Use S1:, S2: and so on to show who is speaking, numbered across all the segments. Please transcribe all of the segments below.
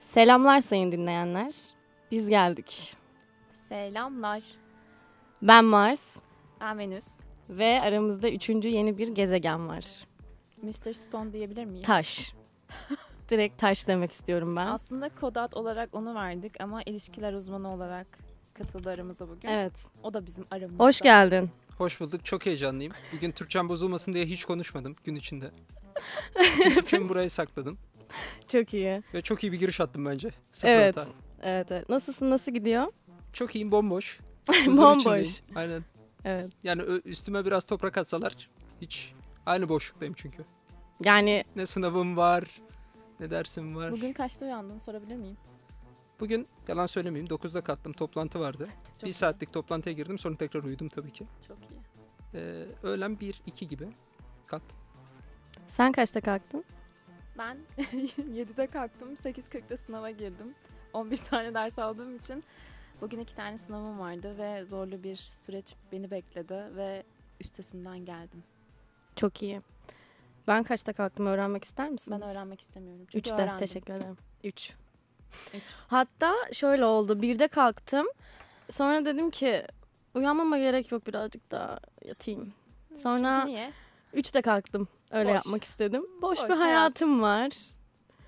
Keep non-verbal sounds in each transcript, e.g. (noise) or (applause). S1: Selamlar sayın dinleyenler. Biz geldik.
S2: Selamlar.
S1: Ben Mars
S2: Ben Venüs.
S1: ve aramızda üçüncü yeni bir gezegen var.
S2: Mr. Stone diyebilir miyiz?
S1: Taş. (laughs) Direkt taş demek istiyorum ben.
S2: Aslında kod ad olarak onu verdik ama ilişkiler uzmanı olarak katıldı aramıza bugün.
S1: Evet.
S2: O da bizim aramızda.
S1: Hoş geldin.
S3: Hoş bulduk. Çok heyecanlıyım. Bugün Türkçem bozulmasın diye hiç konuşmadım gün içinde. Türkçemi buraya sakladım.
S1: Çok iyi.
S3: Ve çok iyi bir giriş attım bence. Sıfır
S1: Evet.
S3: hata.
S1: Evet, evet. Nasılsın? Nasıl gidiyor?
S3: Çok iyiyim bomboş. Huzur
S1: Bomboş.
S3: içindeyim. Aynen.
S1: Evet.
S3: Yani ö- üstüme biraz toprak atsalar hiç aynı boşluktayım çünkü.
S1: Yani
S3: Ne sınavım var ne dersim var. Bugün,
S2: Bugün kaçta uyandın sorabilir miyim?
S3: yalan söylemeyeyim 9'da kalktım toplantı vardı.
S2: Çok
S3: bir
S2: iyi,
S3: saatlik toplantıya girdim sonra tekrar uyudum tabii ki.
S2: Çok iyi.
S3: Ee, öğlen 1-2 gibi kalktım.
S1: sen kaçta kalktın?
S2: Ben (laughs) 7'de kalktım. 8.40'da sınava girdim. 11 tane ders aldığım için bugün iki tane sınavım vardı ve zorlu bir süreç beni bekledi ve üstesinden geldim.
S1: Çok iyi. Ben kaçta kalktım öğrenmek ister misin?
S2: Ben öğrenmek istemiyorum. Çünkü
S1: Üçte.
S2: öğrendim.
S1: Teşekkür ederim. Üç.
S2: Üç.
S1: Hatta şöyle oldu. Birde kalktım. Sonra dedim ki uyanmama gerek yok birazcık daha yatayım. Sonra
S2: Niye?
S1: üçte kalktım. Öyle
S2: Boş.
S1: yapmak istedim. Boş,
S2: Boş
S1: bir hayatım var.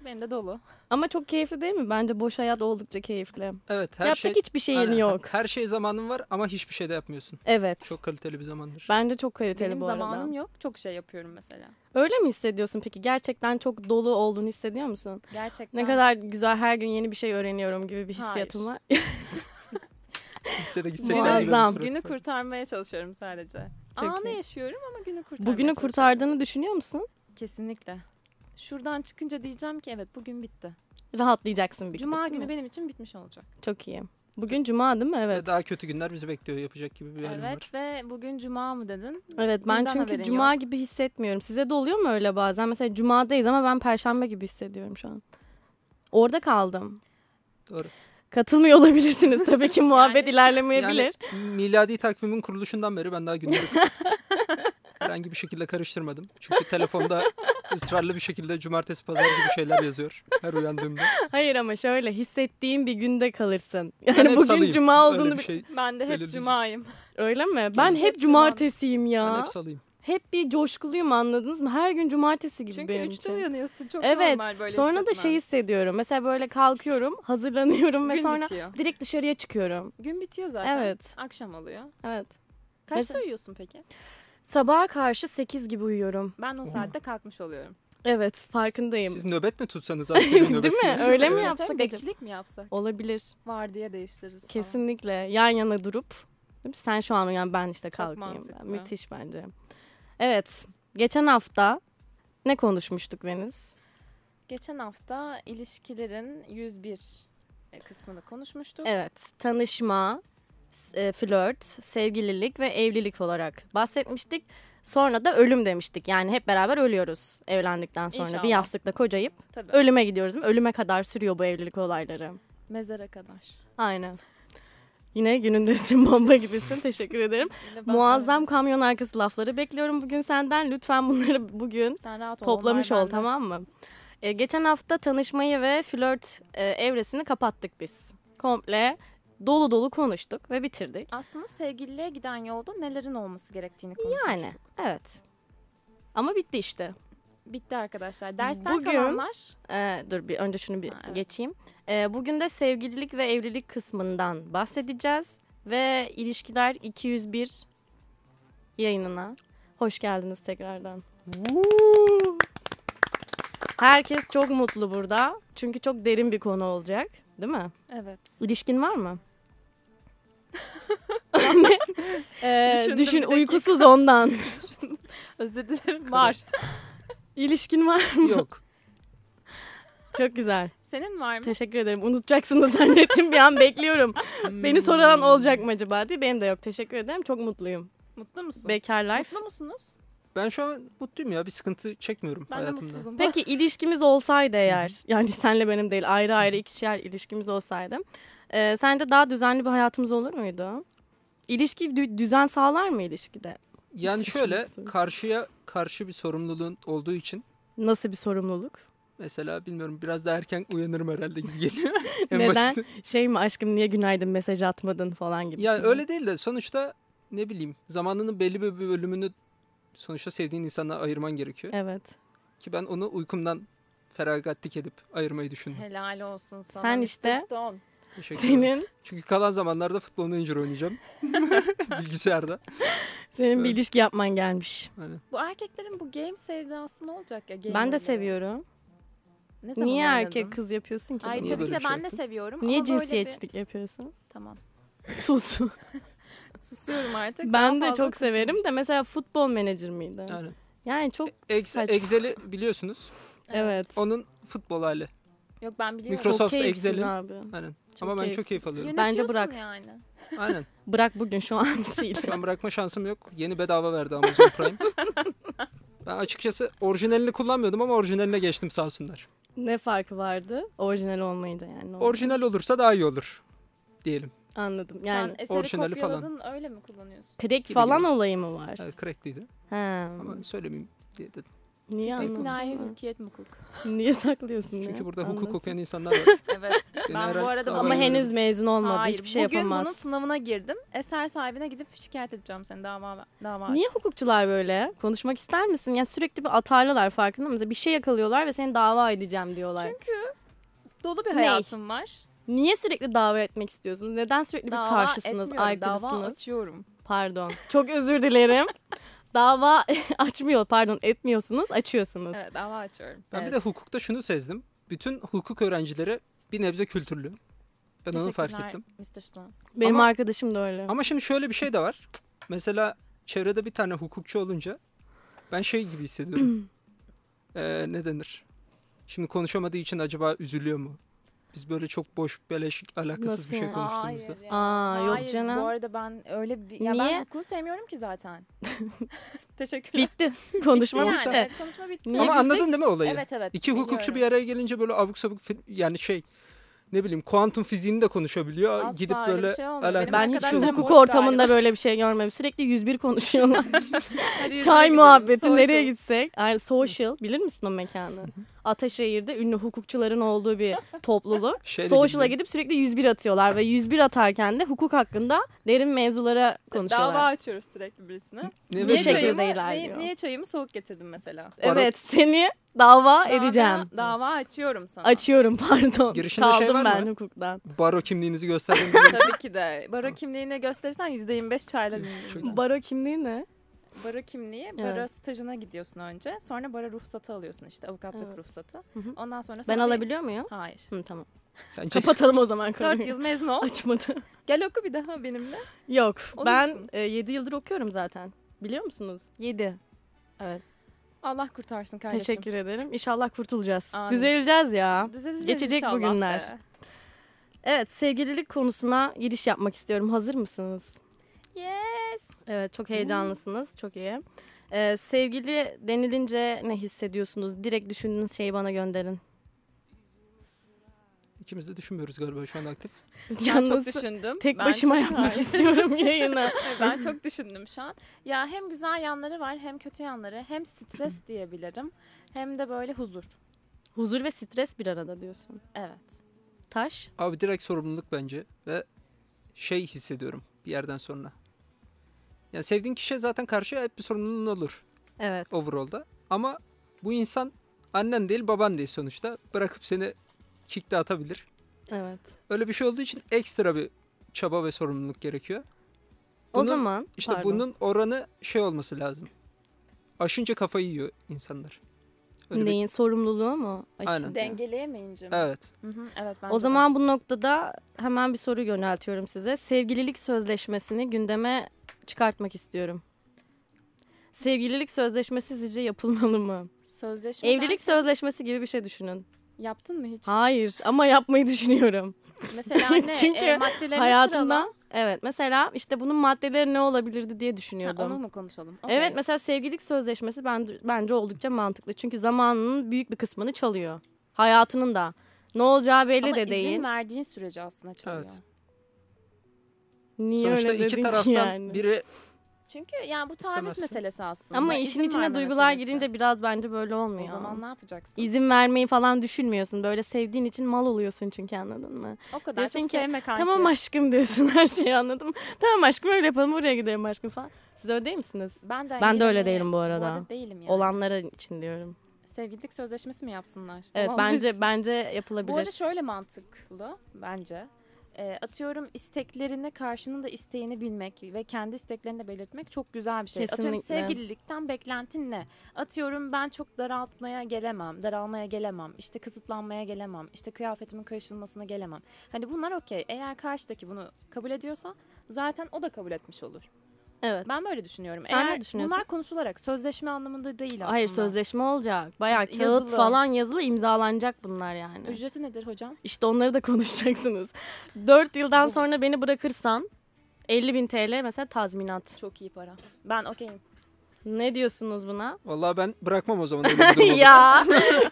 S2: Benim de dolu.
S1: Ama çok keyifli değil mi? Bence boş hayat oldukça keyifli.
S3: Evet her
S1: Yapacak
S3: şey...
S1: hiçbir şeyin
S3: Aynen,
S2: (laughs)
S1: yok.
S3: Her şey zamanın var ama hiçbir şey de yapmıyorsun.
S1: Evet.
S3: Çok kaliteli bir zamandır.
S1: Bence çok kaliteli
S2: Benim
S1: bu arada.
S2: zamanım yok. Çok şey yapıyorum mesela.
S1: Öyle mi hissediyorsun peki? Gerçekten çok dolu olduğunu hissediyor musun?
S2: Gerçekten.
S1: Ne kadar güzel her gün yeni bir şey öğreniyorum gibi bir hissiyatım
S2: Hayır.
S1: var.
S3: Gitse de gitse de
S1: Muazzam.
S3: ilerliyoruz sürekli.
S2: Günü kurtarmaya çalışıyorum sadece.
S1: Çok
S2: Anı
S1: iyi.
S2: yaşıyorum ama günü kurtarmaya
S1: Bugünü
S2: çalışıyorum.
S1: kurtardığını düşünüyor musun?
S2: Kesinlikle. Şuradan çıkınca diyeceğim ki evet bugün bitti.
S1: Rahatlayacaksın bir
S2: Cuma
S1: değil
S2: günü
S1: mi?
S2: benim için bitmiş olacak.
S1: Çok iyi. Bugün cuma değil mi?
S3: Ve
S1: Evet.
S3: daha kötü günler bizi bekliyor yapacak gibi bir halim var.
S2: evet ve bugün cuma mı dedin?
S1: Evet ben
S2: Günden
S1: çünkü
S2: haberin
S1: cuma gibi hissetmiyorum. Size de oluyor mu öyle bazen? Mesela cumadayız ama ben perşembe gibi hissediyorum şu an. Orada kaldım.
S3: Doğru.
S1: Katılmıyor
S2: (laughs)
S1: olabilirsiniz tabii ki muhabbet
S2: Yani-
S1: ilerlemeyebilir.
S2: (laughs)
S3: Yani miladi takvimin kuruluşundan beri ben daha günleri (laughs) herhangi bir şekilde karıştırmadım. Çünkü
S1: (laughs)
S3: telefonda ısrarlı bir şekilde cumartesi pazar gibi şeyler yazıyor her uyandığımda.
S1: Hayır ama şöyle hissettiğin bir günde kalırsın. Yani
S3: Ben hep
S1: bugün
S3: salıyım.
S1: cuma olduğunu
S3: Öyle
S1: bi-
S3: bir şey.
S2: Ben de hep
S3: Belirleyici.
S2: cumayım.
S1: Öyle mi? Ben hep
S2: hep cuma-
S1: cumartesiyim ya.
S3: Ben hep
S1: Hep...
S3: salayım.
S1: bir coşkuluyum anladınız mı? Her gün cumartesi gibi
S2: Çünkü
S1: benim
S2: üçte
S1: için.
S2: uyanıyorsun. Çok
S1: Evet,
S2: normal böyle
S1: Sonra da
S2: hissetmen.
S1: şey hissediyorum. Mesela böyle kalkıyorum, hazırlanıyorum ve
S2: Gün
S1: sonra
S2: bitiyor.
S1: direkt dışarıya çıkıyorum.
S2: Gün bitiyor zaten.
S1: Evet.
S2: Akşam oluyor.
S1: Evet.
S2: Kaçta
S1: Mesela-
S2: uyuyorsun peki?
S1: Sabaha karşı 8 gibi uyuyorum.
S2: Ben o saatte kalkmış oluyorum.
S1: Evet, farkındayım.
S3: Siz nöbet mi tutsanız askeri
S1: (laughs)
S3: nöbet
S1: Değil mi? Öyle mi
S2: Bir şey
S1: yapsak
S2: söyleyeyim,
S1: acaba?
S2: Bekçilik mi yapsak?
S1: Olabilir.
S2: Var diye değiştiririz falan.
S1: Kesinlikle. Yan yana durup. değil mi? Sen şu an uyan ben işte kalkayım.
S2: mantıklı.
S1: Müthiş bence. Evet. Geçen hafta ne konuşmuştuk Venüs?
S2: Geçen hafta ilişkilerin 101 kısmını konuşmuştuk.
S1: Evet. Tanışma, s- e, flört, sevgililik ve evlilik olarak bahsetmiştik. Sonra da ölüm demiştik. Yani hep beraber ölüyoruz evlendikten sonra. Bir
S2: İnşallah.
S1: yastıkla kocayıp
S2: Tabii.
S1: ölüme gidiyoruz. değil mi? Ölüme kadar sürüyor bu evlilik olayları.
S2: Mezara kadar.
S1: Aynen. Yine günündesin (laughs) bomba gibisin. Teşekkür ederim.
S2: Yine ben-
S1: Muazzam
S2: Evet.
S1: kamyon arkası lafları bekliyorum bugün senden. Lütfen bunları (laughs) bugün
S2: Sen rahat ol.
S1: toplamış
S2: onlar
S1: ol
S2: bende.
S1: tamam mı? Ee, geçen hafta tanışmayı ve flört e, evresini kapattık biz. Komple dolu dolu konuştuk ve bitirdik.
S2: Aslında sevgililiğe giden yolda nelerin olması gerektiğini konuşmuştuk.
S1: Yani evet. Ama bitti işte.
S2: bitti arkadaşlar. Dersten
S1: Bugün-
S2: kalanlar
S1: Ee, dur bir önce şunu bir
S2: Ha, evet.
S1: geçeyim. Ee, bugün de sevgililik ve evlilik kısmından bahsedeceğiz ve ilişkiler 201 yayınına hoş geldiniz tekrardan. Herkes çok mutlu burada çünkü çok derin bir konu olacak, değil mi?
S2: evet.
S1: (laughs) İlişkin var
S2: (laughs)
S1: mı? Ne? Ee,
S2: Düşündüm bir
S1: düşün
S2: dakika.
S1: uykusuz ondan.
S2: Özür dilerim. Var.
S1: İlişkin var.
S3: (laughs) Yok.
S1: Çok güzel.
S2: Senin var mı?
S1: Teşekkür ederim. Unutacaksınız zannettim bir an bekliyorum.
S3: Hmm.
S1: Beni soran olacak mı acaba diye. Benim de yok. Teşekkür ederim. Çok mutluyum.
S2: Mutlu musun?
S1: Bekar life.
S2: Mutlu musunuz?
S3: Ben şu an mutluyum ya. Bir sıkıntı çekmiyorum
S2: Ben de
S3: hayatımda.
S2: mutsuzum.
S1: Peki ilişkimiz olsaydı eğer, yani senle benim değil ayrı ayrı ikişer ilişkimiz olsaydı. e, sence daha düzenli bir hayatımız olur muydu? İlişki dü- düzen sağlar mı ilişkide?
S3: Yani
S1: Saçma
S3: şöyle
S1: sapan.
S3: karşıya karşı bir sorumluluğun olduğu için
S1: Nasıl bir sorumluluk?
S3: mesela bilmiyorum biraz daha erken uyanırım herhalde gibi
S1: (laughs)
S3: geliyor.
S1: Neden?
S3: basiti.
S1: Şey mi aşkım niye günaydın mesaj atmadın falan gibi.
S3: Yani öyle değil de sonuçta ne bileyim zamanının belli bir bölümünü sonuçta sevdiğin insana ayırman gerekiyor.
S1: Evet.
S3: Ki ben onu uykumdan feragatlik edip ayırmayı düşündüm.
S2: Helal olsun sana.
S1: Sen
S2: Mr.
S1: işte-
S2: Stone.
S3: Teşekkür ederim.
S1: Senin
S3: Çünkü kalan zamanlarda futbol
S1: (laughs)
S3: manager oynayacağım. Bilgisayarda.
S1: senin bir
S3: Evet.
S1: ilişki yapman gelmiş.
S3: Hani
S2: Bu erkeklerin bu game sevdası ne olacak ya? Game
S1: Ben de
S2: oynamayı?
S1: seviyorum.
S2: Ne zaman
S1: Niye
S2: oynadın?
S1: erkek kız yapıyorsun ki?
S2: Ay
S1: bunu?
S3: Niye
S2: tabii ki
S3: böyle
S2: de
S3: bir şey
S2: ben de
S3: yaptın?
S2: seviyorum.
S1: Niye
S2: ama böyle bir-
S1: cinsiyetçilik yapıyorsun? (laughs)
S2: Tamam.
S1: Sus.
S2: Susuyorum artık.
S1: Ben
S2: Daha
S1: de
S2: fazla
S1: çok severim de mesela futbol menajer miydi?
S3: yani.
S1: Yani çok
S2: E,
S3: Ex-
S1: saçma.
S3: Excel'i biliyorsunuz.
S2: konuşayım.
S1: evet.
S3: Onun futbol hali.
S2: Evet. Yok ben biliyorum.
S3: Microsoft
S1: çok keyifsiz
S3: Excel'in-
S1: abi.
S3: Aynen.
S1: Çok
S3: Ama ben
S1: keyifsiz.
S3: çok keyif alıyorum.
S1: Bence bırak.
S2: yani.
S3: Aynen.
S1: Bırak bugün şu an (laughs) sil.
S3: Şu an bırakma şansım yok. Yeni bedava verdi Amazon
S1: (laughs)
S3: Prime. Ben açıkçası orijinalini kullanmıyordum ama orijinaline geçtim sağ olsunlar.
S1: ne farkı vardı? Orijinal olmayınca yani. ne oldu?
S3: Orijinal olursa daha iyi olur diyelim.
S1: Anladım. Yani
S2: Sen eseri
S3: orijinali falan.
S2: kopyaladın öyle mi kullanıyorsun?
S1: crack
S3: gibi
S1: falan
S3: gibi.
S1: olayı mı var?
S3: Evet, crack'liydi
S1: He.
S3: ama söylemeyeyim diye dedim.
S1: Niye
S2: Ve
S1: anlamadım?
S2: sinayi
S1: ben?
S2: hukukiyet
S1: (laughs)
S2: mi hukuk?
S1: Niye saklıyorsun ya?
S3: Çünkü burada
S1: Anlasın.
S3: hukuk okuyan insanlar var.
S2: Evet. ben
S3: Genel
S2: bu arada
S3: Ama
S1: Ama
S3: Hayır.
S1: henüz mezun olmadı.
S2: Hayır,
S1: Hiçbir şey
S2: bugün
S1: yapamaz.
S2: bunun sınavına girdim. Eser sahibine gidip şikayet edeceğim seni dava, dava
S1: Niye
S2: açsın.
S1: hukukçular böyle? Konuşmak ister misin? Yani sürekli bir atarlılar farkında mısın? Bir şey yakalıyorlar ve seni dava edeceğim diyorlar.
S2: Çünkü dolu bir
S1: Ney?
S2: hayatım var.
S1: Niye sürekli dava etmek istiyorsunuz? Neden sürekli bir
S2: Dava
S1: karşısınız,
S2: etmiyorum, Dava (laughs)
S1: aykırısınız?
S2: açıyorum.
S1: Pardon. Çok özür
S2: (laughs)
S1: dilerim. dava (laughs) açmıyor, pardon etmiyorsunuz, açıyorsunuz.
S2: Evet dava açıyorum.
S3: Ben
S1: Evet.
S3: bir de hukukta şunu sezdim. Bütün hukuk öğrencileri bir nebze kültürlü. Ben onu fark
S2: Teşekkürler,
S3: ettim.
S2: Mr. Stone.
S1: Benim
S3: Ama-
S1: arkadaşım da öyle.
S3: Ama şimdi şöyle bir şey de var. Mesela çevrede bir tane hukukçu olunca ben şey
S2: (clears throat)
S3: gibi hissediyorum. Ee, ne denir? Şimdi konuşamadığı için acaba üzülüyor mu? Biz böyle çok boş, beleş, alakasız
S1: Nasıl
S3: bir şey
S1: yani?
S3: konuştuğumuzda.
S2: Hayır ya.
S1: Aa, yok
S2: Hayır,
S1: canım.
S2: Bu arada ben öyle bir... Ya
S1: Niye?
S2: ben hukuku sevmiyorum
S1: (laughs)
S2: ki zaten. (laughs) Teşekkürler. (laughs)
S1: Bitti. Konuşma
S2: yani.
S1: bitti.
S2: Evet, konuşma bitti.
S1: Niye
S3: Ama
S1: biz de-
S3: anladın değil mi olayı?
S2: Evet evet.
S3: İki
S2: biliyorum.
S3: hukukçu bir araya gelince böyle abuk sabuk fil- yani şey ne bileyim kuantum fiziğini de konuşabiliyor.
S2: Asla
S3: Gidip
S2: öyle bir
S3: böyle
S2: şey olmuyor. Benim
S3: alakasız
S1: Ben hiç
S2: arkadaşlarım
S3: hiçbir
S1: hukuk
S2: boş
S1: ortamında
S2: galiba.
S1: böyle bir şey görmedim. Sürekli 101
S2: (laughs)
S1: konuşuyorlar.
S2: Hadi yüzüne
S1: Çay
S2: gidelim,
S1: muhabbeti
S2: social.
S1: nereye gitsek? Ay, social. Bilir misin o mekanı? Ataşehir'de ünlü hukukçuların olduğu
S2: (laughs)
S1: bir topluluk.
S3: Şeyle
S1: Social'a
S3: gidiyor.
S1: gidip sürekli 101 atıyorlar ve 101 atarken de hukuk hakkında derin mevzulara konuşuyorlar.
S2: Dava açıyoruz sürekli birisine.
S3: Ne
S1: Bu
S3: bileyim.
S1: şekilde
S2: çayımı-
S1: ilerliyor.
S2: Niye, niye çayımı soğuk getirdim mesela?
S1: Evet seni dava
S2: Davaya-
S1: edeceğim.
S2: Dava açıyorum sana.
S1: Açıyorum pardon.
S3: Girişinde şey
S1: Kaldım
S3: var mı?
S1: ben hukuktan.
S3: Baro kimliğinizi gösterdiğiniz
S2: (laughs) Tabii ki de. Baro kimliğini gösterirsen %25 çaylar
S3: Çok-
S2: indirim.
S1: Baro kimliği ne?
S2: Baro kimliği, baro stajına gidiyorsun önce. Sonra baro ruhsatı alıyorsun işte avukatlık
S1: Evet.
S2: ruhsatı.
S1: Hı hı.
S2: Ondan sonra
S1: Ben
S2: sana bir-
S1: alabiliyor muyum?
S2: Hayır.
S1: Hı, tamam.
S3: Sence
S1: Kapatalım o zaman konuyu. (laughs)
S2: 4 yıl mezun ol.
S1: Açmadı.
S2: Gel oku bir daha benimle.
S1: Yok.
S2: Olursun.
S1: Ben 7 yıldır okuyorum zaten. Biliyor musunuz? 7.
S2: Allah kurtarsın kardeşim.
S1: Teşekkür ederim. İnşallah kurtulacağız.
S2: Amin.
S1: Düzeleceğiz ya.
S2: Düzeleceğiz
S1: Geçecek
S2: inşallah
S1: bu günler.
S2: be.
S1: Evet sevgililik konusuna giriş yapmak istiyorum. Hazır mısınız?
S2: Yes.
S1: Evet
S2: Hmm.
S1: çok heyecanlısınız. Çok iyi. Ee, sevgili denilince ne hissediyorsunuz? Direkt düşündüğünüz şeyi bana gönderin.
S3: ikimiz de düşünmüyoruz galiba şu an aktif.
S2: (laughs) Ben çok düşündüm.
S1: Tek
S2: Ben
S1: başıma
S2: çok-
S1: yapmak
S2: (laughs)
S1: istiyorum yayını.
S2: ben çok düşündüm şu an. Ya hem güzel yanları var hem kötü yanları
S1: (clears throat)
S2: hem stres diyebilirim hem de böyle huzur.
S1: Huzur ve stres bir arada diyorsun.
S2: Evet.
S1: Taş.
S3: Abi direkt sorumluluk bence ve şey hissediyorum bir yerden sonra. Yani sevdiğin kişiye zaten karşıya hep bir sorumluluğun olur
S1: Evet.
S3: overall'da. Ama Bu insan annen değil baban değil sonuçta. Bırakıp seni kickte atabilir.
S1: Evet.
S3: Öyle bir şey olduğu için ekstra bir çaba ve sorumluluk gerekiyor.
S1: o
S3: Bunun-
S1: zaman
S3: İşte
S1: pardon.
S3: bunun oranı şey olması lazım. Aşınca kafayı yiyor insanlar. Öyle bir-
S1: neyin sorumluluğu mu? Ay,
S3: Aynen.
S1: şimdi-
S2: Dengeleyemeyince mi?
S3: Evet.
S2: Hı hı, evet bence
S1: O
S2: de.
S1: zaman bu noktada hemen bir soru yöneltiyorum size. Sevgililik sözleşmesini gündeme çıkartmak istiyorum. Sevgililik sözleşmesi sizce yapılmalı mı?
S2: sözleşme
S1: Evlilik sözleşmesi gibi bir şey düşünün.
S2: yaptın mı hiç?
S1: Hayır ama yapmayı düşünüyorum. (laughs)
S2: Mesela ne?
S1: Çünkü
S2: e, maddelerini sırala.
S1: Hayatımda evet mesela işte bunun maddeleri ne olabilirdi diye
S2: Ha,
S1: düşünüyordum.
S2: onu mu konuşalım? Okey.
S1: Evet mesela sevgililik sözleşmesi ben, bence oldukça mantıklı. Çünkü zamanının büyük bir kısmını çalıyor. Hayatının da. Ne olacağı belli
S2: Ama
S1: de
S2: izin
S1: değil.
S2: verdiğin sürece aslında çalıyor.
S3: Evet.
S1: Niye
S3: Sonuçta
S1: öyle
S3: iki
S1: dedin ki
S3: taraftan
S1: yani?
S3: biri
S2: Çünkü yani bu taviz
S3: İstemezsin.
S2: meselesi aslında.
S1: Ama
S2: izin
S1: işin içine
S2: verme
S1: duygular
S2: meselesi.
S1: girince biraz bence böyle olmuyor.
S2: o zaman ne yapacaksın?
S1: İzin vermeyi falan düşünmüyorsun. Böyle sevdiğin için mal oluyorsun çünkü anladın mı?
S2: o kadar
S1: diyorsun
S2: çok
S1: ki,
S2: sevme kanki.
S1: Tamam aşkım diyorsun her şeyi anladım. Tamam aşkım öyle yapalım oraya gidelim aşkım falan. Siz öyle değil misiniz?
S2: Ben de,
S1: Ben de öyle
S2: yani-
S1: değilim bu
S2: Bu
S1: arada.
S2: arada değilim yani.
S1: Olanların için diyorum.
S2: Sevgililik sözleşmesi mi yapsınlar?
S1: Evet
S2: Vallahi
S1: bence
S2: (laughs)
S1: bence yapılabilir.
S2: Bu arada şöyle mantıklı bence. Ee, atıyorum isteklerini karşının da isteğini bilmek ve kendi isteklerini de belirtmek çok güzel bir şey. Atıyorum
S1: Kesinlikle.
S2: sevgililikten beklentin ne? Atıyorum ben çok daraltmaya gelemem, daralmaya gelemem, işte kısıtlanmaya gelemem, işte kıyafetimin karışılmasına gelemem. Hani bunlar okey. Eğer karşıdaki bunu kabul ediyorsa zaten o da kabul etmiş olur.
S1: Evet.
S2: Ben böyle düşünüyorum.
S1: Sen ne
S2: Eğer
S1: düşünüyorsun?
S2: Bunlar konuşularak sözleşme anlamında değil aslında.
S1: Hayır sözleşme olacak. Bayağı kağıt
S2: Yazılı.
S1: falan yazılı imzalanacak bunlar yani.
S2: Ücreti nedir hocam?
S1: İşte onları da (laughs) konuşacaksınız. 4 yıldan
S2: Bu-
S1: sonra beni bırakırsan 50 bin TL mesela tazminat.
S2: Çok iyi para. Ben okeyim.
S1: Ne diyorsunuz buna?
S3: vallahi ben bırakmam o zaman. öyle
S1: (laughs)
S3: bir durum olursa.
S1: ya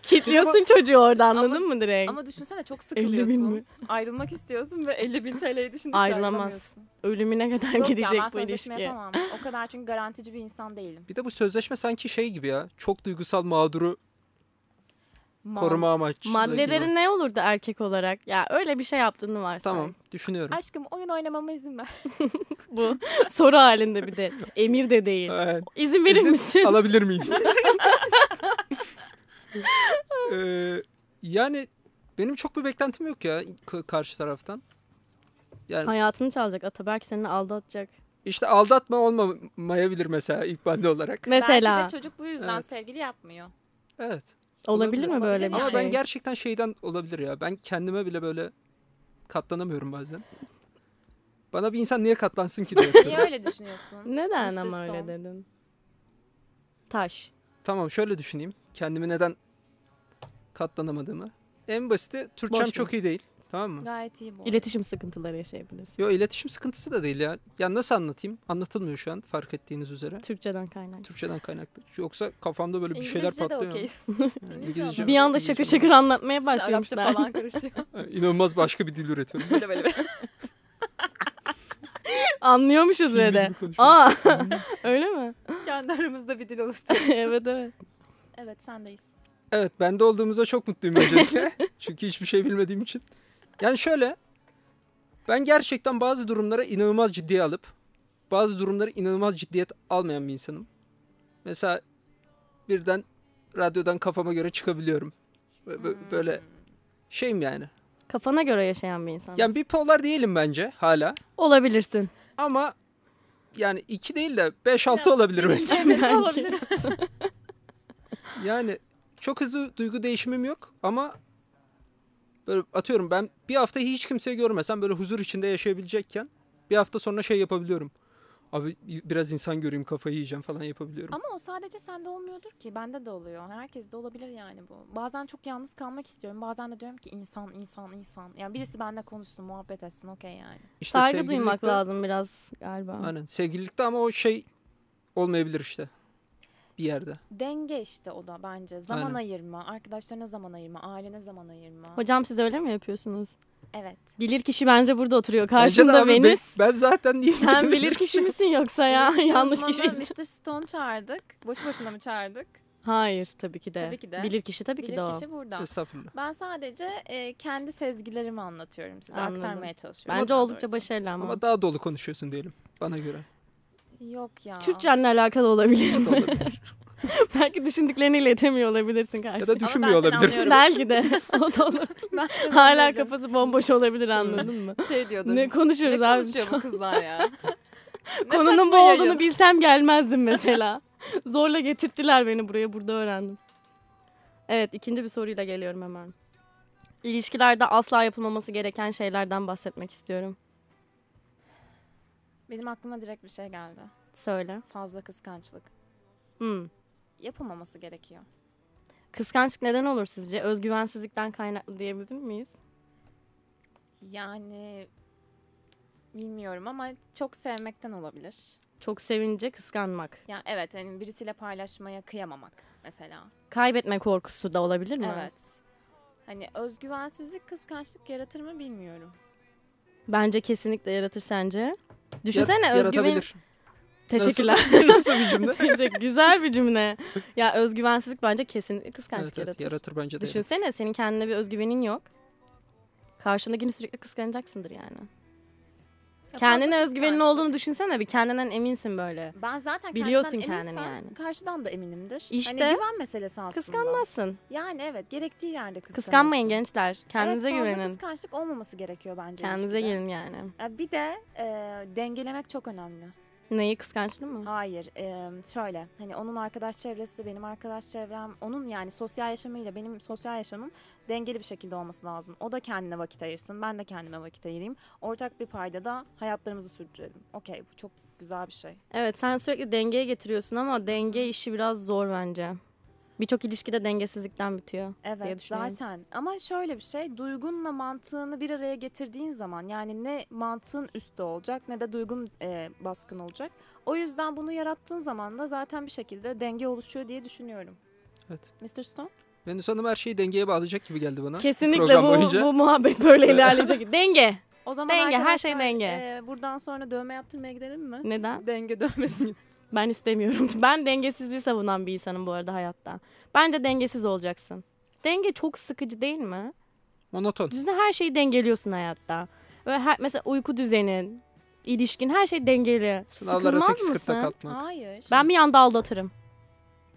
S1: kitliyorsun çocuğu orada anladın mı direkt?
S2: Ama düşünsene çok
S1: 50 bin mi?
S2: sıkılıyorsun. Ayrılmak istiyorsun ve 50 bin TL'yi düşündükçe
S1: Ayrılamaz.
S2: ayrılamıyorsun.
S1: Ölümüne kadar
S2: Yok ya,
S1: gidecek
S2: ben
S1: bu
S2: sözleşme
S1: ilişki.
S2: yapamam. O kadar çünkü garantici bir insan değilim.
S3: Bir de bu sözleşme sanki şey gibi ya. Çok duygusal mağduru
S2: Mal.
S3: koruma amaçlı. gibi.
S1: Maddeleri ne olurdu erkek olarak? Ya öyle bir şey yaptığını varsay.
S3: Tamam düşünüyorum.
S2: Aşkım oyun oynamama izin ver.
S1: Bu (laughs) soru halinde bir de. Emir de değil.
S3: Evet.
S1: İzin şey, (laughs) verir
S3: İzin
S1: misin?
S3: Ee,
S1: (laughs)
S3: Alabilir miyim? Ee, yani benim çok bir beklentim yok ya k- karşı taraftan. Yani
S1: Hayatını çalacak Ataberk seni aldatacak.
S3: işte aldatma olmamayabilir mesela ilk bande olarak.
S1: Mesela
S2: Belki de çocuk bu yüzden
S3: Evet.
S2: sevgili yapmıyor.
S3: Evet.
S1: olabilir mi
S3: olabilir.
S1: böyle bir
S2: Olabilir.
S3: Ama
S1: şey?
S3: ben gerçekten şeyden olabilir ya. Ben kendime bile böyle katlanamıyorum bazen. Bana bir insan niye katlansın
S1: (laughs)
S3: ki diyor.
S2: Niye öyle düşünüyorsun?
S1: Neden
S2: Mrs.
S1: ama öyle
S2: Stone.
S1: dedin? Taş.
S3: Tamam şöyle düşüneyim. Kendimi neden katlanamadığımı. En basiti Türkçem
S1: Boş
S3: çok iyi değil. Tamam mı?
S2: Gayet iyi bu. arada.
S1: İletişim sıkıntıları yaşayabilirsin.
S3: Yo iletişim sıkıntısı da değil ya. Ya nasıl anlatayım? Anlatılmıyor şu an fark ettiğiniz üzere.
S1: Türkçeden kaynaklı.
S3: Türkçeden kaynaklı. Yoksa kafamda böyle bir şeyler
S2: İngilizce de
S3: patlıyor.
S2: okey.
S3: Yani
S2: İngilizce
S3: İngilizce-
S1: Bir anda
S3: İngilizce
S1: şakır
S3: de-
S1: şakır anlatmaya
S2: İşte Arapça
S1: başlamışlar.
S2: falan karışıyor.
S3: (laughs) İnanılmaz başka bir dil üretiyorum.
S2: Böyle böyle böyle.
S1: (laughs) Anlıyormuşuz ve de.
S3: (laughs) Gibi konuşuyorum.
S1: Aa (laughs) öyle mi? (laughs)
S2: Kendi aramızda bir dil oluştu.
S1: evet evet.
S2: Evet sendeyiz.
S3: Evet bende olduğumuza çok mutluyum öncelikle. Çünkü hiçbir şey bilmediğim için. Yani şöyle. Ben gerçekten bazı durumlara inanılmaz ciddiye alıp bazı durumları inanılmaz ciddiyet almayan bir insanım. Mesela birden radyodan kafama göre çıkabiliyorum. Bö- bö- Böyle şeyim yani.
S1: Kafana göre yaşayan bir insan.
S3: Yani bipolar değilim bence hala.
S1: Olabilirsin.
S3: Ama yani iki değil de 5-6 olabilir belki.
S2: Evet olabilir.
S3: Yani çok hızlı duygu değişimim yok ama böyle atıyorum ben bir hafta hiç kimseyi görmesem böyle huzur içinde yaşayabilecekken bir hafta sonra şey yapabiliyorum. Abi biraz insan göreyim kafayı yiyeceğim falan yapabiliyorum.
S2: Ama o sadece sende olmuyordur ki. Bende de oluyor. Herkes de olabilir yani bu. Bazen çok yalnız kalmak istiyorum. Bazen de diyorum ki insan, insan, insan. Yani birisi benimle konuşsun, muhabbet etsin. Okey yani.
S3: İşte Hani-
S1: Saygı duymak
S3: sevgililikte-
S1: lazım biraz galiba.
S3: Aynen sevgililikte ama o şey olmayabilir işte bir yerde.
S2: Denge işte o da bence. Zaman
S3: Aynen.
S2: ayırma, arkadaşlarına zaman ayırma, ailene zaman ayırma.
S1: Hocam siz öyle mi yapıyorsunuz?
S2: Evet.
S1: Bilir kişi bence burada oturuyor.
S3: Bence de
S1: Karşında
S3: abi ben-
S1: Venüs.
S3: Ben, zaten değilim.
S1: (laughs) Sen bilir kişi misin yoksa ya?
S2: İletişim
S1: (laughs) Yanlış kişi.
S2: uzmanı Mr. Stone çağırdık. Boşu boşuna
S1: (laughs)
S2: mı çağırdık?
S1: Hayır tabii ki de.
S2: Tabii ki de.
S1: Bilir kişi tabii ki de
S2: Bilir
S1: o.
S2: kişi burada.
S3: (laughs) Estağfurullah.
S2: Ben sadece e, kendi sezgilerimi anlatıyorum size.
S1: Anladım.
S2: Aktarmaya çalışıyorum.
S1: Bence
S2: daha
S1: oldukça
S2: doğrusu.
S1: başarılı ama.
S3: Ama daha
S1: (laughs)
S3: dolu konuşuyorsun diyelim bana göre.
S2: Yok ya.
S1: Türkçenle alakalı olabilir.
S3: O da olabilir.
S1: (laughs) Belki düşündüklerini iletemiyor olabilirsin
S3: Ya
S1: karşı.
S3: da düşünmüyor
S2: seni
S3: olabilir. (laughs)
S2: anlıyorum.
S1: Belki de. o da olur.
S2: (laughs) Ben de
S1: (laughs) Hala
S2: böyle
S1: kafası bomboş olabilir anladın mı?
S2: şey diyordum.
S1: ne konuşuyoruz
S2: ne
S1: abi?
S2: konuşuyor
S1: şu
S2: bu
S1: an?
S2: kızlar ya?
S1: (laughs)
S2: Ne
S1: Konunun
S2: saçma
S1: bu
S2: yayın.
S1: olduğunu bilsem gelmezdim mesela. (laughs) Zorla getirttiler beni buraya. Burada öğrendim. Evet ikinci bir soruyla geliyorum hemen. İlişkilerde asla yapılmaması gereken şeylerden bahsetmek istiyorum.
S2: Benim aklıma direkt bir şey geldi.
S1: Söyle.
S2: Fazla kıskançlık.
S1: Hmm.
S2: Yapılmaması gerekiyor.
S1: Kıskançlık neden olur sizce? Özgüvensizlikten kaynaklı diyebilir miyiz?
S2: Yani bilmiyorum ama çok sevmekten olabilir.
S1: Çok sevince kıskanmak.
S2: Ya evet yani birisiyle paylaşmaya kıyamamak mesela.
S1: Kaybetme korkusu da olabilir mi?
S2: Evet. Hani özgüvensizlik kıskançlık yaratır mı bilmiyorum.
S1: Bence kesinlikle yaratır sence.
S3: Yar-
S1: Düşünsene özgüven...
S3: yaratabilir.
S1: Teşekkürler. (laughs)
S3: Nasıl (laughs) bir cümle?
S1: Teşekkür- Güzel bir cümle. Ya özgüvensizlik bence kesinlikle
S3: Evet,
S1: kıskançlık
S3: evet,
S1: yaratır.
S3: yaratır bence de.
S1: Düşünsene senin kendine bir özgüvenin yok. Karşındakini sürekli kıskanacaksındır yani.
S2: Ya
S1: Kendine
S2: fazla
S1: özgüvenin
S2: kıskançlık.
S1: olduğunu düşünsene bir kendinden eminsin böyle.
S2: Ben zaten
S1: Biliyorsun
S2: kendimden
S1: kendini
S2: eminsem
S1: yani.
S2: karşıdan da eminimdir.
S1: İşte.
S2: Hani güven meselesi aslında.
S1: Kıskanmazsın.
S2: Yani evet gerektiği yerde kıskanırsın.
S1: Kıskanmayın gençler. Kendinize
S2: evet, fazla
S1: güvenin.
S2: kıskançlık olmaması gerekiyor bence.
S1: Kendinize
S2: ilişkide.
S1: gelin yani.
S2: Ya Bir de e, dengelemek çok önemli.
S1: Neyi kıskançlığı mı?
S2: Hayır, e, şöyle hani onun arkadaş çevresi, benim arkadaş çevrem, onun yani sosyal yaşamıyla benim sosyal yaşamım dengeli bir şekilde olması lazım. O da kendine vakit ayırsın, ben de kendime vakit ayırayım. Ortak bir payda da hayatlarımızı sürdürelim. Okey, bu çok güzel bir şey.
S1: Evet sen sürekli dengeye getiriyorsun ama denge işi biraz zor bence. Birçok ilişkide dengesizlikten bitiyor. diye
S2: Evet
S1: düşünüyorum.
S2: zaten ama şöyle bir şey duygunla mantığını bir araya getirdiğin zaman yani ne mantığın üstte olacak ne de duygun e, baskın olacak. O yüzden bunu yarattığın zaman da zaten bir şekilde denge oluşuyor diye düşünüyorum.
S3: Evet.
S2: Mr. Stone?
S3: Venüs Hanım her şeyi dengeye bağlayacak gibi geldi bana.
S1: Kesinlikle
S3: Program
S1: bu,
S3: boyunca.
S1: bu muhabbet böyle
S3: (laughs)
S1: ilerleyecek. denge.
S2: O zaman
S1: Denge, her şey
S2: arkadaşlar,
S1: denge.
S2: e, buradan sonra dövme yaptırmaya gidelim mi?
S1: Neden? (laughs)
S2: Denge dövmesi.
S1: Ben istemiyorum. (laughs) Ben dengesizliği savunan bir insanım bu arada hayatta. Bence dengesiz olacaksın. Denge çok sıkıcı değil mi?
S3: Monoton.
S1: Düzene her şeyi dengeliyorsun hayatta. Ve her, mesela uyku düzenin, ilişkin her şey dengeli.
S3: Sınavlara
S1: Sıkılmaz
S3: 8.40'da
S1: mısın?
S3: kalkmak.
S2: Hayır.
S1: Ben bir anda aldatırım.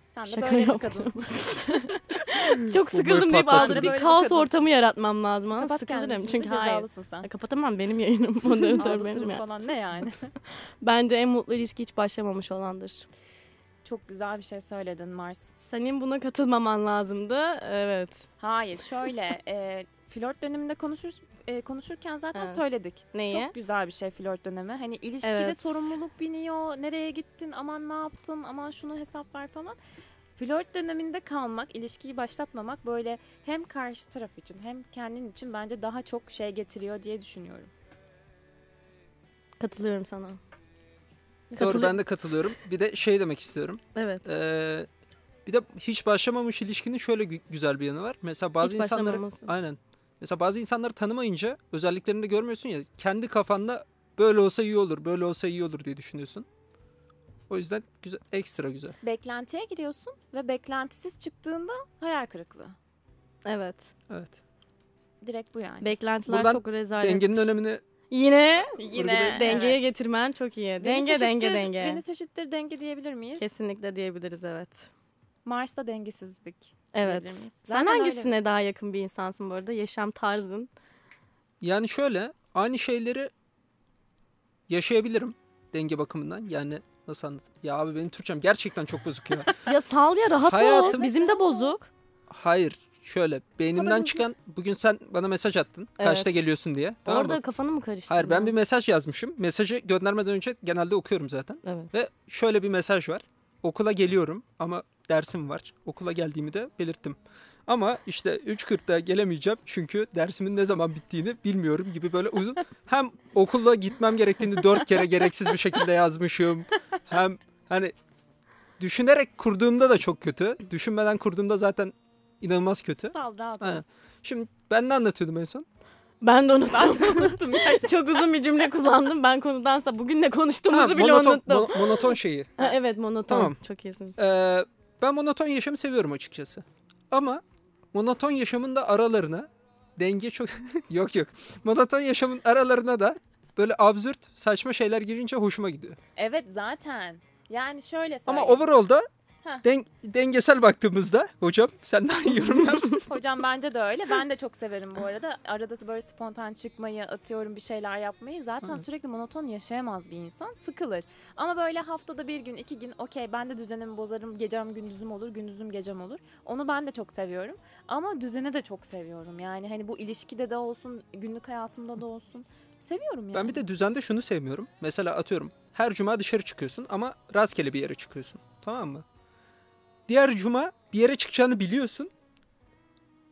S2: Sen de
S1: Şaka
S2: böyle bir
S1: yaptım.
S2: kadınsın. Hmm.
S1: Çok
S3: Bu böyle
S1: sıkıldım deyip
S3: patlattı
S1: aldatırım. Bir
S2: beni.
S1: kaos ortamı yaratmam lazım. Ha,
S2: Kapat kendini
S1: Sıkılırım
S2: şimdi
S1: çünkü hayır.
S2: cezalısın sen.
S1: Ya Kapatamam benim
S2: (laughs)
S1: yayınım. Moderatör benim
S2: Aldatırım
S1: ya.
S2: falan ne yani?
S1: Bence en mutlu ilişki hiç başlamamış olandır.
S2: Çok güzel bir şey söyledin Mars.
S1: Senin buna katılmaman lazımdı. Evet.
S2: Hayır şöyle (laughs) e, flört döneminde konuşur, e, konuşurken zaten
S1: Evet.
S2: söyledik.
S1: Neyi?
S2: Çok güzel bir şey flört dönemi. Hani ilişkide
S1: Evet.
S2: sorumluluk biniyor. Nereye gittin? Aman ne yaptın? Aman şunu hesap ver falan. Flört döneminde kalmak, ilişkiyi başlatmamak böyle hem karşı taraf için hem kendin için bence daha çok şey getiriyor diye düşünüyorum.
S1: Katılıyorum sana.
S3: Doğru
S1: Katılı-
S3: ben de katılıyorum. Bir de şey demek istiyorum.
S1: Evet.
S3: Ee, bir de hiç başlamamış ilişkinin şöyle gü- güzel bir yanı var. Mesela bazı
S1: Hiç
S3: insanları
S1: başlamaması.
S3: aynen. Mesela bazı insanları tanımayınca özelliklerini de görmüyorsun ya kendi kafanda böyle olsa iyi olur, böyle olsa iyi olur diye düşünüyorsun. O yüzden güzel, ekstra güzel.
S2: Beklentiye giriyorsun ve beklentisiz çıktığında hayal kırıklığı.
S1: Evet.
S3: Evet.
S2: Direkt bu (laughs) yani.
S1: Beklentiler
S3: Buradan
S1: çok rezalet.
S3: Dengenin önemini
S1: Yine
S3: Vurgulayın.
S1: dengeye
S2: evet.
S1: getirmen çok iyi.
S2: Beni
S1: Denge denge
S2: çeşittir-
S1: denge.
S2: Beni çeşittir denge diyebilir miyiz?
S1: Kesinlikle diyebiliriz evet.
S2: Mars'ta dengesizlik.
S1: Evet.
S2: Diyebilir miyiz?
S1: Sen
S2: Zaten öyle.
S1: hangisine daha yakın bir insansın bu arada? Yaşam tarzın.
S3: yani şöyle aynı şeyleri yaşayabilirim denge bakımından. Yani nasıl anlatayım? Ya abi benim Türkçem gerçekten çok
S1: (laughs)
S3: bozuk ya.
S1: Ya sal ya rahat ol.
S3: Hayatım-
S1: Bizim de bozuk.
S3: Hayır. Şöyle
S2: Haberin
S3: beynimden
S2: yok.
S3: çıkan bugün sen bana mesaj attın.
S1: Evet.
S3: Kaçta geliyorsun diye. Tamam
S1: Orada
S3: mı?
S1: kafanı mı karıştırdın?
S3: Hayır ben bir mesaj yazmışım. Mesajı göndermeden önce genelde okuyorum zaten.
S1: Evet.
S3: Ve şöyle bir mesaj var. Okula geliyorum ama dersim var. Okula geldiğimi de belirttim. Ama işte 3.40'da gelemeyeceğim çünkü dersimin ne zaman bittiğini bilmiyorum gibi böyle uzun. Hem okula gitmem gerektiğini dört kere gereksiz bir şekilde yazmışım. Hem hani düşünerek kurduğumda da çok kötü. Düşünmeden kurduğumda zaten inanılmaz kötü.
S2: Sal rahat ol.
S3: (laughs) Ha. Şimdi ben ne anlatıyordum en son?
S1: Ben de unuttum.
S2: Unuttum
S3: (laughs)
S1: (laughs)
S2: gerçekten.
S1: çok uzun bir cümle kullandım. Ben konudansa bugün ne konuştuğumuzu
S3: Ha,
S1: bile
S3: monoton,
S1: unuttum.
S3: mo- monoton şeyi.
S1: Ha, evet monoton.
S3: Tamam.
S1: Çok iyisin.
S3: Ee, ben monoton yaşamı seviyorum açıkçası. Ama monoton yaşamın da aralarına denge çok... (laughs) yok yok. Monoton yaşamın aralarına da böyle absürt saçma şeyler girince hoşuma gidiyor.
S2: Evet zaten. Yani şöyle
S3: Ama
S2: söyleyeyim.
S3: overall'da Den- dengesel baktığımızda hocam sen daha iyi yorumlarsın.
S2: Hocam bence de öyle. Ben de çok severim bu arada. Arada böyle spontan çıkmayı, atıyorum bir şeyler yapmayı. Zaten
S3: Evet.
S2: sürekli monoton yaşayamaz bir insan. Sıkılır. Ama böyle haftada bir gün, iki gün okey ben de düzenimi bozarım. Gecem gündüzüm olur, gündüzüm gecem olur. Onu ben de çok seviyorum. Ama düzeni de çok seviyorum. Yani hani bu ilişkide de olsun, günlük hayatımda da olsun. Seviyorum yani.
S3: ben bir de düzende şunu sevmiyorum. Mesela atıyorum her cuma dışarı çıkıyorsun ama rastgele bir yere çıkıyorsun. Tamam mı? Diğer cuma bir yere çıkacağını biliyorsun.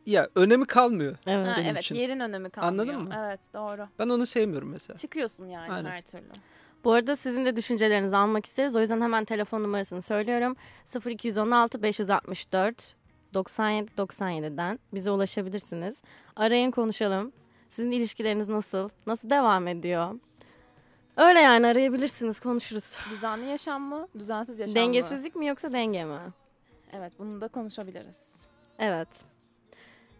S3: Ya önemi kalmıyor.
S1: Evet.
S2: Ha,
S3: benim
S2: evet
S3: için.
S2: yerin önemi kalmıyor.
S3: Anladın mı?
S2: Evet doğru.
S3: Ben onu sevmiyorum mesela.
S2: Çıkıyorsun yani
S3: Aynen.
S2: her türlü.
S1: Bu arada sizin de düşüncelerinizi almak isteriz. O yüzden hemen telefon numarasını söylüyorum. 0216 564 97 97'den bize ulaşabilirsiniz. Arayın konuşalım. Sizin ilişkileriniz nasıl? Nasıl devam ediyor? Öyle yani arayabilirsiniz konuşuruz.
S2: Düzenli yaşam mı, düzensiz yaşam mı?
S1: Dengesizlik mi yoksa denge mi?
S2: Evet bunu da konuşabiliriz.
S1: Evet.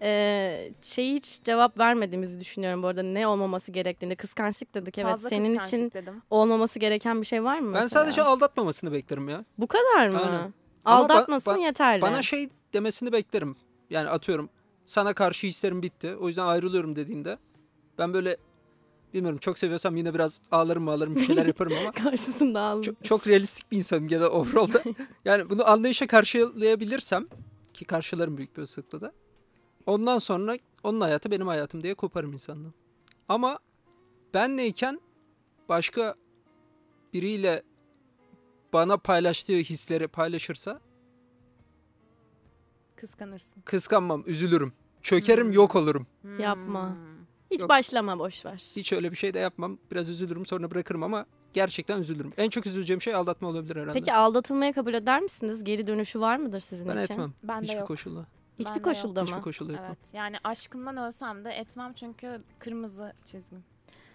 S1: Ee, şey hiç cevap vermediğimizi düşünüyorum bu arada ne olmaması gerektiğini. Kıskançlık dedik evet.
S2: Fazla
S1: Senin
S2: kıskançlık
S1: için
S2: dedim.
S1: olmaması gereken bir şey var mı?
S3: Ben
S1: mesela?
S3: sadece aldatmamasını beklerim ya.
S1: Bu kadar mı?
S3: Aynen. Ama ba-
S1: Aldatmasın
S3: ba-
S1: yeterli.
S3: Bana şey demesini beklerim. Yani atıyorum sana karşı hislerim bitti. O yüzden ayrılıyorum dediğinde ben böyle bilmiyorum çok seviyorsam yine biraz ağlarım ağlarım bir şeyler yaparım ama
S1: (laughs) Karşısında aldım.
S2: (laughs)
S3: çok, çok realistik bir insanım genel overall'da. Yani bunu anlayışa karşılayabilirsem ki karşılarım büyük bir olasılıkla da. Ondan sonra onun hayatı benim hayatım diye koparım insandan. Ama ben neyken başka biriyle bana paylaştığı hisleri paylaşırsa
S2: Kıskanırsın.
S3: kıskanmam, üzülürüm. Çökerim, yok olurum.
S1: Yapma.
S2: Hmm.
S1: Hiç
S3: Yok.
S1: başlama boş ver.
S3: Hiç öyle bir şey de yapmam. Biraz üzülürüm sonra bırakırım ama gerçekten üzülürüm. En çok üzüleceğim şey aldatma olabilir herhalde.
S1: Peki aldatılmaya kabul eder misiniz? Geri dönüşü var mıdır sizin
S3: ben
S1: için?
S3: etmem.
S2: Ben de
S3: Hiçbir
S2: yok.
S3: koşulla.
S1: Hiçbir
S2: Ben de yok.
S1: koşulda mı?
S3: Hiçbir koşulla etmem.
S2: Evet. Yani aşkımdan ölsem de etmem çünkü kırmızı çizgim.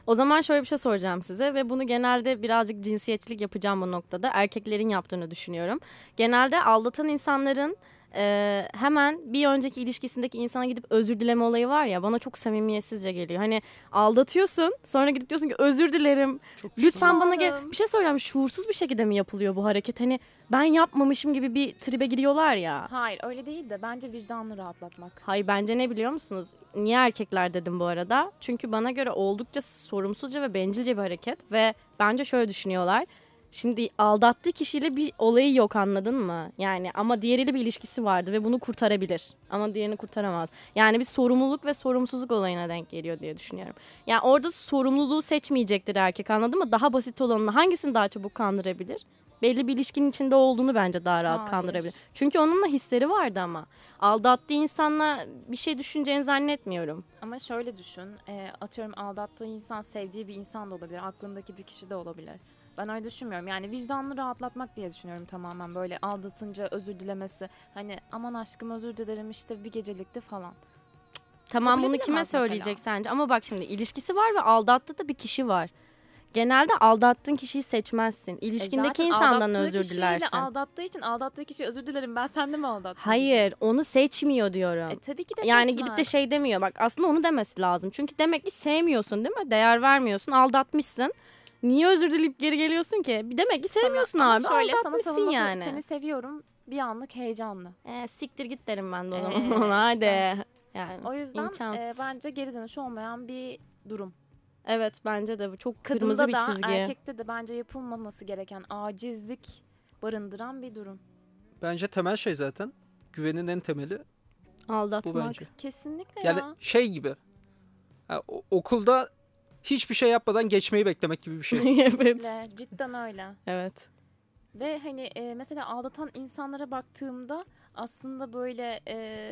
S1: O zaman şöyle bir şey soracağım size ve bunu genelde birazcık cinsiyetçilik yapacağım bu noktada. Erkeklerin yaptığını düşünüyorum. Genelde aldatan insanların e, hemen bir önceki ilişkisindeki insana gidip özür dileme olayı var ya bana çok samimiyetsizce geliyor. Hani aldatıyorsun sonra gidip diyorsun ki özür dilerim.
S3: Çok
S1: Lütfen bana gel.
S2: Oğlum.
S1: Bir şey söyleyeceğim şuursuz bir şekilde mi yapılıyor bu hareket? Hani ben yapmamışım gibi bir tribe giriyorlar ya.
S2: Hayır öyle değil de bence vicdanını rahatlatmak.
S1: Hayır bence ne biliyor musunuz? Niye erkekler dedim bu arada? Çünkü bana göre oldukça sorumsuzca ve bencilce bir hareket ve bence şöyle düşünüyorlar. Şimdi aldattığı kişiyle bir olayı yok anladın mı? Yani ama diğeriyle bir ilişkisi vardı ve bunu kurtarabilir. Ama diğerini kurtaramaz. Yani bir sorumluluk ve sorumsuzluk olayına denk geliyor diye düşünüyorum. Yani orada sorumluluğu seçmeyecektir erkek anladın mı? Daha basit olanını hangisini daha çabuk kandırabilir? Belli bir ilişkinin içinde olduğunu bence daha rahat
S2: Hayır.
S1: kandırabilir. Çünkü onunla hisleri vardı ama aldattığı insanla bir şey düşüneceğini zannetmiyorum.
S2: Ama şöyle düşün. e, atıyorum aldattığı insan sevdiği bir insan da olabilir. Aklındaki bir kişi de olabilir. Ben öyle düşünmüyorum. Yani vicdanını rahatlatmak diye düşünüyorum tamamen. Böyle aldatınca özür dilemesi. Hani aman aşkım özür dilerim işte bir gecelikti falan.
S1: Tamam
S2: Kabul
S1: bunu
S2: edilemez
S1: kime
S2: mesela.
S1: söyleyecek sence? Ama bak şimdi ilişkisi var ve aldattığı da bir kişi var. Genelde aldattığın kişiyi seçmezsin. İlişkindeki
S2: E zaten
S1: insandan
S2: aldattığı
S1: özür
S2: kişiyle
S1: dilersin.
S2: aldattığı için aldattığı kişi özür dilerim ben sende mi aldattım?
S1: Hayır, onu seçmiyor diyorum.
S2: E tabii ki de
S1: yani
S2: seçmez.
S1: gidip de şey demiyor. Bak aslında onu demesi lazım. Çünkü demek ki sevmiyorsun değil mi? Değer vermiyorsun, aldatmışsın. Niye özür dileyip geri geliyorsun ki? Demek ki sevmiyorsun
S2: Ama
S1: abi.
S2: şöyle sana
S1: aldatmışsın
S2: savunması,
S1: yani.
S2: Seni seviyorum bir anlık heyecanlı.
S1: E, siktir git derim ben de ona.
S2: Ee,
S1: (laughs) Hadi.
S2: işte.
S1: Yani.
S2: O yüzden e,
S1: İmkansız.
S2: bence geri dönüşü olmayan bir durum.
S1: Evet bence de bu çok kırmızı
S2: Kadında
S1: bir
S2: da
S1: çizgi.
S2: erkekte de bence yapılmaması gereken acizlik barındıran bir durum.
S3: Bence temel şey zaten güvenin en temeli bu
S1: Aldatmak.
S3: bence.
S2: Kesinlikle
S3: Yani
S2: ya.
S3: şey gibi. Ha, o- okulda hiçbir şey yapmadan geçmeyi beklemek gibi
S1: (laughs)
S3: bir şey.
S1: (laughs) evet.
S2: Öyle, cidden öyle.
S1: Evet.
S2: Ve hani e, mesela aldatan insanlara baktığımda aslında böyle e,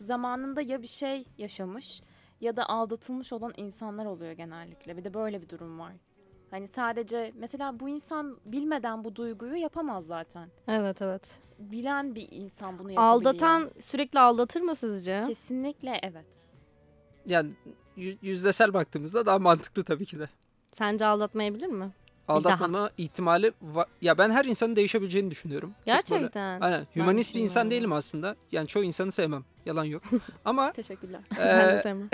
S2: zamanında ya bir şey yaşamış ya da aldatılmış olan insanlar oluyor genellikle. Bir de böyle bir durum var. Hani sadece mesela bu insan bilmeden bu duyguyu yapamaz zaten.
S1: Evet evet.
S2: Bilen bir insan bunu yapabiliyor.
S1: Aldatan sürekli aldatır mı sizce?
S2: kesinlikle evet.
S3: Yani yü- yüzdesel baktığımızda daha mantıklı tabii ki de.
S1: Sence aldatmayabilir mi?
S3: Aldatmama ihtimali va- ya ben her insanın değişebileceğini düşünüyorum. Çok böyle-
S1: Gerçekten.
S3: Aynen. Hümanist bir insan
S1: düşünmüyorum.
S3: değilim aslında. Yani çoğu insanı sevmem.
S1: (laughs)
S3: Yalan yok. ama
S2: Teşekkürler.
S1: Ben de
S3: e,
S1: sevmem.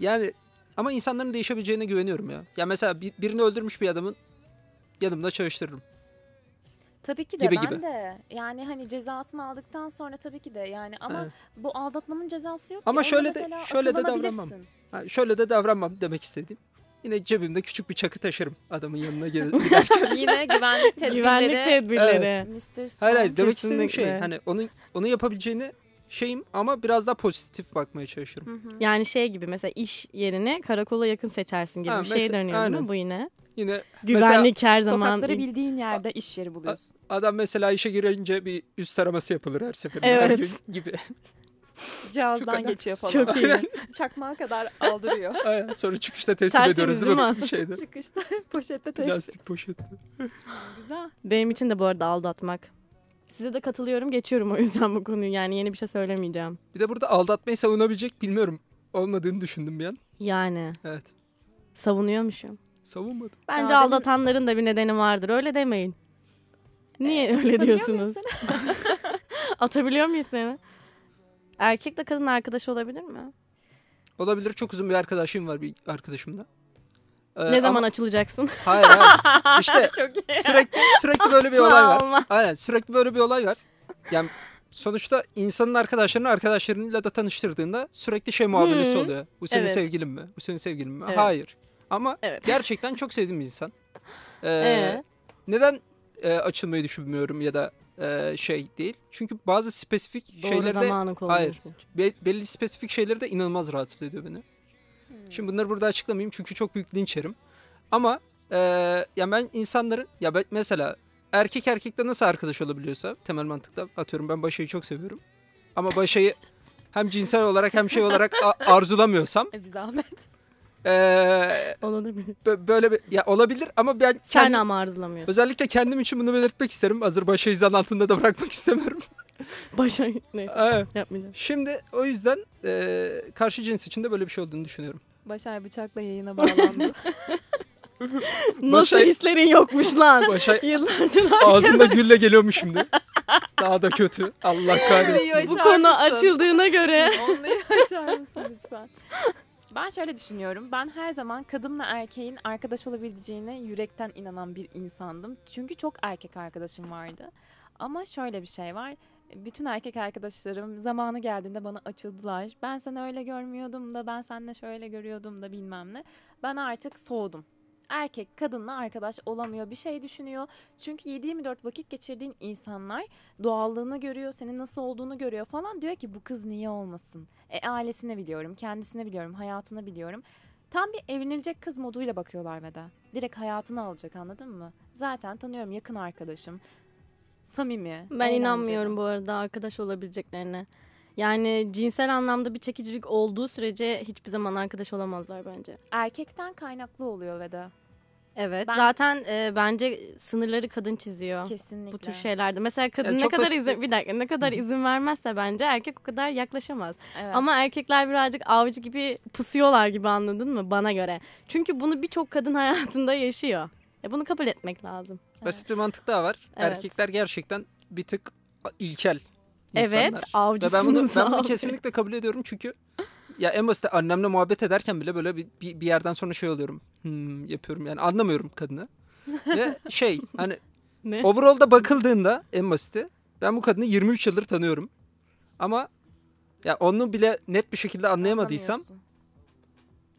S3: yani ama insanların değişebileceğine güveniyorum ya. Ya mesela bir- birini öldürmüş bir adamın yanımda çalıştırırım.
S2: Tabii ki de
S3: Gibi
S2: ben
S3: gibi.
S2: de. Yani hani cezasını aldıktan sonra tabii ki de yani ama
S3: Ha.
S2: bu aldatmanın cezası yok.
S3: Ama
S2: ki. Onda
S3: şöyle de-
S2: mesela
S3: şöyle de
S2: akıllanabilirsin.
S3: davranmam. Ha, şöyle de davranmam demek istediğim. Yine cebimde küçük bir çakı taşırım adamın
S1: (laughs)
S3: yanına girer.
S2: Yine güvenlik tedbirleri.
S1: Güvenlik tedbirleri.
S2: Mr. Stone.
S3: hayır hayır demek istediğim şey
S1: Kesinlikle.
S3: hani onun onu yapabileceğini şeyim ama biraz daha pozitif bakmaya çalışırım.
S2: Hı hı.
S1: Yani şey gibi mesela iş yerini karakola yakın seçersin gibi
S3: Ha,
S1: bir şeye
S3: mesela-
S1: dönüyor değil mi
S3: aynen.
S1: bu yine?
S3: Yine
S1: Güvenlik her zaman.
S2: Sokakları bildiğin yerde iş yeri buluyorsun.
S3: adam mesela işe girince bir üst taraması yapılır her seferinde her
S1: Evet.
S3: gün gibi. (laughs)
S2: Cihazdan
S3: Çok-
S2: geçiyor falan.
S1: Çok iyi.
S2: (laughs) Çakmağa kadar
S3: (laughs)
S2: aldırıyor.
S3: Aynen, Sonra çıkışta teslim
S1: Tertemiz
S3: ediyoruz değil
S1: değil
S3: mi?
S1: mi?
S3: Bir Şeyde.
S2: Çıkışta (laughs) poşette test.
S3: Plastik poşette.
S2: Güzel.
S1: Benim için de bu arada aldatmak. Size de katılıyorum geçiyorum o yüzden bu konuyu yani yeni bir şey söylemeyeceğim.
S3: Bir de burada aldatmayı savunabilecek bilmiyorum. Olmadığını düşündüm bir an.
S1: Yani
S3: Evet.
S1: savunuyormuşum.
S3: Savunmadım.
S1: Bence
S2: demin-
S1: aldatanların da bir nedeni vardır öyle demeyin. Niye öyle
S2: Ee, atabiliyor
S1: diyorsunuz?
S2: muyuz
S1: (laughs) Atabiliyor muyuz seni? Erkekle kadın arkadaş olabilir mi?
S3: Olabilir çok uzun bir arkadaşım var bir arkadaşımda. Ee,
S1: ne
S3: ama-
S1: zaman açılacaksın?
S3: Hayır
S1: (laughs)
S3: hayır. İşte
S2: (laughs) Çok iyi.
S3: sürekli sürekli böyle bir olay var.
S1: Olmaz.
S3: Aynen sürekli böyle bir olay var. Yani sonuçta insanın arkadaşlarını arkadaşlarıyla da tanıştırdığında sürekli şey muamelesi
S1: Hı.
S3: oluyor. Bu senin
S1: Evet.
S3: sevgilin mi? Bu senin sevgilin mi?
S1: Evet.
S3: Hayır. Ama
S1: Evet.
S3: gerçekten çok sevdiğim bir insan. Ee,
S1: Ee?
S3: Neden e, açılmayı düşünmüyorum ya da e, şey değil? Çünkü bazı spesifik
S1: Doğru
S3: şeylerde
S1: zamanı kullanıyorsun.
S3: be- belli spesifik şeyleri de inanılmaz rahatsız ediyor beni.
S1: Hmm.
S3: Şimdi bunları burada açıklamayayım çünkü çok büyük linç yerim. Ama e, ya ben insanların ya ben mesela erkek erkekle nasıl arkadaş olabiliyorsa temel mantıkla atıyorum ben Başak'ı çok seviyorum. Ama Başak'ı hem cinsel olarak hem şey olarak a- arzulamıyorsam
S2: E, bir zahmet.
S3: e,
S1: Olabilir.
S3: bö- böyle bir ya olabilir ama ben
S1: Sen
S3: kendim-
S1: ama arzulamıyorsun.
S3: özellikle kendim için bunu belirtmek isterim. Hazır Başak'ı zan altında da bırakmak istemiyorum.
S1: Başa neyse
S3: Evet.
S1: yapmayacağım.
S3: Şimdi o yüzden e, karşı cins için de böyle bir şey olduğunu düşünüyorum.
S2: Başar bıçakla yayına bağlandı.
S1: Nasıl
S3: Başa-
S1: hislerin yokmuş
S3: (laughs)
S1: lan?
S3: Başak
S1: Yıllardır
S3: ağzımda gülle geliyormuş şimdi. Daha da kötü. Allah kahretsin.
S2: Ay,
S1: bu
S2: Açar
S1: konu
S2: mısın?
S1: açıldığına göre.
S2: (laughs) Onlayı açar mısın lütfen? Ben şöyle düşünüyorum. Ben her zaman kadınla erkeğin arkadaş olabileceğine yürekten inanan bir insandım. Çünkü çok erkek arkadaşım vardı. Ama şöyle bir şey var. Bütün erkek arkadaşlarım zamanı geldiğinde bana açıldılar. Ben seni öyle görmüyordum da ben seninle şöyle görüyordum da bilmem ne. Ben artık soğudum. Erkek kadınla arkadaş olamıyor. Bir şey düşünüyor. Çünkü 7-24 vakit geçirdiğin insanlar doğallığını görüyor, senin nasıl olduğunu görüyor falan. Diyor ki bu kız niye olmasın? E, ailesini biliyorum, kendisini biliyorum, hayatını biliyorum. Tam bir evlenilecek kız moduyla bakıyorlar ve de. Direkt hayatını alacak anladın mı? Zaten tanıyorum yakın arkadaşım. Samimi.
S1: Ben
S2: eğlenceli.
S1: inanmıyorum bu arada arkadaş olabileceklerine. Yani cinsel anlamda bir çekicilik olduğu sürece hiçbir zaman arkadaş olamazlar bence.
S2: Erkekten kaynaklı oluyor ve de.
S1: Evet.
S2: Ben-
S1: Zaten e, bence sınırları kadın çiziyor.
S2: Kesinlikle.
S1: Bu tür şey. şeylerde. Mesela kadın
S3: Yani
S1: ne
S3: çok
S1: kadar
S3: basit
S1: izin bir dakika ne kadar izin vermezse bence erkek o kadar yaklaşamaz.
S2: Evet.
S1: Ama erkekler birazcık avcı gibi pusuyorlar gibi anladın mı bana göre. Çünkü bunu birçok kadın (laughs) hayatında yaşıyor. E bunu kabul etmek lazım.
S3: Basit bir mantık daha var.
S1: Evet.
S3: Erkekler gerçekten bir tık ilkel
S1: Evet,
S3: insanlar. Ve ben
S1: avcısınız.
S3: bunu,
S1: (laughs)
S3: ben bunu
S1: abi.
S3: kesinlikle kabul ediyorum çünkü ya en basit annemle muhabbet ederken bile böyle bir, bir, bir yerden sonra şey oluyorum. Hmm, yapıyorum yani anlamıyorum kadını. Ve şey hani
S1: (laughs) Ne?
S3: Overall'da bakıldığında en basiti ben bu kadını 23 yıldır tanıyorum. Ama ya onu bile net bir şekilde anlayamadıysam
S2: Anlamıyorsun.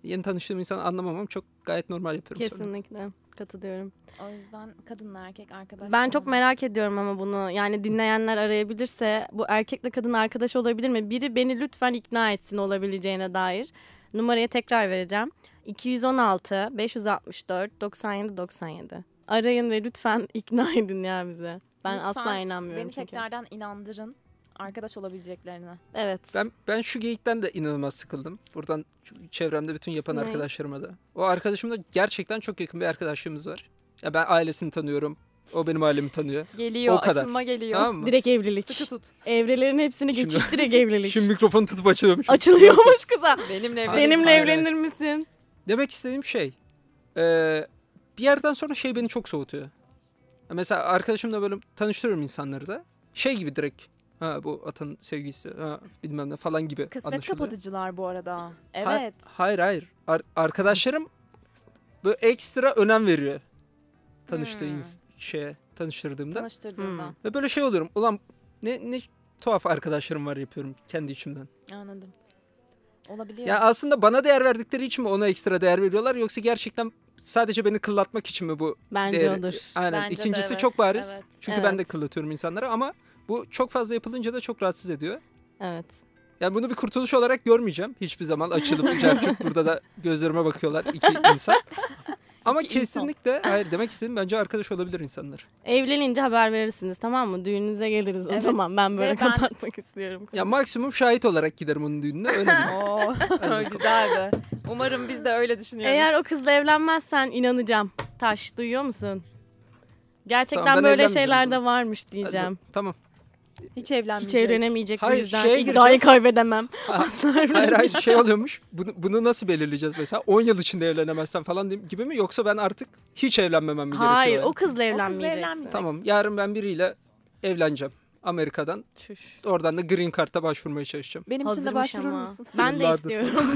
S3: yeni tanıştığım insanı anlamamam çok gayet normal yapıyorum. sonra.
S1: Kesinlikle katılıyorum.
S2: O yüzden kadınla erkek arkadaş.
S1: Ben çok
S2: olmaz.
S1: merak ediyorum ama bunu. Yani dinleyenler arayabilirse bu erkekle kadın arkadaş olabilir mi? Biri beni lütfen ikna etsin olabileceğine dair. Numarayı tekrar vereceğim. 216 564 97 97. Arayın ve lütfen (laughs) ikna edin ya bize. Ben
S2: Lütfen
S1: asla inanmıyorum
S2: Beni
S1: çünkü.
S2: tekrardan inandırın arkadaş olabileceklerine.
S1: Evet.
S3: Ben ben şu geyikten de inanılmaz sıkıldım. Buradan çevremde bütün yapan
S1: Ne?
S3: arkadaşlarıma da. O arkadaşımla gerçekten çok yakın bir arkadaşlığımız var. Ya ben ailesini tanıyorum. O benim ailemi tanıyor.
S2: Geliyor,
S3: O kadar.
S2: açılma geliyor.
S3: tamam mı?
S1: Direkt evlilik.
S2: Sıkı tut.
S1: Evrelerin hepsini
S3: Şimdi-
S1: geçiş direkt evlilik.
S3: Şimdi mikrofonu tutup açılıyorum. şimdi.
S1: Açılıyormuş kıza.
S2: Benimle
S3: Hayır.
S2: evlenin.
S1: Benimle
S3: hayır.
S1: evlenir misin?
S3: Demek istediğim şey. eee, bir yerden sonra şey beni çok soğutuyor. Ya Mesela arkadaşımla böyle tanıştırıyorum insanları da. Şey gibi direkt. Ha bu atan sevgilisi ha, bilmem ne falan gibi
S2: (laughs) Kısmet
S3: anlaşılıyor.
S2: kapatıcılar bu arada.
S3: Ha-
S2: Evet.
S3: hayır hayır. Ar- arkadaşlarım böyle ekstra önem veriyor. Tanıştığı
S2: Hmm.
S3: ins- şeye. tanıştırdığımda.
S2: Tanıştırdığında.
S1: Hmm.
S3: Ve böyle şey oluyorum. Ulan ne, ne tuhaf arkadaşlarım var yapıyorum kendi içimden.
S1: Hmm.
S2: Anladım. Olabiliyor.
S3: Ya aslında bana değer verdikleri için mi ona ekstra değer veriyorlar yoksa gerçekten sadece beni kıllatmak için mi bu
S1: Bence
S3: değeri-
S1: odur.
S3: Aynen.
S2: Bence de
S3: İkincisi
S2: evet,
S3: çok bariz.
S2: evet.
S3: Çünkü ben de
S1: Evet.
S3: kıllatıyorum insanlara ama bu çok fazla yapılınca da çok rahatsız ediyor.
S1: Evet.
S3: Yani bunu bir kurtuluş olarak görmeyeceğim. Hiçbir zaman açılıp çok burada da gözlerime bakıyorlar iki insan. Ama
S2: İki insan.
S3: kesinlikle hayır demek istediğim bence arkadaş olabilir insanlar.
S1: Evlenince haber verirsiniz tamam mı? Düğününüze geliriz o
S2: Evet.
S1: zaman. Ben böyle
S2: Ve ben-
S1: kapatmak istiyorum.
S3: Ya maksimum şahit olarak giderim onun düğününe öyle diyeyim.
S2: (laughs)
S1: (laughs)
S2: Oo,
S3: bakalım.
S2: güzeldi. Umarım biz de öyle düşünüyoruz.
S1: Eğer o kızla evlenmezsen inanacağım. Taş duyuyor musun? Gerçekten
S3: Tamam, ben
S1: böyle
S3: evlenmeyeceğim o
S1: şeyler
S3: zaman.
S1: de varmış diyeceğim.
S3: Hadi, Tamam.
S2: hiç evlenmeyecek.
S1: Hiç evlenemeyecek bu
S3: Hayır,
S1: yüzden
S3: şeye
S1: iddiayı
S3: gireceğiz.
S1: kaybedemem.
S3: Ha,
S1: Asla
S3: (laughs) Hayır
S1: evlenemeyeceğim.
S3: hayır şey oluyormuş. Bunu, bunu nasıl belirleyeceğiz mesela? 10 yıl içinde evlenemezsen falan diyeyim- gibi mi? Yoksa ben artık hiç evlenmemem mi gerekiyor?
S1: Hayır
S3: yani?
S1: o kızla evlenmeyeceksin.
S2: evlenmeyeceksin.
S3: Tamam yarın ben biriyle evleneceğim. Amerika'dan.
S1: Çüş.
S3: Oradan da green card'a başvurmaya çalışacağım.
S2: Benim için de
S1: Hazırmış
S2: başvurur
S1: ama. (laughs)
S2: musun?
S1: Ben de
S3: Yıllardır.
S1: istiyorum.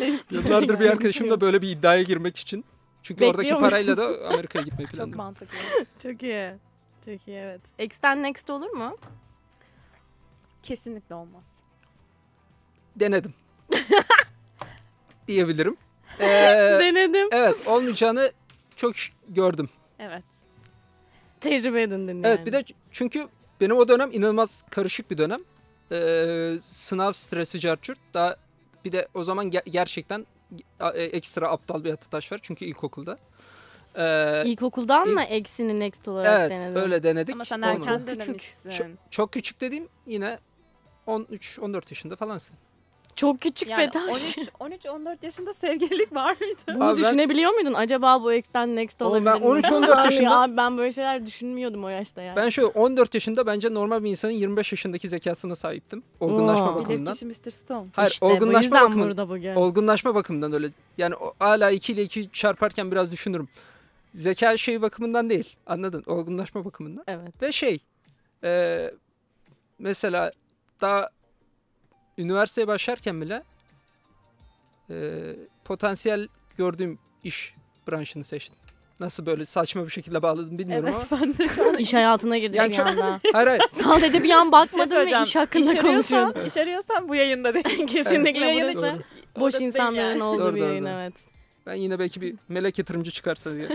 S1: (laughs)
S2: de istiyorum.
S3: Yıllardır bir
S2: yani.
S3: arkadaşım da böyle bir iddiaya girmek için. Çünkü
S1: Bekliyor
S3: oradaki
S1: mu?
S3: parayla da Amerika'ya gitmeyi
S2: Çok
S1: (laughs)
S3: planlıyorum.
S2: mantıklı.
S1: Çok iyi. Çok iyi evet. X'ten next olur mu?
S2: Kesinlikle olmaz.
S3: Denedim. Diyebilirim. Ee,
S1: Denedim.
S3: evet olmayacağını çok ş- gördüm.
S2: Evet.
S1: Tecrübe edindin yani.
S3: Evet bir de ç- çünkü benim o dönem inanılmaz karışık bir dönem. Ee, sınav stresi carçurt. Daha bir de o zaman ge- gerçekten a- e, ekstra aptal bir ataş var. Çünkü ilkokulda. Ee,
S1: İlkokuldan
S3: İlk-
S1: mı eksini next olarak
S3: evet
S1: denedin?
S3: öyle denedik.
S2: Ama sen
S3: Olmadı.
S2: erken
S1: Küçük.
S2: denemişsin.
S3: Çok- Çok küçük dediğim yine 13-14 yaşında falansın.
S1: Çok küçük
S2: Yani
S1: be
S2: (laughs)
S1: taş.
S2: 13 13 14 yaşında sevgililik var mıydı?
S1: Bunu
S3: Abi ben-
S1: düşünebiliyor muydun? Acaba bu X'ten next
S3: Oğlum
S1: olabilir
S3: ben
S1: mi?
S3: 13-14
S1: (laughs) Abi
S3: yaşında-
S1: Abi ben böyle şeyler düşünmüyordum o yaşta yani.
S3: Ben şöyle 14 yaşında bence normal bir insanın 25 yaşındaki zekasına sahiptim. Olgunlaşma
S1: Oo.
S3: bakımından.
S2: Bilir kişi Mr. Stone.
S3: Hayır,
S1: işte bu
S3: olgunlaşma
S1: yüzden
S3: bakımından.
S1: burada bugün.
S3: Olgunlaşma bakımından öyle. Yani o- hala 2 ile 2 çarparken biraz düşünürüm. Zeka şeyi bakımından değil. Anladın? Olgunlaşma bakımından.
S1: evet.
S3: Ve şey e, mesela daha üniversiteye başlarken bile e, potansiyel gördüğüm iş branşını seçtim. Nasıl böyle saçma bir şekilde bağladım bilmiyorum
S2: Evet ben de şu an
S1: İş hayatına girdik
S3: Yani
S1: bir
S3: çok-
S1: anda. (laughs)
S3: ama. Hayır hayır.
S1: Sadece bir an
S2: Bir şey
S1: bakmadım ve
S2: söyleyeceğim.
S1: iş hakkında
S2: İş arıyorsan-
S1: konuşuyordum.
S2: İş arıyorsan bu
S1: (laughs)
S2: yayında değil.
S1: Kesinlikle
S2: Bu yayın
S1: burası
S2: için-
S1: boş
S2: orası değil
S1: insanların
S2: yani.
S1: olduğu
S3: Doğru,
S1: bir
S3: doğru,
S1: yayın
S3: doğru.
S1: evet.
S3: Ben yine belki bir melek yatırımcı çıkarsa diye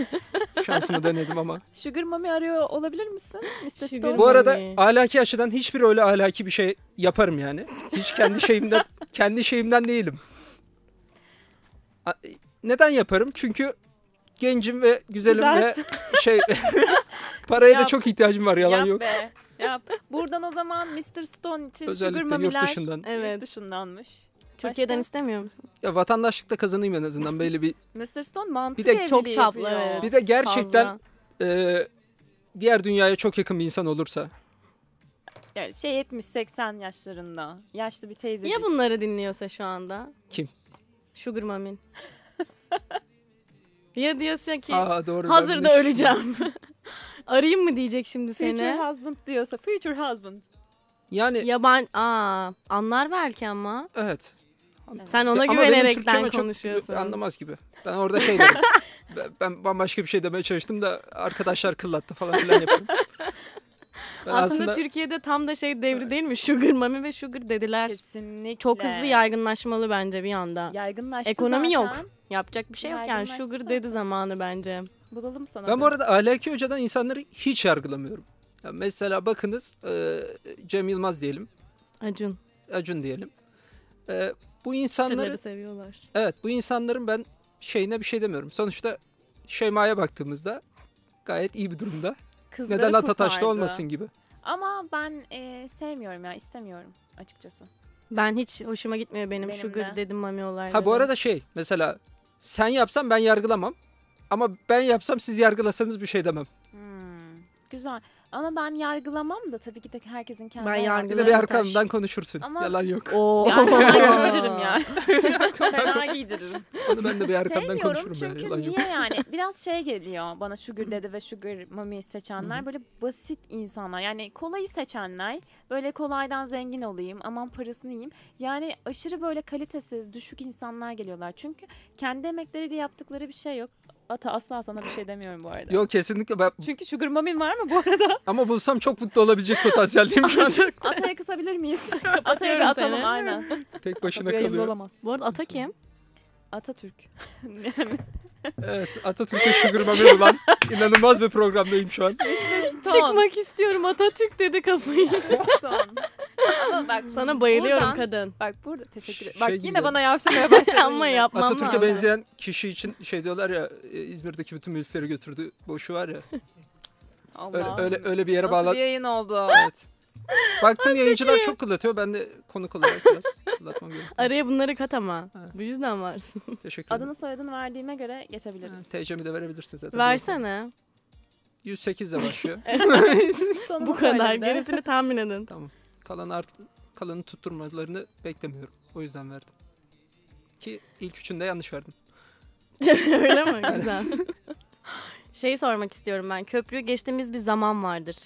S3: şansımı denedim ama.
S2: Sugar Mami arıyor olabilir misin? Mr.
S1: Sugar
S2: Stone.
S3: Bu arada
S1: Yani.
S3: ahlaki açıdan hiçbir öyle ahlaki bir şey yaparım yani. Hiç kendi
S2: (laughs)
S3: şeyimden kendi şeyimden değilim. A- Neden yaparım? Çünkü gencim ve güzelim
S2: Güzelsin.
S3: ve şey (laughs) paraya da
S2: Yap.
S3: çok ihtiyacım var yalan
S2: Yap
S3: yok.
S2: Be, yap. Buradan o zaman Mr. Stone için Sugar
S3: Özellikle yurt
S2: Mami'ler
S3: dışından.
S1: Evet.
S2: yurt dışındanmış.
S1: Türkiye'den
S2: Başka?
S1: istemiyor musun?
S3: Ya vatandaşlıkla kazanayım en azından böyle bir
S2: Mr. Stone mantık
S3: Bir de
S2: evliliği
S1: Çok çaplı
S2: yapıyor.
S1: evet.
S3: Bir de gerçekten-
S1: Fazla.
S3: e, diğer dünyaya çok yakın bir insan olursa.
S2: Yani şey 70-80 yaşlarında. Yaşlı bir teyzecik.
S1: Ya bunları dinliyorsa şu anda?
S3: Kim?
S1: Sugar Mamin. (laughs) ya diyorsa ki
S3: Aa doğru. ben bunu
S1: hazırda
S3: hiç-
S1: öleceğim. (laughs) Arayayım mı diyecek şimdi
S2: Future
S1: seni?
S2: husband diyorsa future husband.
S3: Yani
S1: Yaban aa anlar belki ama.
S3: evet.
S1: Sen ona
S3: Ama benim Türkçeme
S1: güvenerekten
S3: çok
S1: konuşuyorsun.
S3: Anlamaz gibi. Ben orada şey dedim.
S1: (laughs)
S3: Ben- ben bambaşka bir şey demeye çalıştım da arkadaşlar kıllattı falan filan yapıyorum.
S1: (laughs)
S3: Ben
S1: aslında, Türkiye'de tam da şey devri değil mi? Sugar mami ve sugar dediler.
S2: Kesinlikle.
S1: Çok hızlı yaygınlaşmalı bence bir anda.
S2: Yaygınlaştı
S1: Ekonomi
S2: zaten.
S1: yok. Yapacak bir şey yok yani.
S2: Yaygınlaştı
S1: Sugar
S2: zaten.
S1: dedi zamanı bence.
S2: Bulalım sana.
S3: ben bu
S2: bir.
S3: arada ahlaki hocadan insanları hiç yargılamıyorum. Ya mesela bakınız e, Cem Yılmaz diyelim,
S1: Acun.
S3: Acun diyelim. E, bu
S1: Çıtırları
S3: insanları
S1: seviyorlar.
S3: evet bu insanların ben şeyine bir şey demiyorum. Sonuçta Şeyma'ya baktığımızda gayet iyi bir durumda.
S2: Kızları
S3: Neden Atataş'ta
S2: kurtardı.
S3: olmasın gibi.
S2: Ama ben e, sevmiyorum ya istemiyorum açıkçası.
S1: Ben hiç hoşuma gitmiyor benim,
S2: Benim
S1: sugar
S2: de.
S1: dedim mami olayları.
S3: Ha bu arada şey mesela sen yapsan ben yargılamam. Ama ben yapsam siz yargılasanız bir şey demem.
S2: Hmm, Güzel. Ama ben yargılamam da tabii ki de herkesin kendi
S1: Ben
S3: Bir
S1: yargılamam.
S3: de
S2: (laughs) yargıları
S3: bir
S1: Güzel
S3: arkamdan konuşursun.
S2: Ama-
S3: Yalan yok.
S1: Oo. (laughs)
S2: Yani
S3: (laughs)
S2: fena giydiririm yani. fena giydiririm.
S3: Onu ben de bir arkamdan
S2: Sevmiyorum
S3: konuşurum. ben,
S2: çünkü
S3: yalan yok.
S2: niye
S3: (laughs)
S2: yani? Biraz şey geliyor bana sugar dede ve sugar mami seçenler böyle basit insanlar. Yani kolayı seçenler böyle kolaydan zengin olayım aman parasını yiyeyim. Yani aşırı böyle kalitesiz düşük insanlar geliyorlar. Çünkü kendi emekleriyle yaptıkları bir şey yok. Ata asla sana bir şey demiyorum bu arada.
S3: Yok kesinlikle ben
S2: Çünkü sugar mummy var mı bu arada?
S3: ama bulsam çok mutlu olabilecek potansiyeldeyim şu an.
S2: (laughs) Ata'ya kısabilir (laughs) miyiz? Ata'ya
S1: Atıyorum
S2: bir atalım
S1: seni.
S2: aynen.
S3: Tek
S2: Çok
S3: başına
S2: yayında
S3: kalıyor.
S2: olamaz.
S1: Bu arada ata kim?
S2: Atatürk.
S3: Evet Atatürk'e sugar mami
S2: (laughs)
S3: olan inanılmaz bir programdayım şu an.
S1: Çıkmak istiyorum Atatürk dedi
S2: (laughs)
S1: kafayı.
S2: Ama bak
S1: Sana bayılıyorum
S2: Buradan-
S1: kadın.
S2: Bak burada teşekkür ederim.
S3: Şey
S2: Bak
S3: gibi.
S2: yine bana yavşamaya (laughs) başladın.
S1: (laughs) Ama
S2: yine.
S1: yapmam
S3: Atatürk'e
S1: lazım.
S3: benzeyen kişi için şey diyorlar ya e, İzmir'deki bütün mülkleri götürdü. Boşu var ya. Öyle,
S2: Allah'ım.
S3: öyle, öyle bir yere
S2: Nasıl
S3: bağlan.
S2: bir yayın oldu?
S3: Evet. Baktım yayıncılar çok kullatıyor. Ben de konuk olarak biraz kullatmam gerekiyor.
S1: Araya bunları kat ama.
S3: Ha.
S1: Bu yüzden varsın.
S3: Teşekkür ederim.
S2: Adını soyadını verdiğime göre geçebiliriz.
S3: TC'mi de verebilirsin zaten.
S1: Versene.
S3: 108 ile başlıyor.
S1: (laughs)
S2: Sonunu
S1: Bu kadar.
S2: söyle de.
S1: Gerisini tahmin edin. (laughs)
S3: tamam. Kalan art, kalanı tutturmalarını beklemiyorum. O yüzden verdim. Ki ilk üçünde yanlış verdim.
S1: Öyle mi?
S2: (laughs)
S1: Güzel. şey sormak istiyorum ben. Köprüyü geçtiğimiz bir zaman vardır.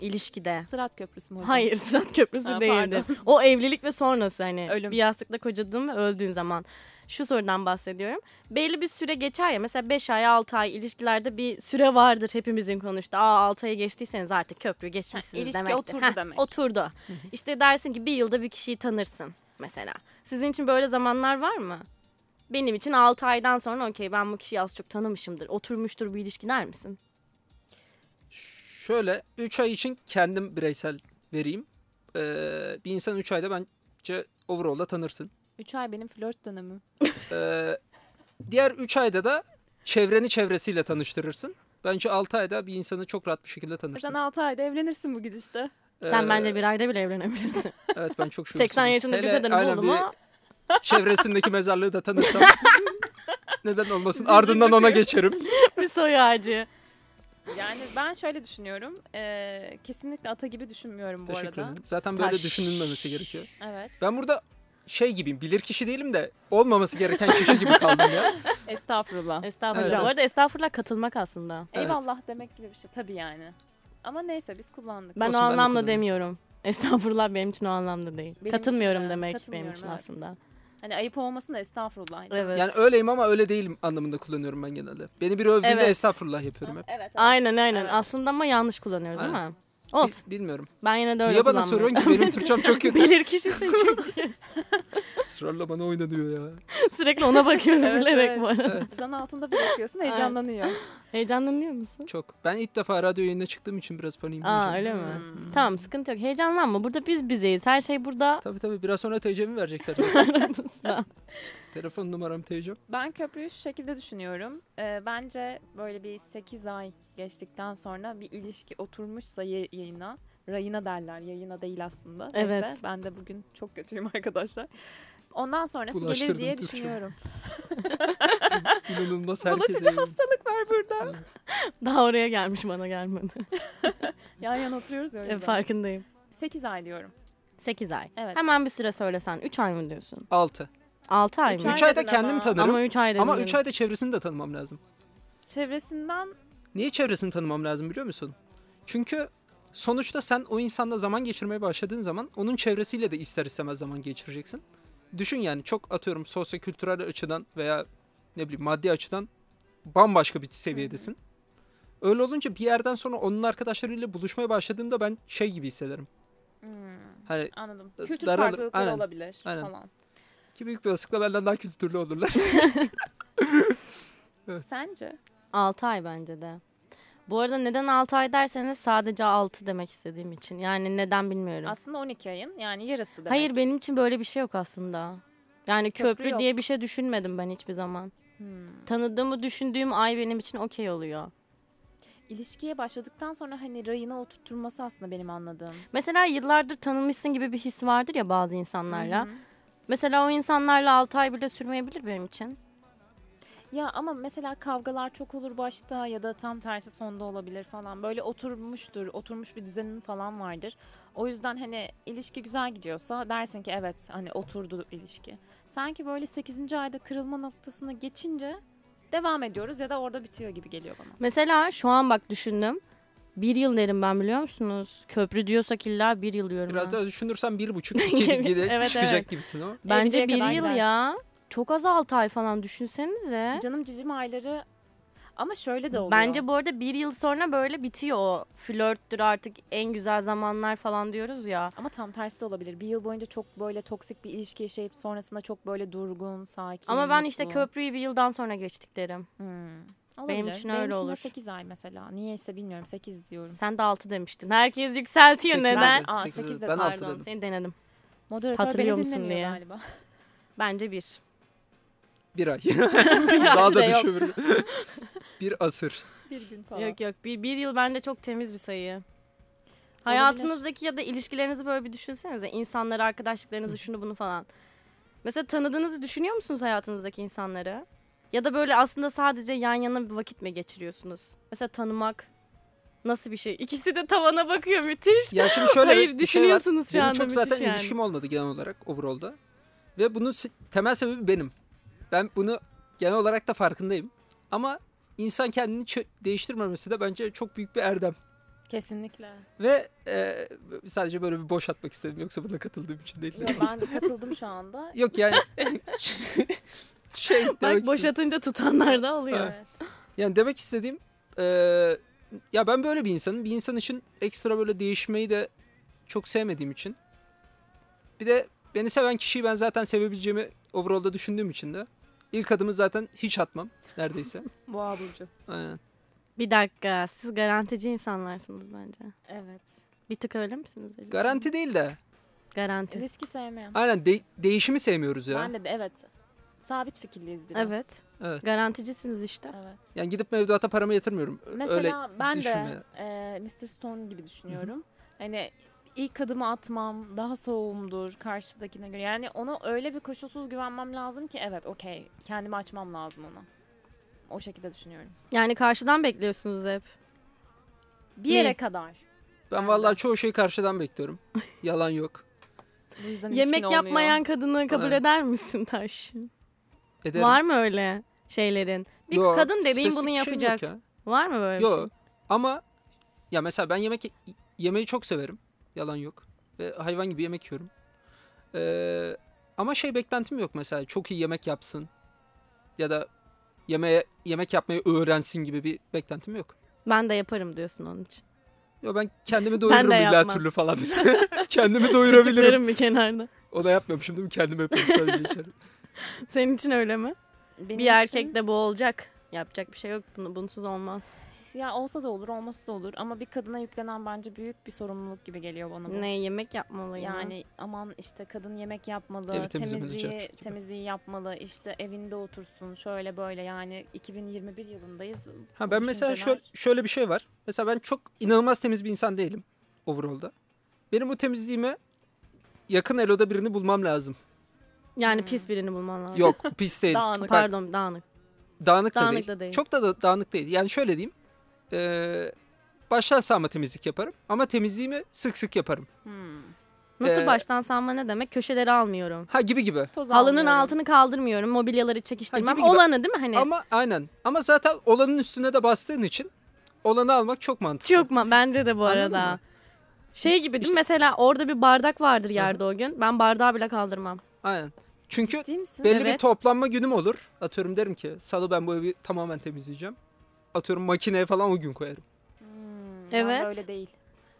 S1: İlişkide.
S2: Sırat Köprüsü mü hocam?
S1: Hayır Sırat Köprüsü
S2: Ha,
S1: değildi. O evlilik ve sonrası hani
S2: Ölüm.
S1: bir yastıkla kocadığın ve öldüğün zaman. Şu sorudan bahsediyorum. Belli bir süre geçer ya mesela 5 ay 6 ay ilişkilerde bir süre vardır hepimizin konuştuğu. Aa 6 ayı geçtiyseniz artık köprü geçmişsiniz
S2: Ha, ilişki
S1: demektir.
S2: oturdu
S1: Heh,
S2: demek.
S1: Oturdu. işte dersin ki bir yılda bir kişiyi tanırsın mesela. Sizin için böyle zamanlar var mı? Benim için 6 aydan sonra okey ben bu kişiyi az çok tanımışımdır. Oturmuştur bir ilişki der misin?
S3: Şöyle 3 ay için kendim bireysel vereyim. Ee, bir insan 3 ayda bence overall'da tanırsın.
S2: 3 ay benim flört dönemim.
S3: Ee, diğer 3 ayda da çevreni çevresiyle tanıştırırsın. Bence 6 ayda bir insanı çok rahat bir şekilde
S2: Sen
S3: tanırsın.
S2: 6 ayda evlenirsin bu gidişte.
S1: Sen
S3: Ee,
S1: bence bir ayda bile
S2: (laughs)
S1: evlenebilirsin.
S3: Evet
S1: (laughs)
S3: ben çok
S1: 80 yaşında bir kadının
S3: kadar
S1: oğluma (laughs)
S3: çevresindeki mezarlığı da tanırsam neden olmasın ardından ona geçerim.
S1: (laughs) bir soy ağacı.
S2: Yani ben şöyle düşünüyorum. Ee, kesinlikle ata gibi düşünmüyorum bu
S3: Teşekkür
S2: arada.
S3: ederim. Zaten böyle
S1: Taş.
S3: düşünülmemesi gerekiyor.
S2: Evet.
S3: Ben burada şey gibiyim bilir kişi değilim de olmaması gereken kişi
S1: (laughs)
S3: gibi kaldım ya.
S2: Estağfurullah.
S1: Estağfurullah.
S3: Evet.
S1: Bu arada estağfurullah katılmak aslında.
S3: Evet.
S2: Eyvallah demek gibi bir şey tabii yani. Ama neyse biz kullandık.
S1: Ben
S3: Olsun,
S1: o
S3: ben de
S1: anlamda
S3: katılıyorum.
S1: demiyorum. (laughs) Estağfurullah benim için o anlamda değil.
S2: Benim
S1: Katılmıyorum
S2: için de,
S1: demek benim
S2: katılmıyorum,
S1: için
S2: evet.
S1: aslında.
S2: Hani ayıp olmasın da estağfurullah.
S1: Evet.
S3: Yani öyleyim ama öyle değilim anlamında kullanıyorum ben genelde. Beni biri övdüğünde
S1: Evet.
S3: estağfurullah yapıyorum hep.
S2: Evet, evet.
S1: Aynen aynen.
S2: Evet.
S1: Aslında ama yanlış kullanıyoruz
S3: Aynen.
S1: değil mi? Olsun.
S3: Bil- bilmiyorum.
S1: Ben yine de öyle
S3: Niye bana
S1: kullanmıyorum.
S3: soruyorsun ki benim Türkçem çok
S1: (laughs)
S3: kötü.
S1: Bilir kişisin
S3: (laughs)
S1: çünkü.
S3: Israrla bana oynanıyor ya.
S1: Sürekli ona bakıyorum
S2: Evet,
S1: bilerek
S2: evet.
S1: bu arada.
S2: Zan altında bırakıyorsun heyecanlanıyor.
S1: Heyecanlanıyor musun?
S3: Çok. Ben ilk defa radyo yayınına çıktığım için biraz paniğim.
S1: Aa öyle mi?
S2: Hmm.
S1: Tamam sıkıntı yok. Heyecanlanma. Burada biz bizeyiz. Her şey burada.
S3: Tabii tabii biraz sonra TC'mi verecekler. Telefon numaram TC'm.
S2: Ben köprüyü şu şekilde düşünüyorum. Ee, bence böyle bir 8 ay geçtikten sonra bir ilişki oturmuşsa ye- yayına, rayına derler. Yayına değil aslında. Neyse,
S1: Evet.
S2: ben de bugün çok kötüyüm (laughs) arkadaşlar. Ondan sonrası
S3: Bulaştırdım
S2: gelir diye
S3: Türkçe.
S2: düşünüyorum.
S3: İnanılmaz herkese.
S2: Bulaşıcı hastalık var burada.
S1: Daha oraya gelmiş bana gelmedi.
S2: Yan yana oturuyoruz
S1: E, (laughs)
S2: öyle.
S1: Farkındayım.
S2: 8 ay diyorum.
S1: 8 ay.
S2: Evet.
S1: Hemen bir süre söylesen. 3 ay mı diyorsun?
S3: 6.
S1: 6 ay
S2: Üç
S1: mı?
S2: ay
S3: 3 ayda
S2: dedin
S3: kendimi
S2: ama.
S3: tanırım.
S1: Ama 3 ay dedim.
S3: Ama
S1: yani.
S3: 3 ayda çevresini de tanımam lazım.
S2: Çevresinden
S3: Niye çevresini tanımam lazım biliyor musun? Çünkü sonuçta sen o insanla zaman geçirmeye başladığın zaman onun çevresiyle de ister istemez zaman geçireceksin. Düşün yani çok atıyorum sosyokültürel açıdan veya ne bileyim maddi açıdan bambaşka bir seviyedesin. Öyle olunca bir yerden sonra onun arkadaşlarıyla buluşmaya başladığımda ben şey gibi hissederim.
S2: Hmm,
S3: Hani
S2: anladım.
S3: Da-
S2: Kültür
S3: daralır.
S2: farklılıkları
S3: Aynen.
S2: olabilir
S3: Aynen.
S2: falan.
S3: ki büyük bir olasılıkla benden daha kültürlü olurlar. Evet.
S2: Sence?
S1: 6 ay bence de. Bu arada neden 6 ay derseniz sadece 6 demek istediğim için. Yani neden bilmiyorum.
S2: Aslında 12 ayın yani yarısı demek.
S1: Hayır benim için böyle bir şey yok aslında. Yani
S2: Köprü
S1: köprü,
S2: yok. Hmm.
S1: diye bir şey düşünmedim ben hiçbir zaman. Tanıdığımı düşündüğüm ay benim için okey oluyor.
S2: İlişkiye başladıktan sonra hani rayına oturtturması aslında benim anladığım.
S1: Mesela yıllardır tanımışsın gibi bir his vardır ya bazı insanlarla.
S2: Hı hı.
S1: Mesela o insanlarla 6 ay bile sürmeyebilir benim için.
S2: Ya ama mesela kavgalar çok olur başta ya da tam tersi sonda olabilir falan. Böyle oturmuştur, oturmuş bir düzenin falan vardır. O yüzden hani ilişki güzel gidiyorsa dersin ki evet hani oturdu ilişki. Sanki böyle 8. ayda kırılma noktasını geçince devam ediyoruz ya da orada bitiyor gibi geliyor bana.
S1: Mesela şu an bak düşündüm. Bir yıl derim ben biliyor musunuz? Köprü diyorsak illa bir yıl diyorum. ben.
S3: Biraz da düşünürsen
S1: (laughs)
S3: bir buçuk iki
S1: Evet,
S3: gibi
S1: evet.
S3: çıkacak gibisin ama.
S1: Bence
S2: Evliliğe
S1: bir
S2: kadar
S1: yıl
S2: gider.
S1: ya. Çok az 6 ay falan düşünsenize.
S2: Canım cicim ayları Ama şöyle de oluyor.
S1: Bence bu arada bir yıl sonra böyle bitiyor o flörttür artık en güzel zamanlar falan diyoruz ya.
S2: ama tam tersi de olabilir. Bir yıl boyunca çok böyle toksik bir ilişki yaşayıp sonrasında çok böyle durgun, sakin,
S1: Ama ben işte
S2: mutlu.
S1: köprüyü bir yıldan sonra geçtik derim.
S2: Hmm.
S1: Benim
S2: Olabilir.
S1: için öyle
S2: için de
S1: olur.
S2: 8 ay mesela. Niyeyse bilmiyorum 8 diyorum.
S1: Sen de 6 demiştin. Herkes yükseltiyor
S3: Sekiz
S1: neden?
S3: dedi,
S2: Aa,
S3: sekiz
S2: sekiz
S3: dedi.
S2: de-
S3: Ben altı
S1: Pardon
S3: dedim.
S1: seni denedim.
S2: Moderatör
S1: Hatırlıyor
S2: beni
S1: musun
S2: dinlemiyor
S1: diye.
S2: galiba.
S1: Bence 1.
S3: Bir
S1: (laughs)
S3: ay. (laughs)
S2: Biraz
S3: Daha
S2: da
S3: da
S2: yoktu.
S3: düşebilir. (laughs) bir asır.
S2: (laughs) Bir gün falan.
S1: Yok yok bir, bir yıl bence çok temiz bir sayı. Hayatınızdaki ya da ilişkilerinizi böyle bir düşünsenize. İnsanları, arkadaşlıklarınızı, şunu bunu falan. Mesela tanıdığınızı düşünüyor musunuz hayatınızdaki insanları? Ya da böyle aslında sadece yan yana bir vakit mi geçiriyorsunuz? Mesela tanımak nasıl bir şey? İkisi de tavana bakıyor müthiş.
S3: Ya şimdi şöyle
S1: Hayır,
S3: bir
S1: düşünüyorsunuz şu
S3: şey var.
S1: anda,
S3: Benim çok zaten
S1: müthiş yani.
S3: ilişkim olmadı genel olarak overall'da. Ve bunun se- temel sebebi benim. Ben bunu genel olarak da farkındayım. Ama insan kendini çö- değiştirmemesi de bence çok büyük bir erdem.
S2: Kesinlikle.
S3: Ve e, sadece böyle bir boş atmak istedim yoksa buna katıldığım için değil.
S2: Yo,
S1: (laughs)
S2: ben katıldım şu (laughs) anda.
S3: Yok yani şey demek
S1: Bak
S3: istedim.
S1: boşatınca tutanlar da oluyor.
S2: Evet.
S3: Yani demek istediğim e, ya ben böyle bir insanım. Bir insan için ekstra böyle değişmeyi de çok sevmediğim için. Bir de beni seven kişiyi ben zaten sevebileceğimi overall'da düşündüğüm için de ilk adımı zaten hiç atmam
S1: (laughs)
S3: neredeyse.
S2: Boğa burcu.
S3: Aynen.
S1: Bir dakika siz garantici insanlarsınız bence.
S2: Evet.
S1: Bir tık öyle misiniz? Elif?
S3: Garanti değil de.
S1: Garanti.
S2: Riski sevmem.
S3: Aynen de- değişimi sevmiyoruz ya.
S2: Ben de, de evet. Sabit fikirliyiz biraz.
S1: Evet.
S3: Evet.
S1: Garanticisiniz işte.
S2: Evet.
S3: Yani gidip mevduata paramı yatırmıyorum. Ö- Öyle
S2: Mesela ben
S3: düşünme.
S2: de e, Mr. Stone gibi düşünüyorum. Hani ilk adımı atmam, daha soğumdur karşıdakine göre. Yani ona öyle bir koşulsuz güvenmem lazım ki evet okey kendimi açmam lazım ona. O şekilde düşünüyorum.
S1: Yani karşıdan bekliyorsunuz hep.
S2: Bir yere
S1: Ne?
S2: kadar.
S3: ben vallahi çoğu şeyi karşıdan bekliyorum. Yalan yok.
S2: Bu yüzden ilişkin
S1: Yemek
S2: olmuyor.
S1: yapmayan kadını kabul
S3: Evet.
S1: eder misin Taş?
S3: Ederim.
S1: Var mı öyle şeylerin? Bir
S3: Yo,
S1: kadın dediğin
S3: spesifik
S1: bunu
S3: bir şeyim yok
S1: yapacak.
S3: ya.
S1: Var mı böyle bir
S3: Yok.
S1: şey?
S3: Ama ya mesela ben yemek yemeği çok severim. Yalan yok. Ve hayvan gibi yemek yiyorum. Ee, ama şey beklentim yok mesela. Çok iyi yemek yapsın. Ya da yemeğe yemek yapmayı öğrensin gibi bir beklentim yok.
S1: Ben de yaparım diyorsun onun için.
S3: Yo ben kendimi doyururum illa
S1: yapmam.
S3: türlü falan. kendimi doyurabilirim.
S1: Tutuklarım bir kenarda.
S3: O da yapmıyorum şimdi mi kendime yapıyorum sadece içeri.
S1: Senin için öyle mi?
S2: Benim
S1: bir erkek
S2: için-
S1: de bu olacak. Yapacak bir şey yok. Bunu, bunsuz olmaz.
S2: ya olsa da olur, olmasa da olur ama bir kadına yüklenen bence büyük bir sorumluluk gibi geliyor bana bu.
S1: Ne yemek yapmalıyım.
S2: Yani aman işte kadın yemek yapmalı,
S3: Evi temizlemeli
S2: temizliği
S3: çarpışık gibi.
S2: temizliği yapmalı, işte evinde otursun, şöyle böyle yani 2021 yılındayız.
S3: Ha
S2: Bu
S3: ben mesela
S2: düşünceler-
S3: şöyle, şöyle bir şey var. Mesela ben çok inanılmaz temiz bir insan değilim overall'da. Benim bu temizliğime yakın eloda birini bulmam lazım.
S1: Yani pis birini bulman lazım.
S3: hmm. Yok pis değil.
S2: Dağınık.
S3: Bak,
S1: Pardon (laughs) dağınık.
S3: dağınık, da,
S1: Dağınık
S3: değil.
S1: da değil.
S3: Çok da, da- dağınık değil. Yani şöyle diyeyim. Ee, başlarsa ama temizlik yaparım. Ama temizliğimi sık sık yaparım.
S2: Hmm.
S1: Nasıl
S3: Ee,
S1: baştan sanma ne demek? Köşeleri almıyorum.
S3: Ha gibi gibi.
S2: Toz
S1: Halının
S2: almıyorum.
S1: altını kaldırmıyorum. Mobilyaları
S3: Ha,
S1: çekiştirmem.
S3: gibi gibi.
S1: Olanı değil mi? Hani
S3: Ama aynen. Ama zaten olanın üstüne de bastığın için olanı almak çok mantıklı.
S1: Çok ma- bence de bu
S3: Anladın
S1: arada.
S3: mı?
S1: Şey gibi değil mi? mesela orada bir bardak vardır yerde o gün. Ben bardağı bile kaldırmam.
S2: Hmm,
S3: Aynen. Çünkü
S2: Ciddi misin?
S3: belli bir
S1: Evet.
S3: toplanma günüm olur. Atıyorum derim ki salı ben bu evi tamamen temizleyeceğim. Atıyorum makineye falan o gün koyarım.
S2: Hmm,
S1: Evet.
S2: Ben böyle değil.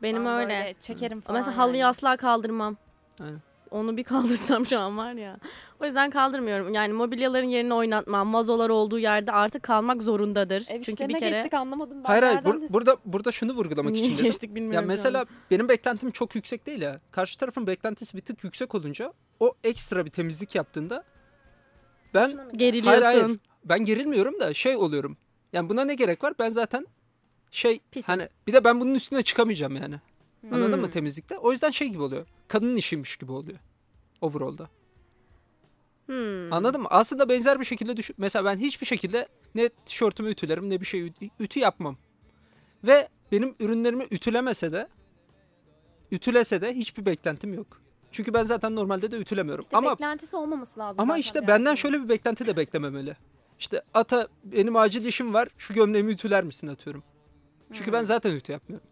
S1: Benim
S2: Ben
S1: öyle.
S2: böyle çekerim falan.
S1: Mesela halıyı
S2: yani.
S1: asla kaldırmam.
S3: Aynen.
S1: Onu bir (laughs) kaldırsam şu an var ya. O yüzden kaldırmıyorum. Yani mobilyaların yerini oynatmam. Mazolar olduğu yerde artık kalmak zorundadır.
S2: Ev
S1: Çünkü
S2: işlerine
S1: bir kere
S2: geçtik anlamadım ben.
S3: hayır hayır
S2: nereden-
S3: bur- burada burada şunu vurgulamak
S1: niye
S3: için
S1: (laughs)
S3: dedim.
S1: geçtik bilmiyorum.
S3: Ya
S1: şu an.
S3: mesela benim beklentim çok yüksek değil ya. Karşı tarafın beklentisi bir tık yüksek olunca o ekstra bir temizlik yaptığında ben
S2: Şuna mı-
S1: geriliyorsun.
S3: hayır, hayır. ben gerilmiyorum da şey oluyorum. Yani buna ne gerek var? Ben zaten şey
S1: Pisim.
S3: hani bir de ben bunun üstüne çıkamayacağım yani. Anladın
S1: Hmm.
S3: mı temizlikte? O yüzden şey gibi oluyor. Kadının işiymiş gibi oluyor. Overall'da.
S1: Hmm.
S3: Anladın mı? Aslında benzer bir şekilde düşün. Mesela ben hiçbir şekilde ne tişörtümü ütülerim ne bir şey ü- ütü yapmam. Ve benim ürünlerimi ütülemese de ütülese de hiçbir beklentim yok. Çünkü ben zaten normalde de ütülemiyorum.
S2: İşte
S3: ama
S2: beklentisi olmaması lazım.
S3: ama
S2: zaten
S3: işte
S2: bir
S3: benden
S2: erkeğin.
S3: şöyle bir beklenti de beklememeli. İşte ata benim acil işim var. Şu gömleğimi ütüler misin atıyorum. Çünkü
S1: Hmm.
S3: ben zaten ütü yapmıyorum.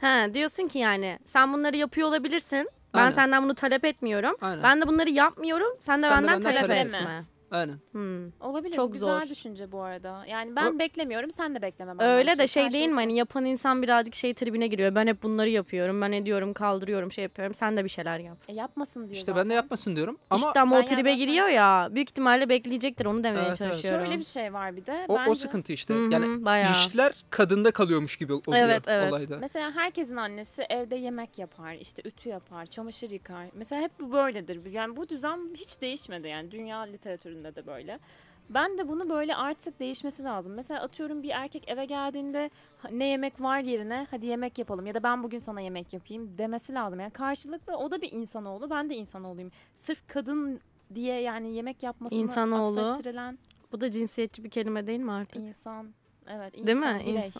S1: Ha, diyorsun ki yani sen bunları yapıyor olabilirsin. Ben
S3: Aynen.
S1: senden bunu talep etmiyorum.
S3: Aynen.
S1: Ben de bunları yapmıyorum. Sen de
S3: Sen de
S1: benden
S3: benden
S1: talep
S3: talep
S1: etme.
S2: etme.
S3: Aynen.
S1: Hmm.
S2: Olabilir.
S1: Çok
S2: Çok güzel
S1: zor.
S2: düşünce bu arada. Yani ben
S3: Ö-
S2: beklemiyorum, sen de beklemem.
S1: Öyle
S2: anlamlı
S1: de
S2: Her
S1: şey değil mi hani yapan insan birazcık şey tribine giriyor. Ben hep bunları yapıyorum. Ben ediyorum, kaldırıyorum, şey yapıyorum. Sen de bir şeyler yap.
S2: E, yapmasın diye.
S3: İşte ben de
S2: zaten.
S3: yapmasın diyorum. Ama
S1: işte ama o
S2: ben
S1: tribe
S2: zaten-
S1: giriyor ya. Büyük ihtimalle bekleyecektir onu demeye
S3: Evet, evet.
S1: çalışıyorum.
S2: Şöyle bir şey var bir de.
S3: o,
S2: bence...
S3: o sıkıntı işte.
S1: Hı hı,
S3: Yani
S1: bayağı.
S3: işler kadında kalıyormuş gibi oluyor
S1: Evet, evet.
S3: olayda.
S2: Mesela herkesin annesi evde yemek yapar, işte ütü yapar, çamaşır yıkar. Mesela hep bu böyledir. Yani bu düzen hiç değişmedi yani dünya literatüründe de böyle. Ben de bunu böyle artık değişmesi lazım. Mesela atıyorum bir erkek eve geldiğinde "Ha, ne yemek var yerine hadi yemek yapalım ya da ben bugün sana yemek yapayım demesi lazım. Yani karşılıklı o da bir insanoğlu ben de insanoğluyum. Sırf kadın diye yani yemek yapmasını
S1: İnsanoğlu.
S2: atfettirilen
S1: Bu da cinsiyetçi bir kelime değil mi artık?
S2: insan. Evet insan
S1: Değil mi?
S2: birey.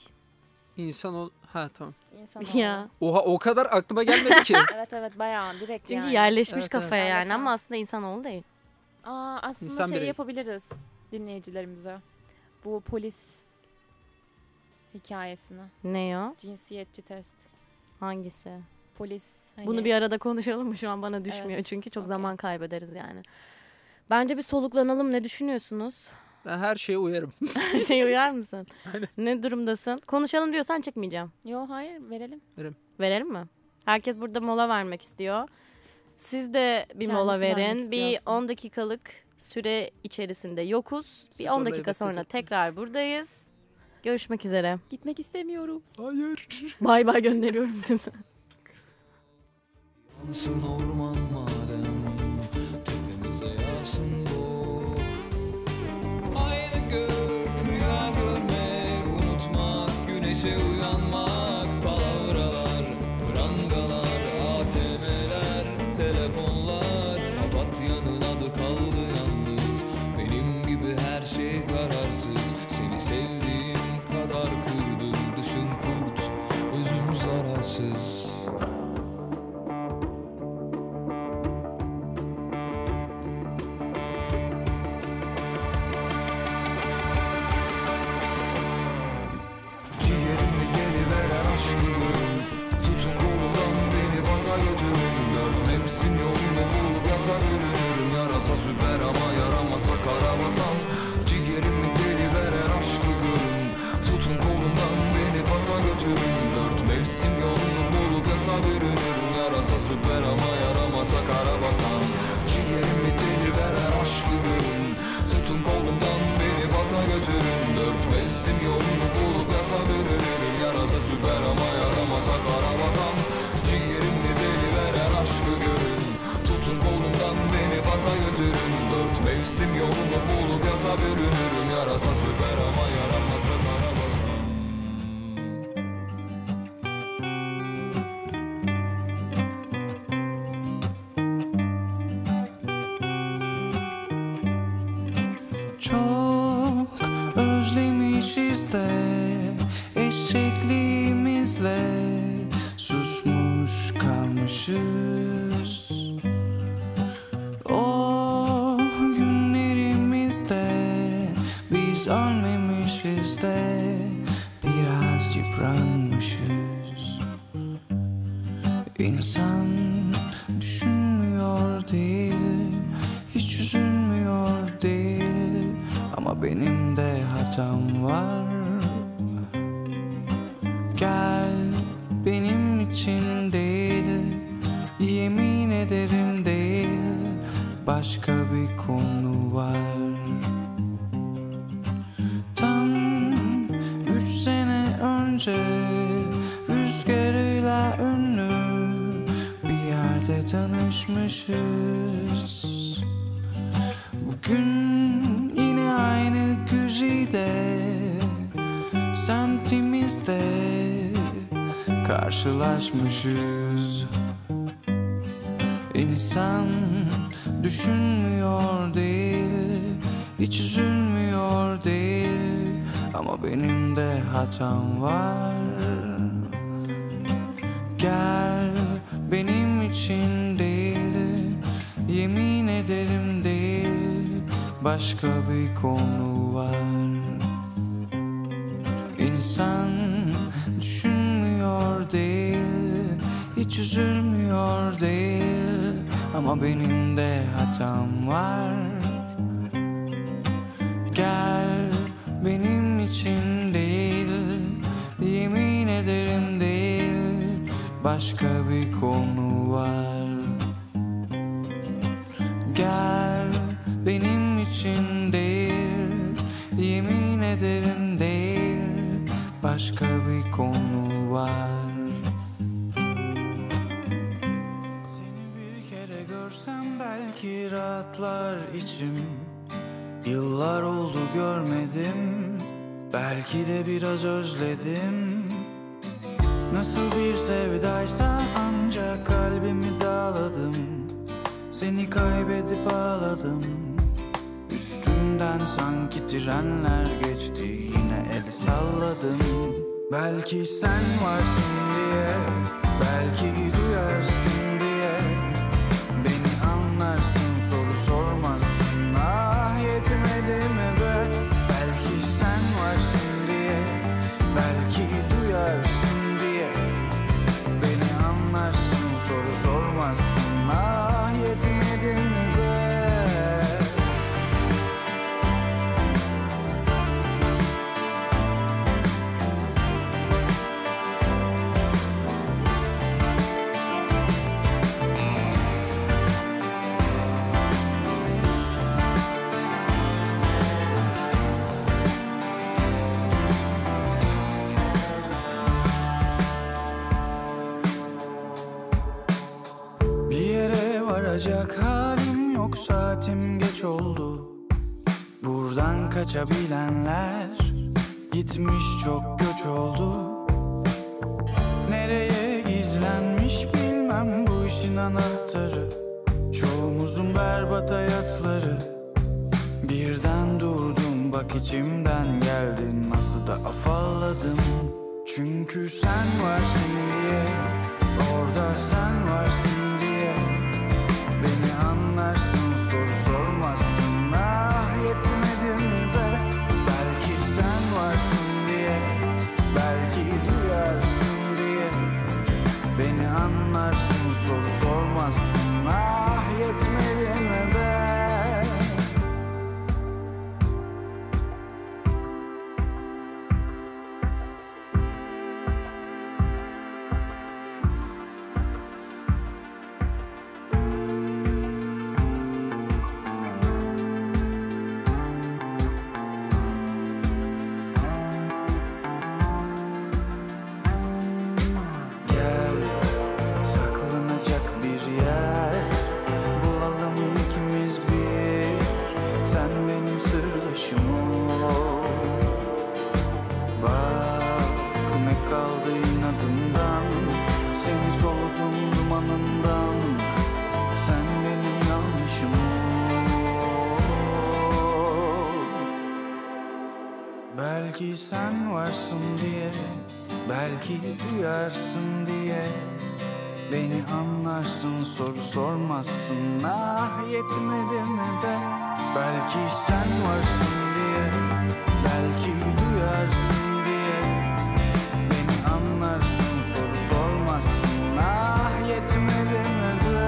S3: İnsan ol... Ha tamam.
S2: İnsanoğlu.
S1: (laughs) Ya.
S3: Oha o kadar aklıma gelmedi
S1: (laughs)
S3: ki.
S2: Evet evet bayağı direkt
S1: Çünkü
S2: yani.
S1: yerleşmiş
S3: Evet, evet.
S1: kafaya yani ama
S2: Yerleşen.
S1: aslında insanoğlu değil.
S2: Aa, aslında
S3: İnsan
S2: şey
S3: bireyi.
S2: yapabiliriz dinleyicilerimize. Bu polis hikayesini.
S1: Ne o?
S2: Cinsiyetçi test.
S1: Hangisi?
S2: Polis. hani-
S1: Bunu bir arada konuşalım mı? Şu an bana düşmüyor
S2: Evet,
S1: çünkü çok
S2: okey.
S1: zaman kaybederiz yani. Bence bir soluklanalım. Ne
S3: (laughs)
S1: düşünüyorsunuz?
S3: Ben her şeye uyarım.
S1: Her şeye uyar mısın?
S3: Aynen.
S1: Ne durumdasın? Konuşalım diyorsan çıkmayacağım.
S2: Yo hayır verelim.
S1: Verelim mi? Herkes burada mola vermek istiyor. Siz de bir
S2: Kendisi
S1: mola
S2: vermek
S1: verin. Bir
S2: istiyorsa.
S1: 10 dakikalık süre içerisinde yokuz. Bir
S3: Siz
S1: 10
S3: orada
S1: dakika
S3: evet
S1: sonra
S3: dedik.
S1: tekrar buradayız. Görüşmek üzere.
S2: Gitmek istemiyorum.
S3: Hayır.
S1: Bay bay gönderiyorum sizi.
S4: Yansın orman madem Tepemize yağsın bu Aynı gök rüya görmek Unutmak güneşe uyanmak Palavralar, prangalar ATM'ler, telefonlar Kapat yanın adı kaldı yalnız Benim gibi her şey kararsız Seni sevdiğim kadar kırdım Dışım kurt, özüm zararsız Ciğerimi geliveren aşkım Tutun kolumdan beni Fas'a götürün Dört mevsim yolunu bulup yasa bürünürüm Yarasa süper ama yaramasa karabasan Ciğerimi deliveren aşkım Tutun kolumdan beni Fas'a götürün Dört mevsim yolunu bulup yasa bürünürüm Yarasa süper ama yaramasa karabasan Ciğerimi deliveren aşkım Tutun kolumdan beni Fas'a götürün Dört mevsim yolunu bulup yasa bürünürüm Yarasa süper ama yaramasa karabasan Ciğerimde deli veren aşkı görün Tutun kolumdan beni Fas'a götürün Dört mevsim yolunu bulup yasa bürünürüm Yarasa süper ama yaramasa karabasan Çok özlemişiz de Eşekliğimizle susmuş kalmışız O Oh, günlerimizde biz ölmemişiz de Biraz yıpranmışız İnsan düşünmüyor değil Hiç üzülmüyor değil Ama benim de hatam var Gel benim için değil Yemin ederim değil Başka bir konu var Tam üç sene önce rüzgarıyla ünlü bir yerde tanışmışız. Bugün yine aynı güzide semtimizde karşılaşmışız. İnsan düşünmüyor değil Hiç üzülmüyor değil Ama benim de hatam var Gel benim için değil Yemin ederim değil Başka bir konu var İnsan düşünmüyor değil Hiç üzülmüyor değil Ama benim de hatam var Gel benim için değil Yemin ederim değil Başka bir konu var Gel benim için değil Yemin ederim değil Başka bir konu var seni bir kere görsem belki rahatlar içim Yıllar oldu görmedim Belki de biraz özledim Nasıl bir sevdaysa ancak kalbimi dağladım Seni kaybedip ağladım Üstümden sanki trenler geçti Yine el salladım Belki sen varsın diye Belki duyarsın diye Beni anlarsın soru sormazsın Ah yetmedi mi be Belki sen varsın diye Belki duyarsın diye Beni anlarsın soru sormazsın Ah yetmedi mi be Bir yere varacak halim yok saatim geç oldu Buradan kaçabilenler gitmiş çok göç oldu Nereye gizlenmiş bilmem bu işin anahtarı Çoğumuzun berbat hayatları Birden durdum bak içimden geldin Nasıl da afalladım Çünkü sen varsın diye Orada sen varsın diye Beni anlarsın soru sormazsın Ah yetmedim be Belki sen varsın diye Belki duyarsın diye Beni anlarsın soru sormazsın Ah yetmedim be Gel saklanacak bir yer bulalım ikimiz bir sen benim sırdaşım ol bak ne kaldı inadından seni soludum dumanından sen benim yanlışım ol Belki sen varsın diye Belki duyarsın diye Beni anlarsın soru sormazsın Ah yetmedi mi de Belki sen varsın diye Belki duyarsın diye Beni anlarsın soru sormazsın Ah yetmedi mi de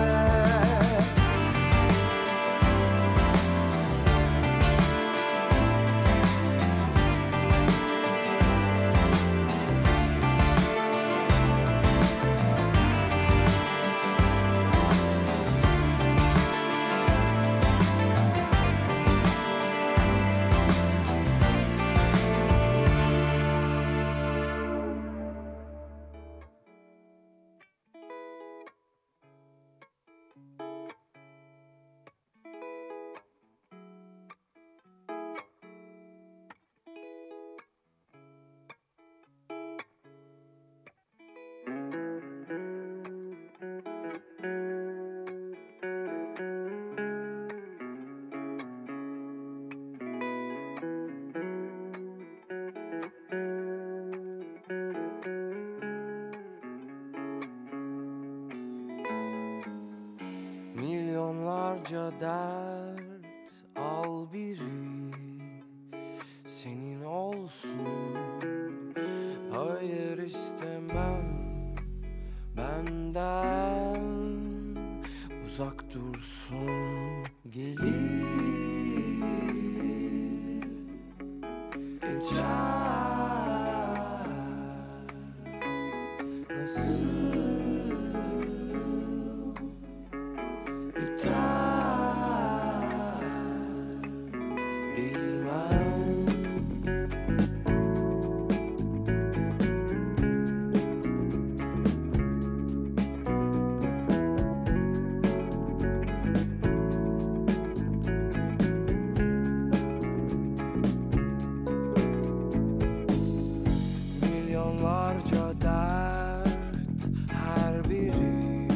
S5: Milyonlarca dert al biri senin olsun Hayır istemem benden uzak dursun gelir
S6: bilmem Milyonlarca dert her biri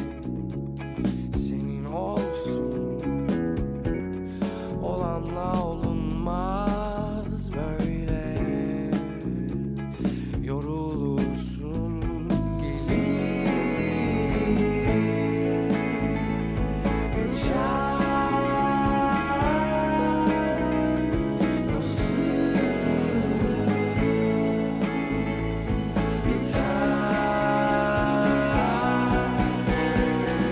S6: senin olsun Olanla olunmaz böyle Yorulursun gelir Geçer Nasıl Biter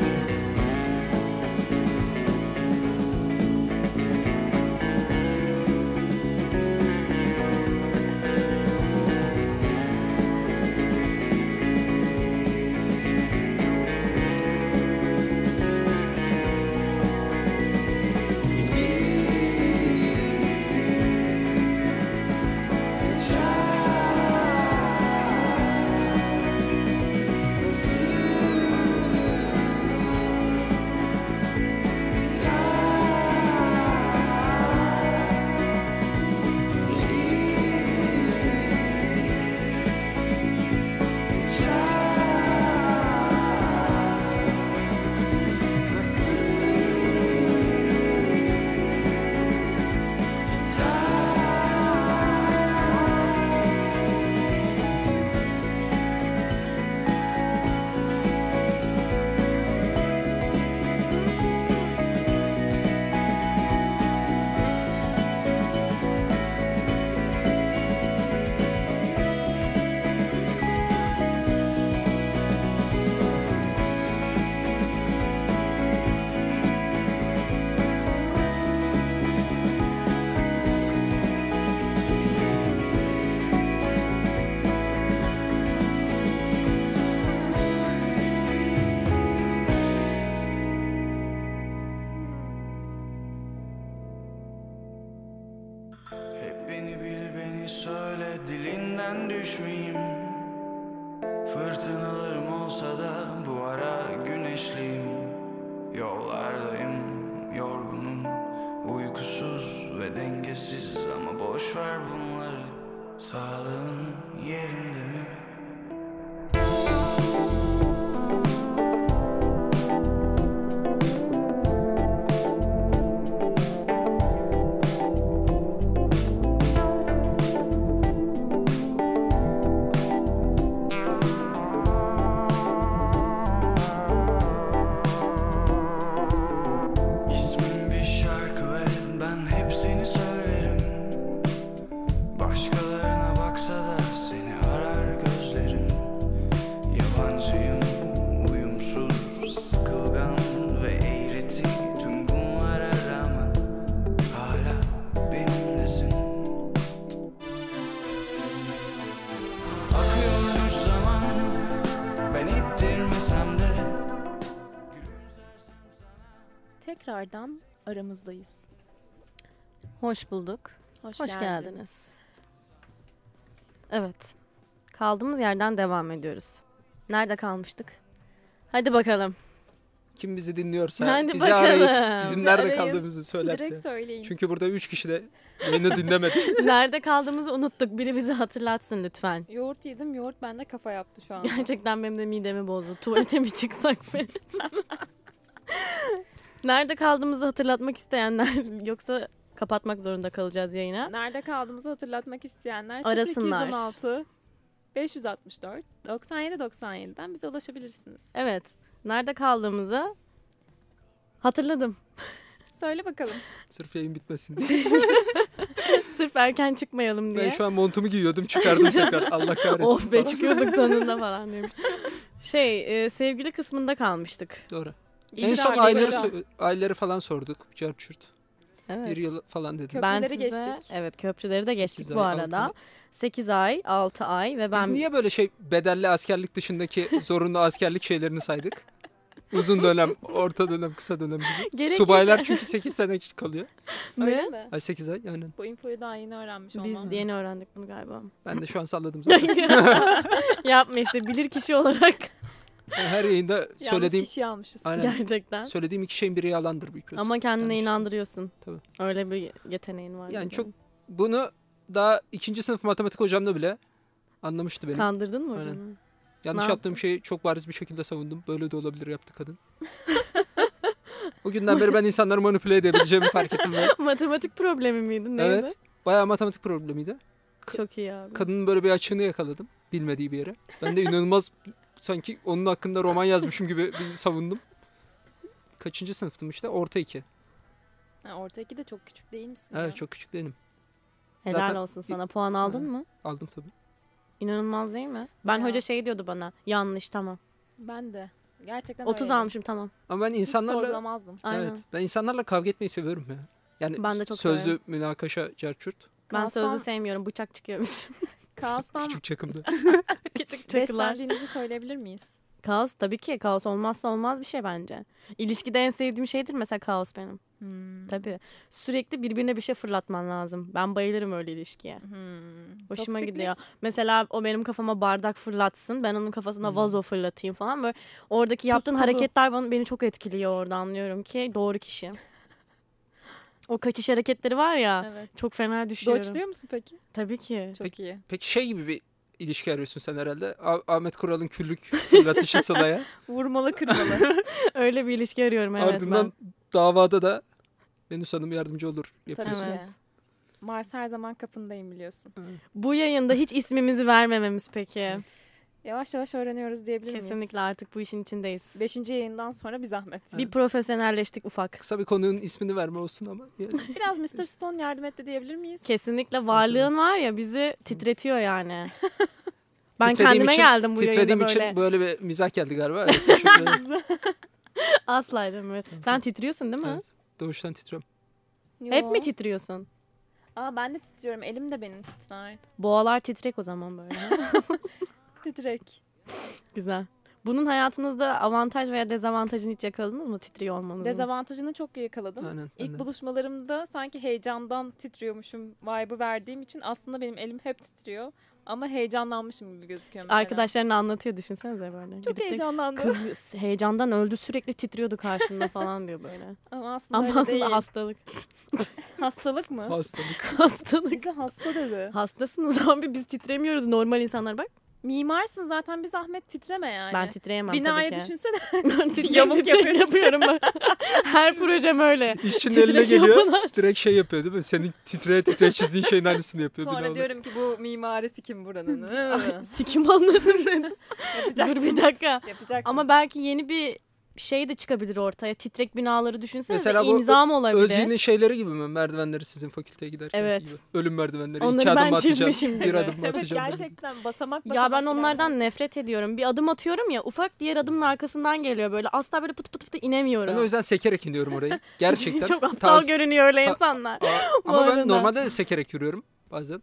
S4: Hep beni bil beni söyle dilinden düşmeyeyim Fırtınalarım olsa da bu ara güneşliyim Yollardayım yorgunum Uykusuz ve dengesiz ama boş ver bunları Sağlığın yerinde mi? İsmin bir şarkı ve ben hepsini söylerim Başkalarına baksa da seni arar gözlerim Yabancıyım, uyumsuz, sıkılgan ve eğreti Tüm bunlara rağmen hala benimlesin Akıyormuş zaman, ben ittirmesem de
S2: Tekrardan aramızdayız.
S1: Hoş bulduk.
S2: Hoş,
S1: Hoş
S2: geldin.
S1: geldiniz. Evet. Kaldığımız yerden devam ediyoruz. Nerede kalmıştık? Hadi bakalım.
S3: Kim bizi dinliyorsa
S1: Hadi
S3: bizi
S1: bakalım.
S3: arayıp bizim
S2: Bizi
S3: nerede
S2: arayın.
S3: kaldığımızı söylerse.
S2: Direkt söyleyin.
S3: Çünkü burada üç kişi de
S1: (laughs)
S3: beni dinlemedi.
S1: (laughs) Nerede kaldığımızı unuttuk. Biri bizi hatırlatsın lütfen.
S2: Yoğurt yedim, yoğurt bende kafa yaptı şu an.
S1: (laughs) Gerçekten benim de midemi bozdu. Tuvalete mi çıksak
S2: (laughs)
S1: be? Nerede kaldığımızı hatırlatmak isteyenler (laughs) yoksa kapatmak zorunda kalacağız yayına.
S2: Nerede kaldığımızı hatırlatmak isteyenler
S1: Arasınlar.
S2: 0216 564 97 97'den bize ulaşabilirsiniz.
S1: Evet. Nerede kaldığımızı hatırladım. (laughs)
S2: Söyle bakalım.
S3: Sırf yayın bitmesin diye.
S1: Sırf erken çıkmayalım diye. (laughs)
S3: Ben şu an montumu giyiyordum çıkardım tekrar. Allah kahretsin.
S1: Of Oh be
S3: falan.
S1: çıkıyorduk
S3: (laughs)
S1: sonunda falan demiş. Şey e, sevgili kısmında kalmıştık.
S3: Doğru. en
S2: İcra
S3: son
S2: edin.
S3: aileleri,
S2: Hocam.
S3: so- aileleri falan sorduk. Cerçürt.
S1: Evet.
S3: Bir yıl falan dedim.
S1: ben
S2: Köprüleri
S1: size,
S2: geçtik.
S1: Evet köprüleri de geçtik
S3: Sekiz
S1: bu
S3: ay, altı
S1: arada.
S3: ay.
S1: 8 ay, 6 ay ve
S3: Biz
S1: ben (laughs)
S3: niye böyle şey bedelli askerlik dışındaki zorunlu askerlik şeylerini saydık? Uzun dönem, orta dönem, kısa dönem gibi.
S1: Gerek
S3: Subaylar
S1: yaşa-
S3: çünkü 8 sene kalıyor.
S2: Öyle mi?
S3: Ay 8 ay yani.
S2: Bu infoyu daha yeni öğrenmiş olmam.
S1: Biz yeni öğrendik bunu galiba.
S3: Ben de şu
S1: (laughs)
S3: an salladım zaten.
S1: Yapma işte bilir kişi olarak
S3: Ben her yayında
S2: Yanlış
S3: söylediğim
S2: kişiyi almışız.
S3: (laughs) Aynen.
S1: gerçekten.
S3: söylediğim iki şeyin biri yalandır büyük olasılıkla.
S1: Ama kendine
S3: Yani şu-
S1: inandırıyorsun.
S3: Tabii.
S1: Öyle bir yeteneğin var.
S3: Yani
S1: bence.
S3: çok bunu daha ikinci sınıf matematik hocamda bile anlamıştı beni.
S1: Kandırdın mı
S3: Aynen.
S1: hocanı?
S3: Yanlış
S1: Ne
S3: yaptığım şeyi çok bariz bir şekilde savundum. Böyle de olabilir
S1: (laughs)
S3: yaptı kadın. o günden beri ben insanları manipüle edebileceğimi fark ettim. Ve,
S1: (laughs) Matematik problemi miydi? Neydi?
S3: evet. Bayağı matematik problemiydi. K-
S1: Çok iyi abi.
S3: Kadının böyle bir açığını yakaladım. Bilmediği bir yere. Ben de inanılmaz (laughs) sanki onun hakkında roman yazmışım gibi bir savundum. Kaçıncı sınıftım işte? Orta iki.
S2: Ha, orta iki de çok küçük değil misin? ya?
S3: Evet çok küçük değilim.
S1: Helal
S3: Zaten-
S1: olsun sana. Puan aldın
S3: Aynen.
S1: mı?
S3: Aldım tabii.
S1: İnanılmaz değil mi? Ben
S2: Ya.
S1: hoca şey diyordu bana. Yanlış tamam.
S2: Ben de. Gerçekten
S1: 30
S2: öyleydim.
S1: almışım tamam.
S3: Ama ben
S2: Hiç
S3: insanlarla...
S2: sorgulamazdım.
S1: Aynen.
S3: Evet. Ben insanlarla kavga etmeyi seviyorum ya. Yani
S1: Ben de çok
S3: sözlü
S1: severim.
S3: münakaşa carçurt.
S1: Ben
S2: Kaostan-
S1: sözü sevmiyorum. Bıçak çıkıyor
S2: (laughs)
S1: bizim.
S2: Kaostan (laughs)
S3: Küçük çakımda.
S1: Küçük çakılar.
S2: beslendiğinizi söyleyebilir miyiz?
S1: Kaos tabii ki. Kaos olmazsa olmaz bir şey bence. İlişkide en sevdiğim şeydir mesela kaos benim.
S2: Hmm.
S1: Tabii. Sürekli birbirine bir şey fırlatman lazım. Ben bayılırım öyle ilişkiye.
S2: Hmm.
S1: Hoşuma
S2: Toksiklik.
S1: gidiyor. Mesela o benim kafama bardak fırlatsın. Ben onun kafasına vazo fırlatayım falan. Böyle oradaki yaptığın
S2: Tutkulu.
S1: hareketler bana, beni çok etkiliyor orada anlıyorum ki doğru kişi. o kaçış hareketleri var ya.
S2: Evet.
S1: Çok fena düşüyorum.
S2: Doç diyor musun peki?
S1: Tabii ki.
S2: Çok
S3: (laughs)
S2: iyi.
S3: (laughs) Peki şey gibi bir ilişki arıyorsun sen herhalde. Ah- Ahmet Kural'ın küllük
S1: (laughs)
S3: fırlatışı Sıla'ya.
S2: Vurmalı kırmalı.
S1: Öyle bir ilişki arıyorum evet
S3: Ardından davada da Venüs Hanım yardımcı olur
S2: Tabii
S3: yapıyorsun.
S1: Tamam.
S2: ki.
S1: Evet.
S2: Mars her zaman kapındayım biliyorsun.
S1: ben. Bu yayında hiç ismimizi vermememiz peki.
S2: Yavaş yavaş öğreniyoruz diyebilir miyiz?
S1: Kesinlikle artık bu işin içindeyiz.
S2: Beşinci yayından sonra bir zahmet.
S1: Bir profesyonelleştik ufak.
S3: Kısa bir konunun ismini verme olsun ama. yani.
S2: Biraz Mr. Stone yardım etti diyebilir miyiz?
S1: Kesinlikle varlığın var ya bizi titretiyor yani. ben
S3: Titrediğim
S1: kendime
S3: için-
S1: geldim bu yayında
S3: Titrediğim
S1: böyle.
S3: için böyle bir mizah
S1: (laughs)
S3: geldi galiba. Evet, teşekkür ederim.
S1: Asla canım. evet. Sen titriyorsun değil mi?
S3: Evet. Doğuştan titriyorum.
S2: Yo.
S1: Hep mi titriyorsun?
S2: Aa ben de titriyorum. Elim de benim titrer.
S1: Boğalar titrek o zaman böyle.
S2: (laughs) Titrek.
S1: Güzel. Bunun hayatınızda avantaj veya dezavantajını hiç yakaladınız mı titriyor olmanızın?
S2: Dezavantajını çok iyi yakaladım.
S3: Aynen.
S2: İlk
S3: aynen.
S2: buluşmalarımda sanki heyecandan titriyormuşum vibe'ı verdiğim için aslında benim elim hep titriyor. Ama heyecanlanmışım gibi gözüküyor mesela.
S1: Arkadaşlarına anlatıyor düşünsenize böyle.
S2: Çok
S1: Gidip de
S2: heyecanlandım.
S1: Kız heyecandan öldü sürekli titriyordu karşımda falan diyor
S2: (laughs)
S1: böyle.
S2: Ama aslında,
S1: Ama
S2: öyle değil.
S1: aslında hastalık. (laughs)
S2: hastalık mı?
S3: Hastalık.
S1: Hastalık.
S2: Bize hasta dedi.
S1: Hastasınız abi biz titremiyoruz normal insanlar bak.
S2: Mimarsın zaten bir zahmet titreme yani.
S1: Ben titreyemem
S2: Binaya
S1: tabii ki.
S2: düşünsene.
S1: (laughs) Ben titrek
S2: Yamuk
S1: titrek (laughs)
S2: yapıyor,
S1: yapıyorum ben. Her projem öyle.
S3: İşçinin
S1: Titrek
S3: eline geliyor.
S1: yapıyorlar.
S3: Direkt şey yapıyor değil mi? Senin titreye titreye çizdiğin şeyin aynısını yapıyor.
S2: Sonra
S3: binalar.
S2: diyorum ki bu mimarisi kim buranın?
S1: (laughs) Ay, sikim anladım (laughs) beni. Dur
S2: Yapacaktım.
S1: bir dakika.
S2: Yapacaktım.
S1: Ama belki yeni bir şey de çıkabilir ortaya. Titrek binaları düşünsenize
S3: Mesela bu
S1: imza mı olabilir?
S3: Özgün'ün şeyleri gibi mi? Merdivenleri sizin fakülteye giderken
S1: Evet.
S3: gibi. Ölüm merdivenleri.
S1: Onları ben
S3: İki adım atacağım.
S1: çizmişim
S3: Bir
S1: gibi.
S3: adım
S2: Evet
S3: atacağım.
S2: gerçekten basamak basamak.
S1: Ya ben
S2: ilerliyorum.
S1: onlardan nefret ediyorum. Bir adım atıyorum ya ufak diğer adımın arkasından geliyor böyle. Asla böyle pıt pıt pıt inemiyorum.
S3: Ben
S1: (laughs)
S3: o yüzden sekerek iniyorum orayı. Gerçekten.
S1: Çok aptal
S3: Tavs-
S1: görünüyor öyle
S3: Ta-
S1: insanlar.
S3: Aa,
S1: Bu
S3: Ama
S1: arada.
S3: ben normalde de sekerek yürüyorum bazen.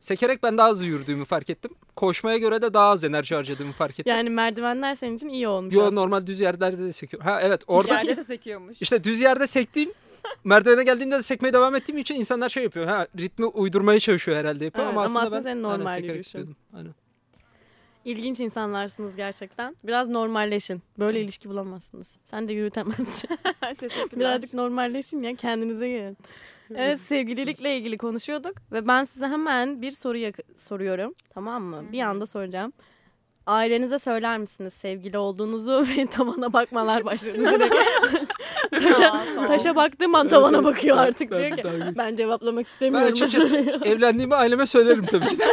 S3: Sekerek ben daha hızlı yürüdüğümü fark ettim. Koşmaya göre de daha az enerji harcadığımı fark ettim.
S1: Yani merdivenler senin için iyi olmuş.
S3: Yo
S1: aslında.
S3: normal düz yerlerde de sekiyorum. Ha evet orada şey-
S2: Yerde de sekiyormuş.
S3: (laughs)
S2: (laughs)
S3: işte düz yerde sektiğim merdivene geldiğimde de sekmeye devam ettiğim için insanlar şey yapıyor. Ha ritmi uydurmaya çalışıyor herhalde yapıyor
S1: Evet,
S3: ama,
S1: ama
S3: aslında,
S1: aslında
S3: ben
S1: senin normal
S3: aynen, sekerek
S1: yürüyüşün.
S3: gidiyordum. Aynen.
S1: İlginç insanlarsınız gerçekten. Biraz normalleşin. Böyle ilişki bulamazsınız. Sen de yürütemezsin.
S2: Teşekkürler.
S1: Birazcık normalleşin ya kendinize gelin. Evet sevgililikle ilgili konuşuyorduk ve ben size hemen bir soru yak- soruyorum. Tamam mı? Bir anda soracağım. Ailenize söyler misiniz sevgili olduğunuzu (laughs) ve tavana bakmalar başladı direkt. taşa,
S2: Aa, sağ ol.
S1: taşa baktığım an tavana bakıyor
S3: Ben-
S1: artık
S3: ben
S1: diyor ki.
S3: daha iyi.
S1: Ben cevaplamak
S3: Ben
S1: istemiyorum. bu
S3: açıkçası
S1: (laughs) soruyu."
S3: evlendiğimi aileme söylerim tabii ki de.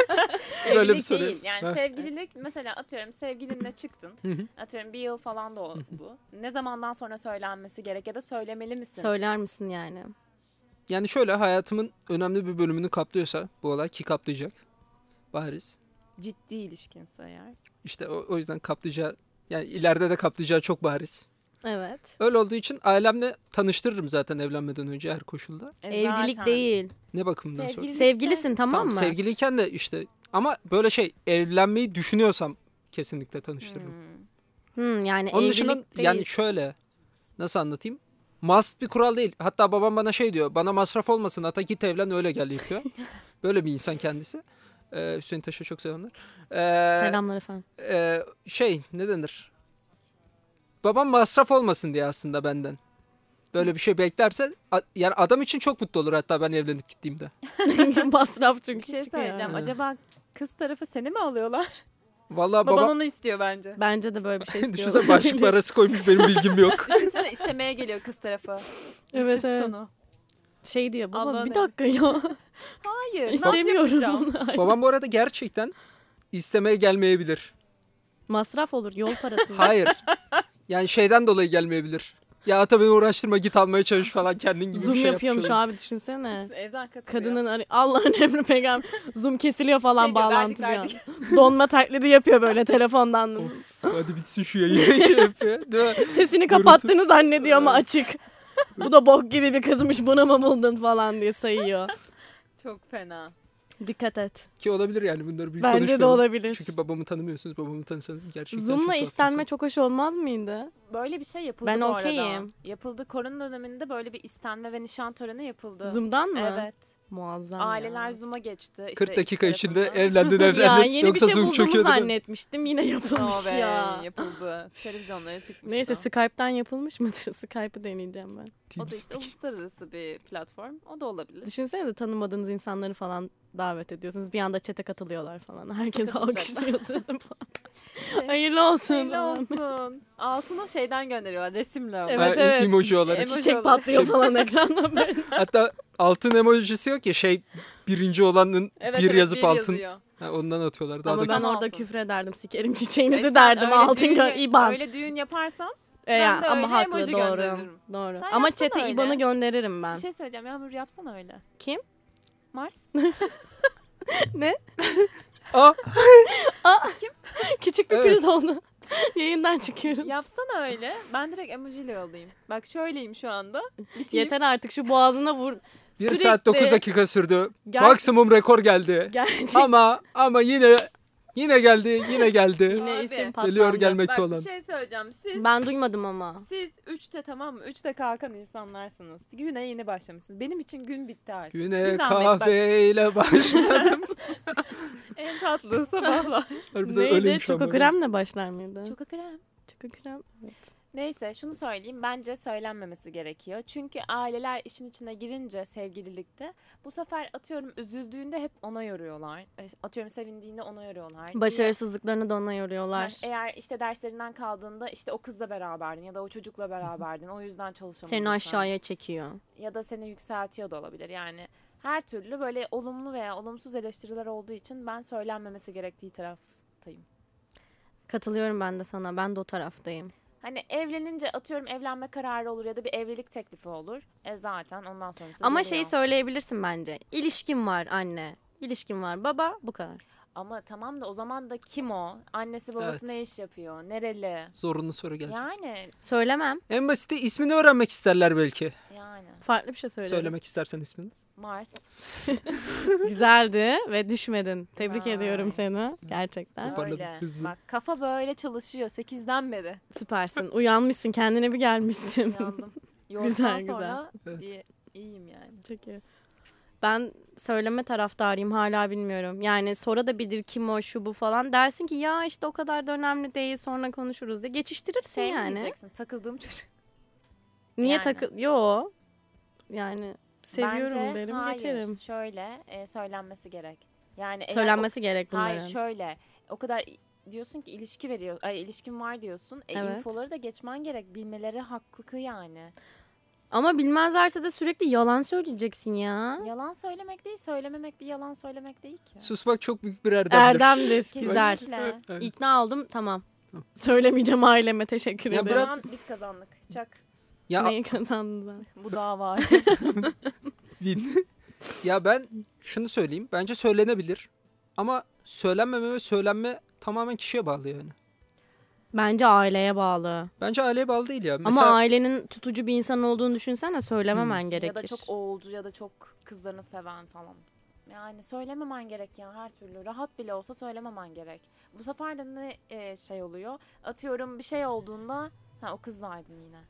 S3: Böyle bir
S2: Evlilik
S3: soru.
S2: değil. Yani
S3: Ha.
S2: sevgililik mesela atıyorum sevgilinle çıktın. atıyorum bir yıl falan da oldu. ne zamandan sonra söylenmesi gerek ya da söylemeli misin?
S1: Söyler misin yani?
S3: Yani şöyle hayatımın önemli bir bölümünü kaplıyorsa bu olay ki kaplayacak. Bariz.
S2: Ciddi ilişkinse eğer.
S3: İşte o, o yüzden kaplayacağı yani ileride de kaplayacağı çok bariz.
S1: Evet.
S3: Öyle olduğu için ailemle tanıştırırım zaten evlenmeden önce her koşulda.
S2: E
S1: Evlilik
S2: zaten.
S1: değil.
S3: Ne bakımdan
S2: Sevgili-
S3: sonra.
S2: Birlikte-
S1: Sevgilisin tamam mı?
S3: Sevgiliyken de işte ama böyle şey evlenmeyi düşünüyorsam kesinlikle tanıştırırım.
S2: Hmm.
S1: Hmm, yani
S3: Onun
S1: evlilik
S3: dışında yani
S1: değil.
S3: şöyle nasıl anlatayım? Must bir kural değil. Hatta babam bana şey diyor. Bana masraf olmasın. Hatta git evlen öyle gel yapıyor. Böyle bir insan kendisi. Ee, Hüseyin Taş'a çok selamlar. Ee,
S1: Selamlar efendim. (laughs)
S3: e, şey ne denir? Babam masraf olmasın diye aslında benden. Böyle bir şey beklerse a- yani adam için çok mutlu olur hatta ben evlenip gittiğimde.
S1: Masraf çünkü
S2: Bir şey
S1: çıkıyor.
S2: söyleyeceğim.
S3: yani.
S2: Acaba kız tarafı seni mi alıyorlar?
S3: Vallahi
S2: Baban
S3: babam
S2: onu istiyor bence.
S1: Bence de böyle bir
S3: (laughs)
S1: şey istiyorlar. (laughs)
S3: düşünsene başlık parası koymuş benim bilgim yok.
S2: Düşünsene şey istemeye geliyor
S1: (laughs)
S2: kız tarafı.
S1: Evet,
S2: evet,
S1: evet. Şey diyor baba
S2: Ablan
S1: bir
S2: ev."
S1: dakika ya (laughs)
S2: Hayır.
S1: istemiyorum.
S2: İstemiyorum.
S1: bunu." (laughs)
S3: babam bu arada gerçekten istemeye gelmeyebilir.
S1: Masraf olur yol parası.
S3: Hayır. Yani şeyden dolayı gelmeyebilir. Ya ata beni uğraştırma git almaya çalış falan kendin gibi
S1: Zoom
S3: bir şey
S1: yapıyormuş
S3: yapıyor.
S1: abi düşünsene.
S2: Evden katılıyor.
S1: Kadının arı- Allah'ın emri peygamber. Zoom kesiliyor falan
S2: Şey diyor,
S1: bağlantı
S2: verdik, verdik.
S1: bir an. (laughs) Donma taklidi yapıyor böyle telefondan.
S3: Hadi bitsin şu yayın (laughs) şey yapıyor. Değil mi?
S1: Sesini kapattığını zannediyor ama açık.
S3: (laughs)
S1: Bu da bok gibi bir kızmış bunu mu buldun falan diye sayıyor.
S2: Çok fena.
S1: Dikkat et.
S3: Ki olabilir yani bunları büyük
S1: Bence de
S3: konuşmayalım.
S1: olabilir.
S3: Çünkü babamı tanımıyorsunuz. Babamı tanısanız gerçekten çok
S1: Zoom'la
S3: tuhaf
S1: istenme
S3: insan.
S1: çok hoş olmaz mıydı?
S2: Böyle bir şey yapıldı
S1: Ben
S2: bu arada.
S1: okeyim.
S2: Yapıldı. Korona döneminde böyle bir istenme ve nişan töreni yapıldı.
S1: Zoom'dan mı?
S2: Evet.
S1: Muazzam
S2: Aileler
S1: ya.
S2: Zoom'a geçti. İşte
S3: 40 dakika
S2: iki
S3: içinde
S2: tarafından.
S1: (laughs)
S3: evlendin evlendin.
S1: ya yeni
S3: Yoksa
S1: bir şey
S3: Zoom
S1: bulduğumu
S3: çöküyordu. değil mi?
S1: zannetmiştim yine
S3: (laughs)
S1: yapılmış
S2: Oh be,
S1: ya.
S2: yapıldı. Televizyonlara çıkmıştı.
S1: Neyse Skype'tan yapılmış (laughs) mıdır? Skype'ı deneyeceğim ben.
S2: O da
S3: Teams.
S2: işte uluslararası bir platform. O
S1: (laughs)
S2: da olabilir.
S1: Düşünsene de tanımadığınız insanları falan davet ediyorsunuz. Bir anda çete katılıyorlar falan. Herkes
S2: katılacaklar.
S1: alkışlıyor sizi falan.
S2: (laughs) Şey-
S1: Hayırlı olsun.
S2: Hayırlı olsun. Altına şeyden gönderiyorlar resimle. ama.
S1: Evet,
S3: Ha, e-
S1: evet.
S3: Emoji olarak.
S2: Emo- Emoji
S1: Çiçek
S2: olarak.
S1: patlıyor
S2: (laughs)
S1: falan ekranda böyle.
S3: Hatta altın emojisi yok ya şey birinci olanın
S2: Evet,
S3: bir
S2: evet,
S3: yazıp altın.
S2: yazıyor.
S3: Ha, ondan atıyorlar. Daha
S1: Ama
S3: da
S1: ben
S2: Altın.
S1: orada küfrederdim. Sikerim
S2: E sen
S1: çiçeğinizi derdim.
S2: öyle
S1: Altın
S2: düğün-
S1: gö- İban.
S2: Öyle düğün yaparsan
S1: E
S2: ben
S1: ya,
S2: de
S1: ama
S2: öyle
S1: haklı
S2: emoji
S1: doğru.
S2: gönderirim.
S1: Doğru.
S2: Sen
S1: ama
S2: yapsana
S1: çete
S2: öyle.
S1: IBAN'ı gönderirim ben.
S2: bir şey söyleyeceğim. Yağmur yapsana öyle.
S1: Kim?
S2: Mars.
S3: Aa,
S1: (laughs) Küçük bir
S3: Evet.
S1: priz oldu. (laughs) Yayından çıkıyoruz.
S2: yapsana öyle. Ben direkt emojiyle yollayayım. Bak şöyleyim
S1: (laughs)
S2: şu anda. Biteyim.
S1: Yeter artık şu boğazına vur.
S3: bir saat 9 dakika sürdü.
S1: Ger-
S3: Maksimum rekor geldi.
S1: Gerçek
S3: ama ama yine yine geldi yine geldi.
S1: yine
S2: Abi.
S1: isim patlandı.
S3: Geliyor
S2: Bak
S3: gelmekte olan.
S2: bir şey söyleyeceğim. Siz
S1: Ben duymadım ama.
S2: siz 3'te tamam mı? 3'te kalkan insanlarsınız. Güne yeni başlamışsınız. Benim için gün bitti artık. Bir
S3: Güne
S2: zahmet
S1: (laughs)
S3: kahveyle başladım.
S2: En tatlı (laughs) sabahlar.
S3: Harbiden
S1: Neydi?
S3: öyleymiş ama.
S1: Çoko kremle başlar mıydı?
S2: Çok krem.
S1: Çoko krem.
S2: Neyse şunu söyleyeyim bence söylenmemesi gerekiyor. Çünkü aileler işin içine girince sevgililikte bu sefer atıyorum üzüldüğünde hep ona yoruyorlar. E, Atıyorum sevindiğinde ona yoruyorlar.
S1: Başarısızlıklarını da ona yoruyorlar.
S2: Heh, Eğer işte derslerinden kaldığında işte o kızla beraberdin ya da o çocukla beraberdin. O yüzden çalışamadın.
S1: Seni
S2: sen.
S1: aşağıya çekiyor.
S2: Ya da seni yükseltiyor da olabilir yani. Her türlü böyle olumlu veya olumsuz eleştiriler olduğu için ben söylenmemesi gerektiği taraftayım.
S1: Katılıyorum ben de sana. Ben de o taraftayım.
S2: Hani evlenince atıyorum evlenme kararı olur ya da bir evlilik teklifi olur. E zaten ondan sonrası
S1: Ama şey
S2: geliyor.
S1: şeyi söyleyebilirsin bence. İlişkin var anne. İlişkin var baba. Bu kadar.
S2: Ama tamam da o zaman da kim o? Annesi babası
S3: Evet.
S2: ne iş yapıyor? Nereli?
S3: Zorunlu soru gelecek.
S2: Yani
S1: Söylemem.
S3: En basiti ismini öğrenmek isterler belki.
S2: yani
S1: Farklı bir şey söylerim.
S3: Söylemek istersen ismini.
S2: Mars.
S1: (laughs) Güzeldi ve düşmedin. Tebrik
S2: Nice.
S1: ediyorum seni. Gerçekten.
S3: Toparladım,
S2: Böyle.
S3: hızlı.
S2: Bak kafa böyle çalışıyor
S1: (laughs)
S2: 8'den beri.
S1: Süpersin. Uyanmışsın. Kendine bir gelmişsin.
S2: Yandım.
S1: Güzel,
S2: Yoğurttan
S1: güzel.
S2: sonra
S3: Evet.
S2: bir iyiyim yani.
S1: Çok iyi. Ben söyleme taraftarıyım hala bilmiyorum. Yani sonra da bilir kim o şu bu falan dersin ki ya işte o kadar da önemli değil sonra konuşuruz diye geçiştirirsin
S2: Şey mi
S1: yani.
S2: diyeceksin takıldığım çocuk.
S1: Niye
S2: Yani.
S1: takıl Yo. Yani seviyorum
S2: Bence
S1: derim
S2: hayır.
S1: geçerim.
S2: Şöyle e, söylenmesi gerek. Yani eğer o-
S1: Söylenmesi gerek bunların.
S2: Hayır şöyle o kadar i- diyorsun ki ilişki veriyor ay ilişkin var diyorsun. E,
S1: Evet.
S2: infoları da geçmen gerek bilmeleri hakkı yani.
S1: Ama bilmezlerse de sürekli yalan söyleyeceksin ya.
S2: Yalan söylemek değil söylememek bir yalan söylemek değil ki.
S3: Susmak çok büyük bir erdemdir.
S1: Erdemdir. Güzel.
S2: Kesinlikle.
S3: Evet.
S1: İkna oldum tamam.
S3: Tamam.
S1: Söylemeyeceğim aileme teşekkür
S3: Ya
S1: ederim.
S3: biraz-
S2: Tamam, biz kazandık. Çak
S3: Ya
S1: Neyi kazandın sen?
S2: bu dava.
S3: Win. ya ben şunu söyleyeyim. Bence söylenebilir. Ama söylenmeme ve söylenme tamamen kişiye bağlı yani.
S1: Bence aileye bağlı.
S3: Bence aileye bağlı değil ya. Mesela
S1: Ama ailenin tutucu bir insan olduğunu düşünsene söylememen gerekir.
S2: ya da çok oğulcu ya da çok kızlarını seven falan. Yani söylememen gerek ya her türlü. Rahat bile olsa söylememen gerek. Bu sefer de ne e, şey oluyor? Atıyorum bir şey olduğunda ha o kızla aydın yine.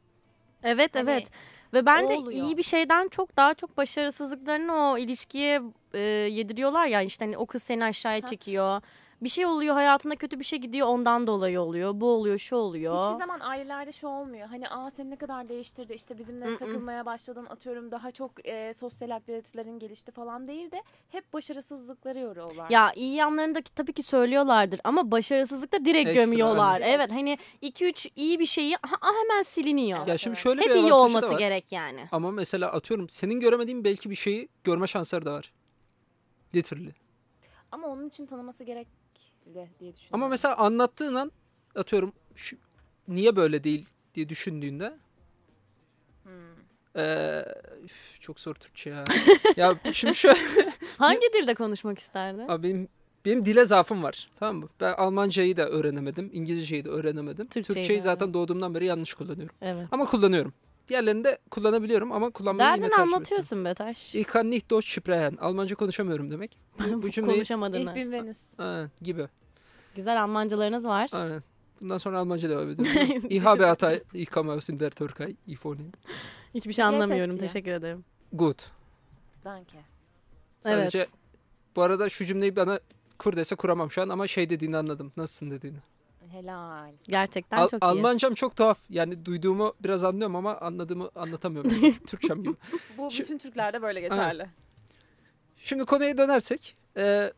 S1: Evet
S2: Hani
S1: evet ve bence
S2: oluyor.
S1: iyi bir şeyden çok daha çok başarısızlıklarını o ilişkiye e, yediriyorlar ya işte hani o kız seni aşağıya
S2: Ha.
S1: çekiyor. Bir şey oluyor hayatında kötü bir şey gidiyor ondan dolayı oluyor. Bu oluyor şu oluyor.
S2: Hiçbir zaman ailelerde şu olmuyor. Hani aa seni ne kadar değiştirdi işte bizimle
S1: Mm-mm.
S2: takılmaya başladın atıyorum daha çok e, sosyal aktivitelerin gelişti falan değil de hep başarısızlıkları yoruyorlar.
S1: Ya iyi yanlarını da ki- tabii ki söylüyorlardır ama başarısızlıkta direkt
S3: Ekstra,
S1: gömüyorlar.
S2: evet.
S1: Evet hani 2-3 iyi bir şeyi ha, ha, hemen siliniyor.
S2: Evet.
S3: Ya şimdi şöyle bir
S1: Hep iyi
S3: avantajı da
S1: olması
S3: var.
S1: gerek yani.
S3: Ama mesela atıyorum senin göremediğin belki bir şeyi görme şansları da var. Literally.
S2: Ama onun için tanıması gerekli diye düşünüyorum.
S1: Hmm.
S3: Ama mesela anlattığın an atıyorum şu, niye böyle değil diye düşündüğünde
S2: Hmm.
S3: Ee, üf, çok zor Türkçe ya. (laughs) ya
S1: (laughs)
S3: şimdi şöyle
S1: Hangi dilde konuşmak isterdin?
S3: Abi benim, benim dile zaafım var. Tamam mı? Ben Almancayı da öğrenemedim. İngilizceyi de öğrenemedim.
S1: Türkçeyi de
S3: Türkçeyi, zaten doğduğumdan beri yanlış kullanıyorum.
S1: Evet.
S3: Ama kullanıyorum. Diğerlerini de kullanabiliyorum ama kullanmayı yine
S1: Derdini
S3: tercih ediyorum.
S1: anlatıyorsun Betaş.
S3: Ich kann nicht Deutsch sprechen. Almanca konuşamıyorum demek.
S1: (laughs)
S3: Bu, bu cümleyi...
S2: İlk
S1: Konuşamadığını.
S2: bin Venüs.
S3: Ha, gibi.
S1: Güzel Almancalarınız var.
S3: Aynen. Bundan sonra Almanca devam ediyorum. Ich habe Hatay, ich komme aus der Türkei, ich wohne. in-
S1: Hiçbir şey
S2: Bir diye
S1: anlamıyorum.
S2: test diye.
S1: Teşekkür ederim.
S3: Gut.
S2: Danke.
S3: Sadece
S1: Evet.
S3: bu arada şu cümleyi bana kur dese kuramam şu an ama şey dediğini anladım. Nasılsın dediğini.
S2: Helal.
S1: Gerçekten
S3: Al-
S1: çok iyi.
S3: Almancam çok tuhaf. Yani duyduğumu biraz anlıyorum ama anladığımı anlatamıyorum. Türkçem gibi.
S2: Bu
S3: Şu-
S2: bütün Türklerde böyle geçerli.
S3: Şimdi konuya dönersek. e,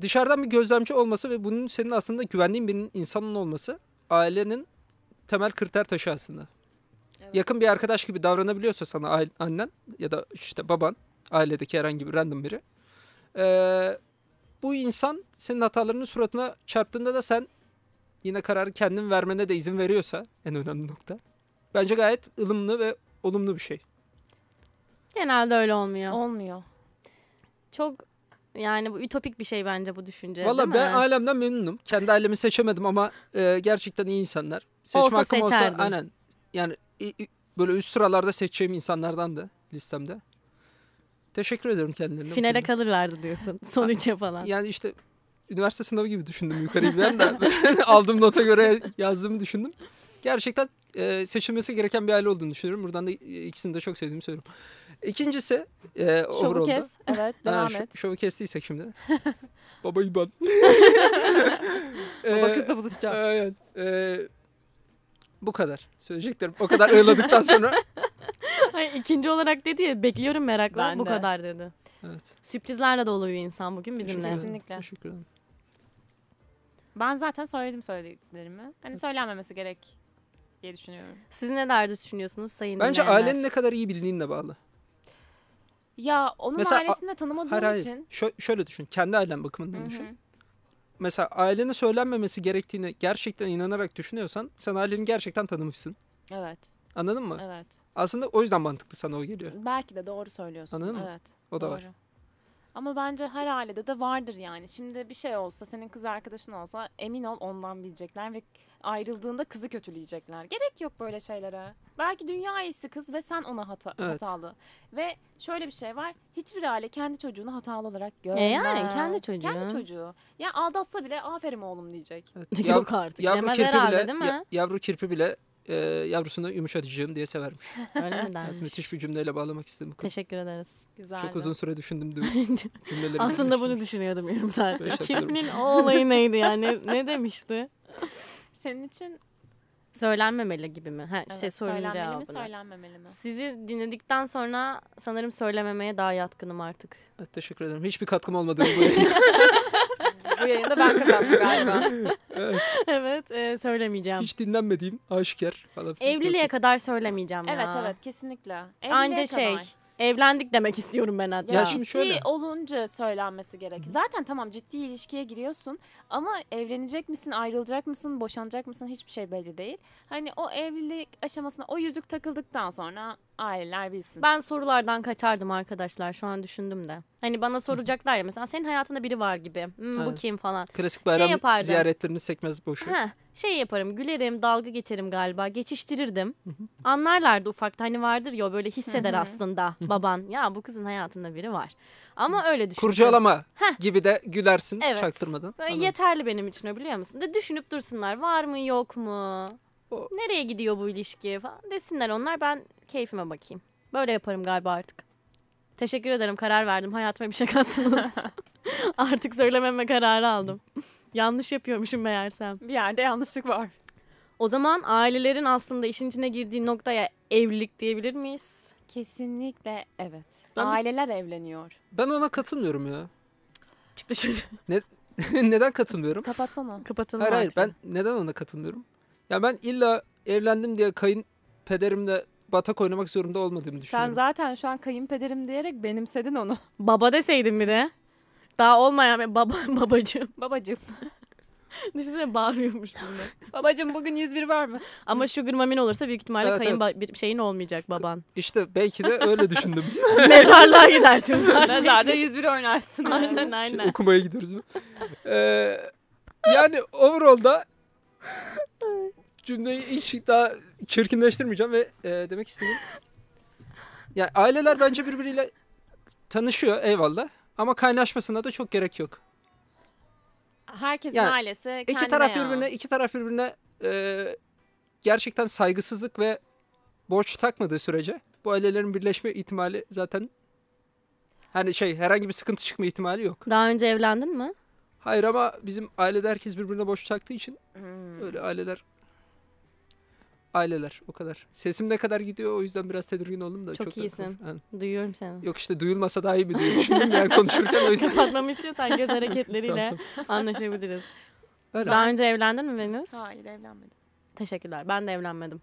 S3: dışarıdan bir gözlemci olması ve bunun senin aslında güvendiğin bir insanın olması ailenin temel kriter taşı aslında.
S2: Evet.
S3: Yakın bir arkadaş gibi davranabiliyorsa sana aile- annen ya da işte baban ailedeki herhangi bir random biri. e, bu insan senin hatalarının suratına çarptığında da sen yine kararı kendin vermene de izin veriyorsa en önemli nokta. Bence gayet ılımlı ve olumlu bir şey.
S1: Genelde öyle
S2: Ah.
S1: olmuyor.
S2: Olmuyor.
S1: Çok yani bu ütopik bir şey bence bu düşünce. değil
S3: Valla
S1: mi?
S3: ben ailemden memnunum. Kendi ailemi seçemedim ama e, gerçekten iyi insanlar. Seçme
S1: Olsa
S3: hakkım olsa
S1: seçerdin.
S3: aynen. Yani i- i- böyle üst sıralarda seçeceğim insanlardan da listemde. Teşekkür ederim kendilerine. bu
S1: Finale
S3: konuda.
S1: kalırlardı diyorsun. (laughs) Son üçe falan.
S3: Yani işte üniversite sınavı gibi düşündüm yukarıyı bir anda. (laughs) Aldığım nota göre yazdığımı düşündüm. Gerçekten e, seçilmesi gereken bir aile olduğunu düşünüyorum. Buradan da e, ikisini de çok sevdiğimi söylüyorum. İkincisi e,
S2: Şovu
S3: overall'da- (laughs)
S2: kes. Evet
S3: Ha,
S2: devam
S3: şo-
S2: et.
S3: Şovu
S2: (laughs)
S3: kestiysek şimdi. Baba İban.
S2: Baba
S3: Ee,
S2: kızla buluşacağım.
S3: Aynen. Ee, bu kadar. Söyleyeceklerim. O kadar ağladıktan sonra.
S1: (laughs)
S2: (laughs)
S1: Ay, ikinci olarak dedi ya bekliyorum merakla
S2: Ben
S1: bu
S2: de.
S1: kadar dedi.
S3: Evet.
S1: Sürprizlerle dolu bir insan bugün bizimle.
S3: şey-
S2: Kesin. Kesinlikle.
S3: Teşekkür ederim.
S2: Ben zaten söyledim söylediklerimi. Hani söylenmemesi gerek diye düşünüyorum.
S1: Siz ne derdi düşünüyorsunuz sayın
S3: Bence
S1: dinleyenler?
S3: ailenin ne kadar iyi bildiğinle bağlı.
S2: Ya onun
S3: Mesela-
S2: ailesini de tanımadığım
S3: Hayır hayır.
S2: için.
S3: Şö- şöyle düşün. Kendi ailen bakımından
S2: Hı hı.
S3: düşün. Mesela ailenin söylenmemesi gerektiğini gerçekten inanarak düşünüyorsan sen aileni gerçekten tanımışsın.
S2: Evet,
S3: Anladın mı?
S2: evet.
S3: Aslında o yüzden mantıklı sana o geliyor.
S2: Belki de doğru söylüyorsun.
S3: Anladın mı?
S2: Evet.
S3: O da var.
S2: doğru. Ama bence her ailede de vardır yani. Şimdi bir şey olsa, senin kız arkadaşın olsa emin ol ondan bilecekler ve ayrıldığında kızı kötüleyecekler. Gerek yok böyle şeylere. Belki dünya iyisi kız ve sen ona hata,
S3: Evet.
S2: hatalı. Ve şöyle bir şey var. Hiçbir aile kendi çocuğunu hatalı olarak görmez.
S1: E yani, kendi çocuğu.
S2: Kendi çocuğu. Ya aldatsa bile aferin oğlum diyecek.
S1: (laughs)
S2: (laughs)
S3: Evet.
S1: Yok artık.
S3: yavru
S1: Demez
S3: kirpi
S1: herhalde
S3: bile,
S1: değil mi?
S3: ya- yavru kirpi bile e, yavrusunu yumuşatacağım diye severmiş.
S1: Öyle mi
S3: (laughs) Evet,
S1: dermiş?
S3: müthiş bir cümleyle bağlamak istedim.
S1: Teşekkür
S3: (laughs)
S1: ederiz.
S2: Güzel.
S3: Çok uzun süre düşündüm dü-
S1: (laughs)
S3: cümlelerimi.
S1: Aslında bunu düşünüyordum yarım saattir.
S3: Teşekkür ederim.
S1: Kirpinin o olayı neydi yani? Ne, ne demişti?
S2: Senin için
S1: Söylenmemeli gibi mi? Ha, şey
S2: evet,
S1: sorunun
S2: söylenmeli
S1: cevabını.
S2: mi, söylenmemeli mi?
S1: Sizi dinledikten sonra sanırım söylememeye daha yatkınım artık.
S3: Evet, teşekkür ederim. Hiçbir katkım olmadı bu yayına.
S2: Bu yayında ben kazandım galiba.
S1: (laughs) evet e, söylemeyeceğim.
S3: Hiç dinlenmediğim aşikar falan. filan.
S1: Evliliğe kadar söylemeyeceğim
S2: (laughs) Evet
S1: ya.
S2: evet kesinlikle. Evliliğe
S1: Anca şey
S2: kadar.
S1: evlendik demek istiyorum ben hatta.
S2: Ya,
S3: Ya
S2: ciddi
S3: şimdi şöyle.
S2: olunca söylenmesi gerek. Zaten tamam ciddi ilişkiye giriyorsun ama evlenecek misin, ayrılacak mısın, boşanacak mısın hiçbir şey belli değil. Hani o evlilik aşamasına o yüzük takıldıktan sonra aileler bilsin.
S1: Ben sorulardan kaçardım arkadaşlar şu an düşündüm de. Hani bana soracaklar ya mesela senin hayatında biri var gibi. Hmm, bu
S3: Evet.
S1: kim falan.
S3: Klasik
S1: Şey
S3: bayram
S1: yapardım.
S3: ziyaretlerini sekmez boşu.
S1: Heh, şey yaparım gülerim dalga geçerim galiba geçiştirirdim. Anlarlardı ufakta hani vardır ya o böyle hisseder aslında baban. Ya bu kızın hayatında biri var. Ama öyle düşünsün.
S3: Kurcalama gibi de gülersin
S1: Evet.
S3: çaktırmadan.
S1: Böyle
S3: Anladım.
S1: yeterli benim için o biliyor musun? De düşünüp dursunlar var mı yok mu?
S3: O-
S1: Nereye gidiyor bu ilişki falan desinler onlar ben keyfime bakayım. Böyle yaparım galiba artık. Teşekkür ederim karar verdim hayatıma bir şey
S3: (laughs)
S1: kattınız. artık söylememe kararı aldım. Yanlış yapıyormuşum meğersem.
S2: Bir yerde yanlışlık var.
S1: O zaman ailelerin aslında işin içine girdiği noktaya evlilik diyebilir miyiz?
S2: Kesinlikle evet.
S3: Ben bir-
S2: Aileler evleniyor.
S3: Ben ona katılmıyorum ya. (laughs)
S1: Çık dışarı.
S3: neden katılmıyorum?
S1: (laughs)
S2: Kapatsana.
S1: Kapatalım
S3: Hayır hayır
S1: artık.
S3: ben neden ona katılmıyorum? Ya ben illa evlendim diye kayınpederimle batak oynamak zorunda olmadığımı
S2: Sen
S3: düşünüyorum.
S2: zaten şu an kayınpederim diyerek benimsedin (laughs) onu.
S1: Baba deseydin bir de. Daha olmayan bir baba, (laughs) babacığım.
S2: Babacım.
S1: Düşünsene bağırıyormuş bunda.
S2: Babacım bugün 101 var (laughs) mı?
S1: Ama sugar mamin olursa büyük ihtimalle
S3: Evet,
S1: kayın ba- bir şeyin olmayacak baban. (laughs)
S3: İşte belki de
S2: (laughs)
S3: öyle düşündüm.
S1: Mezarlığa gidersiniz artık.
S2: Nazarda 101 oynarsın.
S1: (laughs) aynen
S3: Şimdi
S1: aynen.
S3: okumaya gidiyoruz. Ee, yani overall'da cümleyi hiç daha çirkinleştirmeyeceğim ve e, demek istedim. Yani aileler bence birbiriyle tanışıyor eyvallah. Ama kaynaşmasına da çok gerek yok.
S2: Herkesin
S3: Yani
S2: ailesi kendine
S3: İki taraf
S2: ya.
S3: birbirine, iki taraf birbirine e, gerçekten saygısızlık ve borç takmadığı sürece bu ailelerin birleşme ihtimali zaten hani şey herhangi bir sıkıntı çıkma ihtimali yok.
S1: Daha önce evlendin mi?
S3: Hayır ama bizim ailede herkes birbirine borç taktığı için
S2: Hmm.
S3: öyle aileler aileler o kadar. Sesim ne kadar gidiyor o yüzden biraz tedirgin oldum da.
S1: Çok
S3: da-
S1: iyisin.
S3: Aynen.
S1: Duyuyorum seni.
S3: Yok işte duyulmasa daha iyi mi diye düşündüm
S1: (laughs)
S3: yani konuşurken o yüzden.
S1: Kapatmamı istiyorsan göz hareketleriyle
S3: Tamam, (laughs)
S1: anlaşabiliriz.
S3: Öyle.
S1: Daha önce evlendin mi Venüs?
S2: Hayır evlenmedim.
S1: Teşekkürler. Ben de evlenmedim.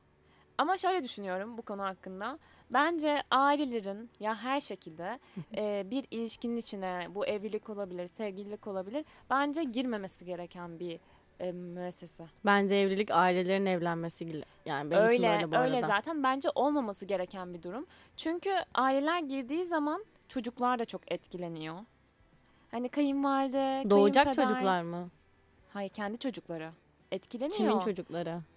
S2: Ama şöyle düşünüyorum bu konu hakkında. Bence ailelerin ya her
S1: (laughs)
S2: şekilde e, bir ilişkinin içine bu evlilik olabilir, sevgililik olabilir. Bence girmemesi gereken bir e, müessese.
S1: Bence evlilik ailelerin evlenmesi gibi. Yani benim için
S2: öyle
S1: böyle bu
S2: öyle
S1: arada.
S2: zaten bence olmaması gereken bir durum. Çünkü aileler girdiği zaman çocuklar da çok etkileniyor. Hani kayınvalide,
S1: Doğacak
S2: kayınpeder-
S1: çocuklar mı?
S2: Hayır kendi çocukları etkileniyor.
S1: Kimin çocukları? (laughs)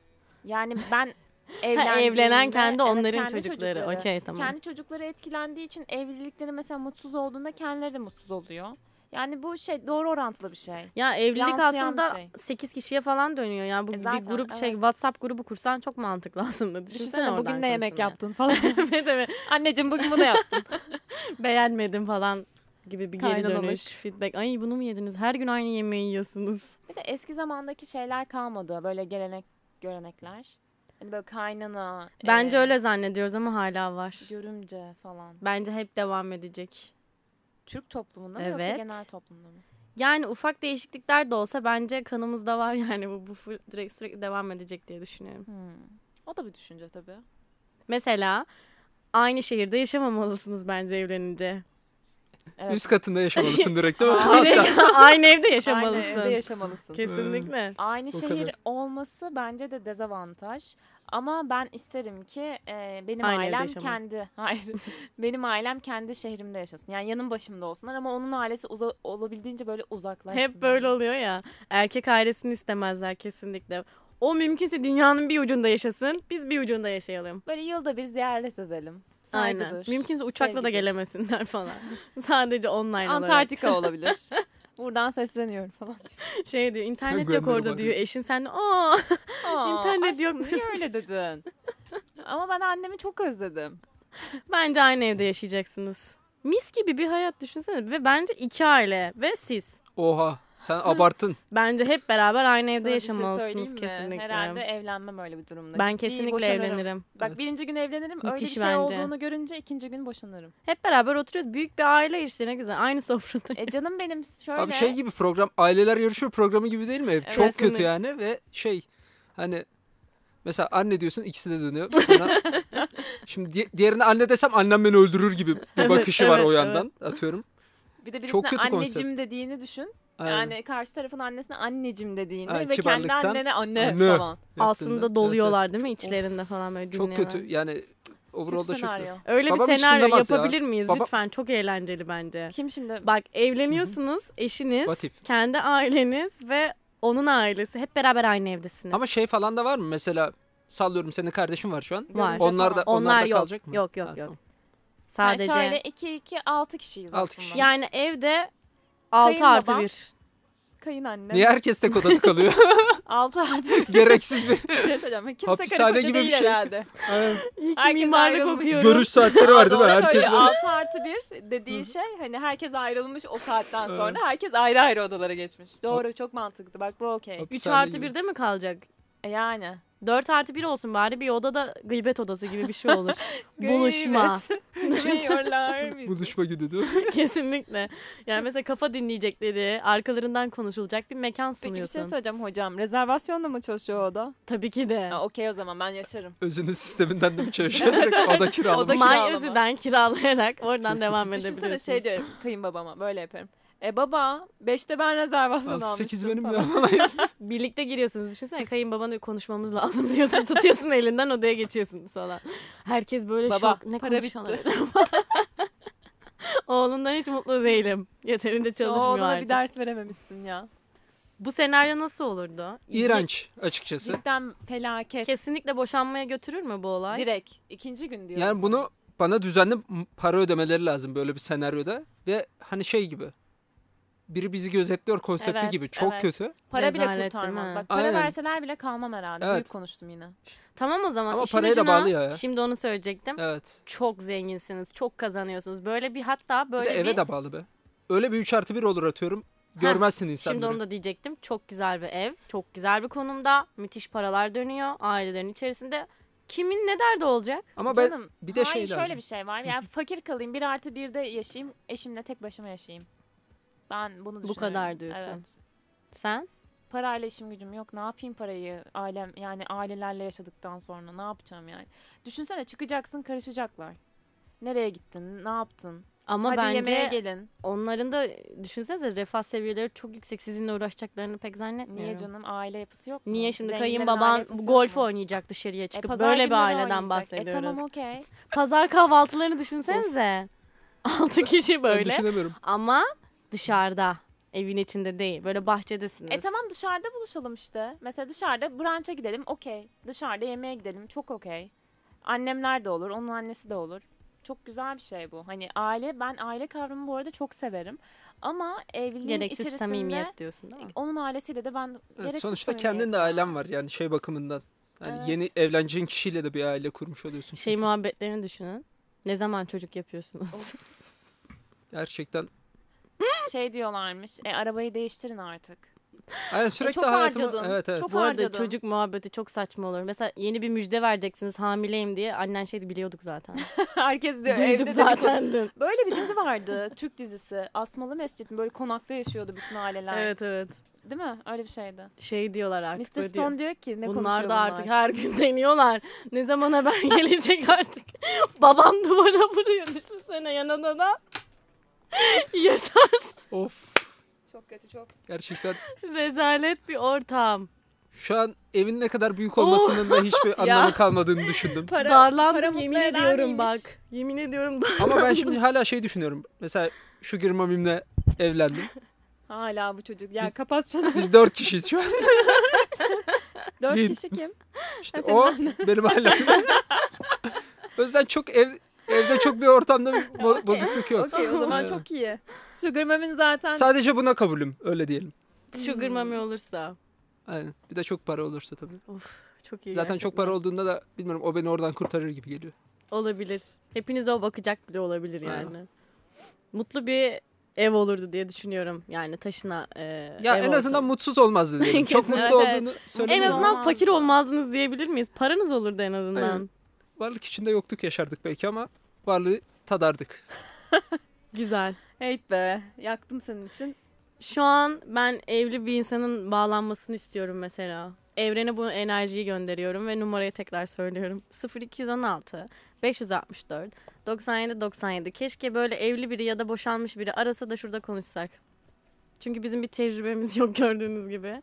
S2: Yani ben
S1: Ha, evlenen
S2: evlendiğimde-
S1: kendi
S2: evet,
S1: onların
S2: kendi
S1: çocukları. Okey tamam.
S2: Kendi çocukları etkilendiği için evlilikleri mesela mutsuz olduğunda kendileri de mutsuz oluyor. Yani bu şey doğru orantılı bir şey.
S1: Ya evlilik
S2: Yansıyan bir
S1: aslında
S2: şey.
S1: 8 kişiye falan dönüyor. Yani bu
S2: E zaten,
S1: bir grup şey
S2: evet.
S1: WhatsApp grubu kursan çok mantıklı (laughs) aslında. Düşünsene,
S2: Düşünsene bugün
S1: oradan
S2: ne yemek
S1: konuşmaya. (laughs)
S2: yaptın falan.
S1: Evet, evet.
S2: Anneciğim bugün
S1: (laughs)
S2: bunu yaptım.
S1: Beğenmedim falan gibi bir geri
S2: Kaynanalık.
S1: dönüş, feedback. Ay bunu mu yediniz? Her gün aynı yemeği yiyorsunuz.
S2: Bir de eski zamandaki şeyler kalmadı. Böyle gelenek, görenekler. Hani böyle kaynana,
S1: Bence
S2: e,
S1: öyle zannediyoruz ama hala var.
S2: görümce falan.
S1: Bence hep devam edecek.
S2: Türk toplumunda mı yoksa
S1: Evet.
S2: genel toplumda mı?
S1: Yani ufak değişiklikler de olsa bence kanımızda var yani bu, bu full- direkt sürekli devam edecek diye düşünüyorum.
S2: Hmm. O da bir düşünce tabii.
S1: Mesela aynı şehirde yaşamamalısınız bence evlenince.
S2: Evet.
S3: Üst katında yaşamalısın direkt değil mi?
S1: Direkt (laughs) aynı evde
S2: Aynı
S1: yaşamalısın.
S2: evde yaşamalısın.
S1: Kesinlikle.
S2: Aynı
S3: O
S2: şehir
S3: kadar.
S2: olması bence de dezavantaj. Ama ben isterim ki e, benim
S1: Aynı evde
S2: ailem
S1: yaşamayı.
S2: kendi (laughs) hayır benim ailem kendi şehrimde yaşasın. Yani yanım başımda olsunlar ama onun ailesi uza- olabildiğince böyle uzaklaşsın.
S1: Hep böyle oluyor ya. Erkek ailesini istemezler kesinlikle. O mümkünse dünyanın bir ucunda yaşasın. Biz bir ucunda yaşayalım.
S2: Böyle yılda bir ziyaret edelim. Saygıdır.
S1: Aynen. Mümkünse uçakla da
S2: Sevgidir. (laughs)
S1: gelemesinler falan. Sadece online olarak. (laughs)
S2: Antarktika olabilir. Buradan sesleniyorum falan.
S1: Şey diyor internet yok
S3: Gönder'e
S1: orada diyor.
S3: bakıyor.
S1: Eşin sen de aa
S2: Aa,
S1: İnternet
S2: aşkım,
S1: yok
S2: Niye
S1: demiş.
S2: öyle dedin? Ama ben annemi çok özledim.
S1: Bence aynı evde yaşayacaksınız. Mis gibi bir hayat düşünsene ve bence iki aile ve siz.
S3: Oha sen abarttın.
S1: Bence hep beraber aynı evde
S2: Sana bir şey
S1: yaşamalısınız
S2: söyleyeyim mi?
S1: kesinlikle.
S2: Herhalde evlenmem öyle bir durumda.
S1: ben
S2: Ciddi
S1: kesinlikle
S2: boşanırım.
S1: evlenirim.
S2: Bak birinci gün evlenirim. öyle bir
S1: Müthiş
S2: şey
S1: bence.
S2: olduğunu görünce ikinci gün boşanırım.
S1: Hep beraber oturuyoruz. Büyük bir aile işte ne güzel. Aynı
S3: (laughs)
S1: sofrada. (laughs)
S2: E canım benim şöyle.
S3: Abi şey gibi program aileler yarışıyor programı gibi değil mi?
S2: Evet.
S3: Çok kötü yani ve şey hani mesela anne diyorsun ikisi
S1: (laughs)
S3: de dönüyor. Sonra- Şimdi di- diğerine anne desem annem beni öldürür gibi bir bakışı var o
S1: evet,
S3: yandan atıyorum.
S2: bir de
S3: çok
S2: birisine
S3: kötü
S2: anneciğim
S3: konsept.
S2: dediğini düşün.
S3: Aynen.
S2: Yani karşı tarafın annesine anneciğim dediğini
S3: Aynen,
S2: ve kendi
S3: kibarlıktan
S2: annene anne,
S3: anne.
S2: falan.
S3: Yaptığında.
S1: Aslında
S3: Evet,
S1: doluyorlar değil mi içlerinde falan böyle
S3: evet. Çok
S1: dinliyorlar.
S3: kötü yani Overall'da çok iyi.
S2: senaryo.
S1: Öyle
S3: Babam
S1: bir
S3: hiç
S1: senaryo
S3: dinlemez ya.
S1: yapabilir miyiz
S3: Baba-
S1: lütfen? Çok eğlenceli bence.
S2: Kim şimdi?
S1: Bak evleniyorsunuz, eşiniz,
S3: What if?
S1: kendi aileniz ve onun ailesi hep beraber aynı evdesiniz.
S3: Ama şey falan da var mı mesela sallıyorum senin kardeşin var şu an.
S1: Var.
S2: Görümce
S3: Onlar da
S2: falan.
S3: onlar,
S1: Onlar
S3: da
S1: yok.
S3: kalacak mı?
S1: Yok, yok, yok.
S3: tamam.
S1: sadece
S2: Yani şöyle 2 2 6 kişiyiz
S3: Altı
S2: aslında.
S3: kişi.
S1: yani evde 6 artı
S2: Kayınbabam.
S1: 1.
S2: Kayınanne. (laughs)
S3: Niye herkes tek odada kalıyor?
S2: 6 artı
S3: Gereksiz bir
S2: bir şey söyleyeceğim. Kimse
S3: Hapishane
S2: karı koca
S3: gibi bir
S2: değil
S3: şey. (laughs)
S2: herhalde.
S1: İyi ki
S2: Herkes
S1: mimarlık
S2: ayrılmış.
S1: okuyorum.
S3: görüş saatleri var değil mi? Herkes böyle.
S2: 6 artı 1 dediği şey hani herkes ayrılmış o saatten sonra herkes ayrı ayrı odalara geçmiş. Doğru çok mantıklı bak bu okey.
S1: 3
S3: Hop. Hapishane
S1: artı
S3: gibi.
S1: 1'de mi kalacak?
S2: E Yani.
S1: 4 artı 1 olsun bari bir odada gıybet odası gibi bir şey
S2: (laughs)
S1: olur. Buluşma. (laughs)
S2: Kırıyorlar bizi.
S3: Buluşma günü değil mi?
S1: Kesinlikle. Yani mesela kafa dinleyecekleri, arkalarından konuşulacak bir mekan
S2: Peki bir
S1: sunuyorsun.
S2: şey söyleyeceğim hocam. Rezervasyonla mı çalışıyor o oda?
S1: Tabii ki de.
S2: Ha, okey o zaman ben yaşarım.
S3: Özünün sisteminden de mi çalışıyor? Direkt oda kiralama.
S2: Oda-
S1: May
S2: kiralama.
S1: özüden kiralayarak oradan devam
S2: Düşünsene
S1: edebiliyorsunuz.
S2: şey diyorum kayınbabama böyle yaparım. E baba 5'te ben rezervasyon
S3: Altı,
S2: almıştım
S3: Sekiz benim
S2: falan. (laughs)
S3: ya.
S1: Birlikte giriyorsunuz. Düşünsene kayınbabanı konuşmamız lazım (laughs) diyorsun. Tutuyorsun elinden odaya geçiyorsun falan. Herkes böyle
S2: Baba,
S1: şok. Ne
S2: para
S1: konuşuyorlar (laughs) acaba? Oğlundan hiç mutlu değilim. Yeterince
S2: O
S1: çalışmıyor
S2: odana
S1: artık.
S2: bir ders verememişsin ya.
S1: Bu senaryo nasıl olurdu?
S3: İğrenç açıkçası.
S2: Cidden felaket.
S1: Kesinlikle boşanmaya götürür mü bu olay?
S2: Direkt. ikinci gün diyorum.
S3: Yani
S2: sana.
S3: bunu bana düzenli m- para ödemeleri lazım böyle bir senaryoda. Ve hani şey gibi. Biri bizi gözetliyor konsepti
S2: Evet,
S3: gibi. Çok
S2: evet.
S3: kötü.
S2: Para
S1: Rezalet
S2: bile
S1: değil
S2: kurtarmaz.
S1: mi?
S2: Bak para
S3: Aynen.
S2: verseler bile kalmam herhalde.
S3: Evet.
S2: Büyük konuştum yine.
S1: Tamam o zaman.
S3: Ama
S1: işin
S3: paraya da
S1: ucuna-
S3: bağlı ya.
S1: Şimdi onu söyleyecektim.
S3: Evet.
S1: Çok zenginsiniz. Çok kazanıyorsunuz. Böyle bir hatta
S3: Bir
S1: böyle
S3: de eve
S1: bir...
S3: de bağlı be. Öyle bir 3 artı 1 olur atıyorum. Görmezsin insanları.
S1: Şimdi onu da diyecektim. Çok güzel bir ev. Çok güzel bir konumda. Müthiş paralar dönüyor. Ailelerin içerisinde. Kimin ne derdi olacak?
S3: Ama ben
S2: Canım,
S3: bir de şey
S2: hayır, şöyle
S3: lazım.
S2: bir şey var.
S3: (laughs)
S2: Yani fakir kalayım, bir artı bir de yaşayayım, eşimle tek başıma yaşayayım. Ben
S1: Bu
S2: bunu düşünüyorum.
S1: kadar diyorsun.
S2: Evet.
S1: Sen?
S2: Parayla işim gücüm yok. Ne yapayım parayı? Ailem yani ailelerle yaşadıktan sonra ne yapacağım yani? Düşünsene çıkacaksın karışacaklar. Nereye gittin? Ne yaptın?
S1: Ama
S2: Hadi yemeğe
S1: bence
S2: gelin.
S1: onların da düşünsenize refah seviyeleri çok yüksek. Sizinle uğraşacaklarını pek zannetmiyorum.
S2: Niye canım aile yapısı yok mu?
S1: Niye şimdi
S2: Zenginlerin aile
S1: kayınbaban
S2: yapısı yok
S1: golf
S2: mu?
S1: oynayacak dışarıya
S2: E,
S1: çıkıp
S2: pazar
S1: böyle bir
S2: günleri
S1: aileden
S2: oynayacak.
S1: bahsediyoruz.
S2: E tamam okey.
S1: Pazar kahvaltılarını düşünsenize. 6 kişi
S3: Ben
S1: böyle
S3: düşünemiyorum.
S1: ama dışarıda. Evin içinde değil. Böyle bahçedesiniz.
S2: E tamam dışarıda buluşalım işte. Mesela dışarıda brunch'a gidelim okey. Dışarıda yemeğe gidelim çok okey. Annemler de olur, onun annesi de olur. Çok güzel bir şey bu. Hani aile, ben aile kavramı bu arada çok severim. Ama evliliğin
S1: Gereksiz
S2: içerisinde
S1: samimiyet diyorsun değil mi?
S2: onun ailesiyle de ben gereksiz
S3: Sonuçta
S2: samimiyet
S3: kendin de
S2: ya.
S3: ailen var yani şey bakımından. Yani
S2: Evet.
S3: yeni evleneceğin kişiyle de bir aile kurmuş oluyorsun.
S1: Şey
S3: çünkü.
S1: muhabbetlerini düşünün. Ne zaman çocuk yapıyorsunuz?
S3: Gerçekten.
S2: Şey diyorlarmış, e, arabayı değiştirin artık. (laughs)
S3: Aynen sürekli
S2: çok
S3: hayatıma-
S2: harcadın.
S3: Evet evet.
S1: (laughs)
S2: Çok
S1: Bu arada
S2: harcadın.
S1: çocuk muhabbeti çok saçma olur. Mesela yeni bir müjde vereceksiniz hamileyim diye annen şey biliyorduk
S2: (laughs)
S1: zaten.
S2: Herkes diyor evde
S1: Duyduk
S2: de-
S1: zaten dün.
S2: (laughs) Böyle bir dizi vardı, Türk dizisi. Asmalı Mescit mi? böyle konakta yaşıyordu bütün aileler.
S1: Evet evet.
S2: Değil mi? Öyle bir şeydi.
S1: Şey diyorlar
S2: Mr.
S1: artık. böyle diyor.
S2: Stone diyor ki ne konuşuyor
S1: Bunlar da artık her gün (laughs) deniyorlar. Ne zaman haber gelecek artık. (laughs) Babam duvara vuruyor düşünsene yanına da. (laughs) Yeter.
S3: Of.
S2: Çok kötü çok.
S3: Gerçekten
S1: Rezalet bir ortam.
S3: şu an evin ne kadar büyük olmasının da hiçbir anlamı kalmadığını düşündüm.
S2: Para,
S1: Darlandım
S2: para mutlu
S1: yemin
S2: eder
S1: ediyorum
S2: miymiş?
S1: bak. Yemin ediyorum dar-
S3: Ama ben şimdi hala şey düşünüyorum. Mesela şu girmamimle evlendim.
S2: Hala bu çocuk. Ya
S3: Biz-
S2: kapat
S3: (laughs)
S2: şunu.
S3: Biz dört kişiyiz şu an.
S2: Dört
S3: Bin.
S2: kişi kim?
S3: İşte
S2: Ha, senin
S3: o benim ailem. o yüzden çok ev, evde çok bir ortamda bir bo- bozukluk yok.
S2: Okey o
S3: (laughs)
S2: zaman çok iyi. Sugar Mom'in zaten
S3: Sadece buna kabulüm öyle diyelim.
S1: sugar mami
S2: Hmm.
S1: olursa.
S3: Aynen. Bir de çok para olursa tabii.
S1: Çok iyi
S3: Zaten çok
S1: gerçekten.
S3: para olduğunda da bilmiyorum o beni oradan kurtarır gibi geliyor.
S1: Olabilir. Hepinize o bakacak bile olabilir
S3: Ha.
S1: yani. Mutlu bir ev olurdu diye düşünüyorum. Yani taşına e,
S3: Ya
S1: ev
S3: en azından
S1: ortamı.
S3: mutsuz olmazdı diyelim. çok
S1: Kesin,
S3: mutlu
S2: evet, evet.
S3: olduğunu
S1: en
S3: söyleyeyim.
S2: Olmazdı.
S1: azından fakir olmazdınız diyebilir miyiz? Paranız olurdu en azından.
S3: Aynen. Varlık içinde yokluk yaşardık belki ama varlığı tadardık.
S1: Güzel.
S2: hate be. Yaktım senin için.
S1: Şu an ben evli bir insanın bağlanmasını istiyorum mesela. Evrene bu enerjiyi gönderiyorum ve numarayı tekrar söylüyorum. 0216 564 97 97. Keşke böyle evli biri ya da boşanmış biri arasa da şurada konuşsak. Çünkü bizim bir tecrübemiz yok gördüğünüz gibi.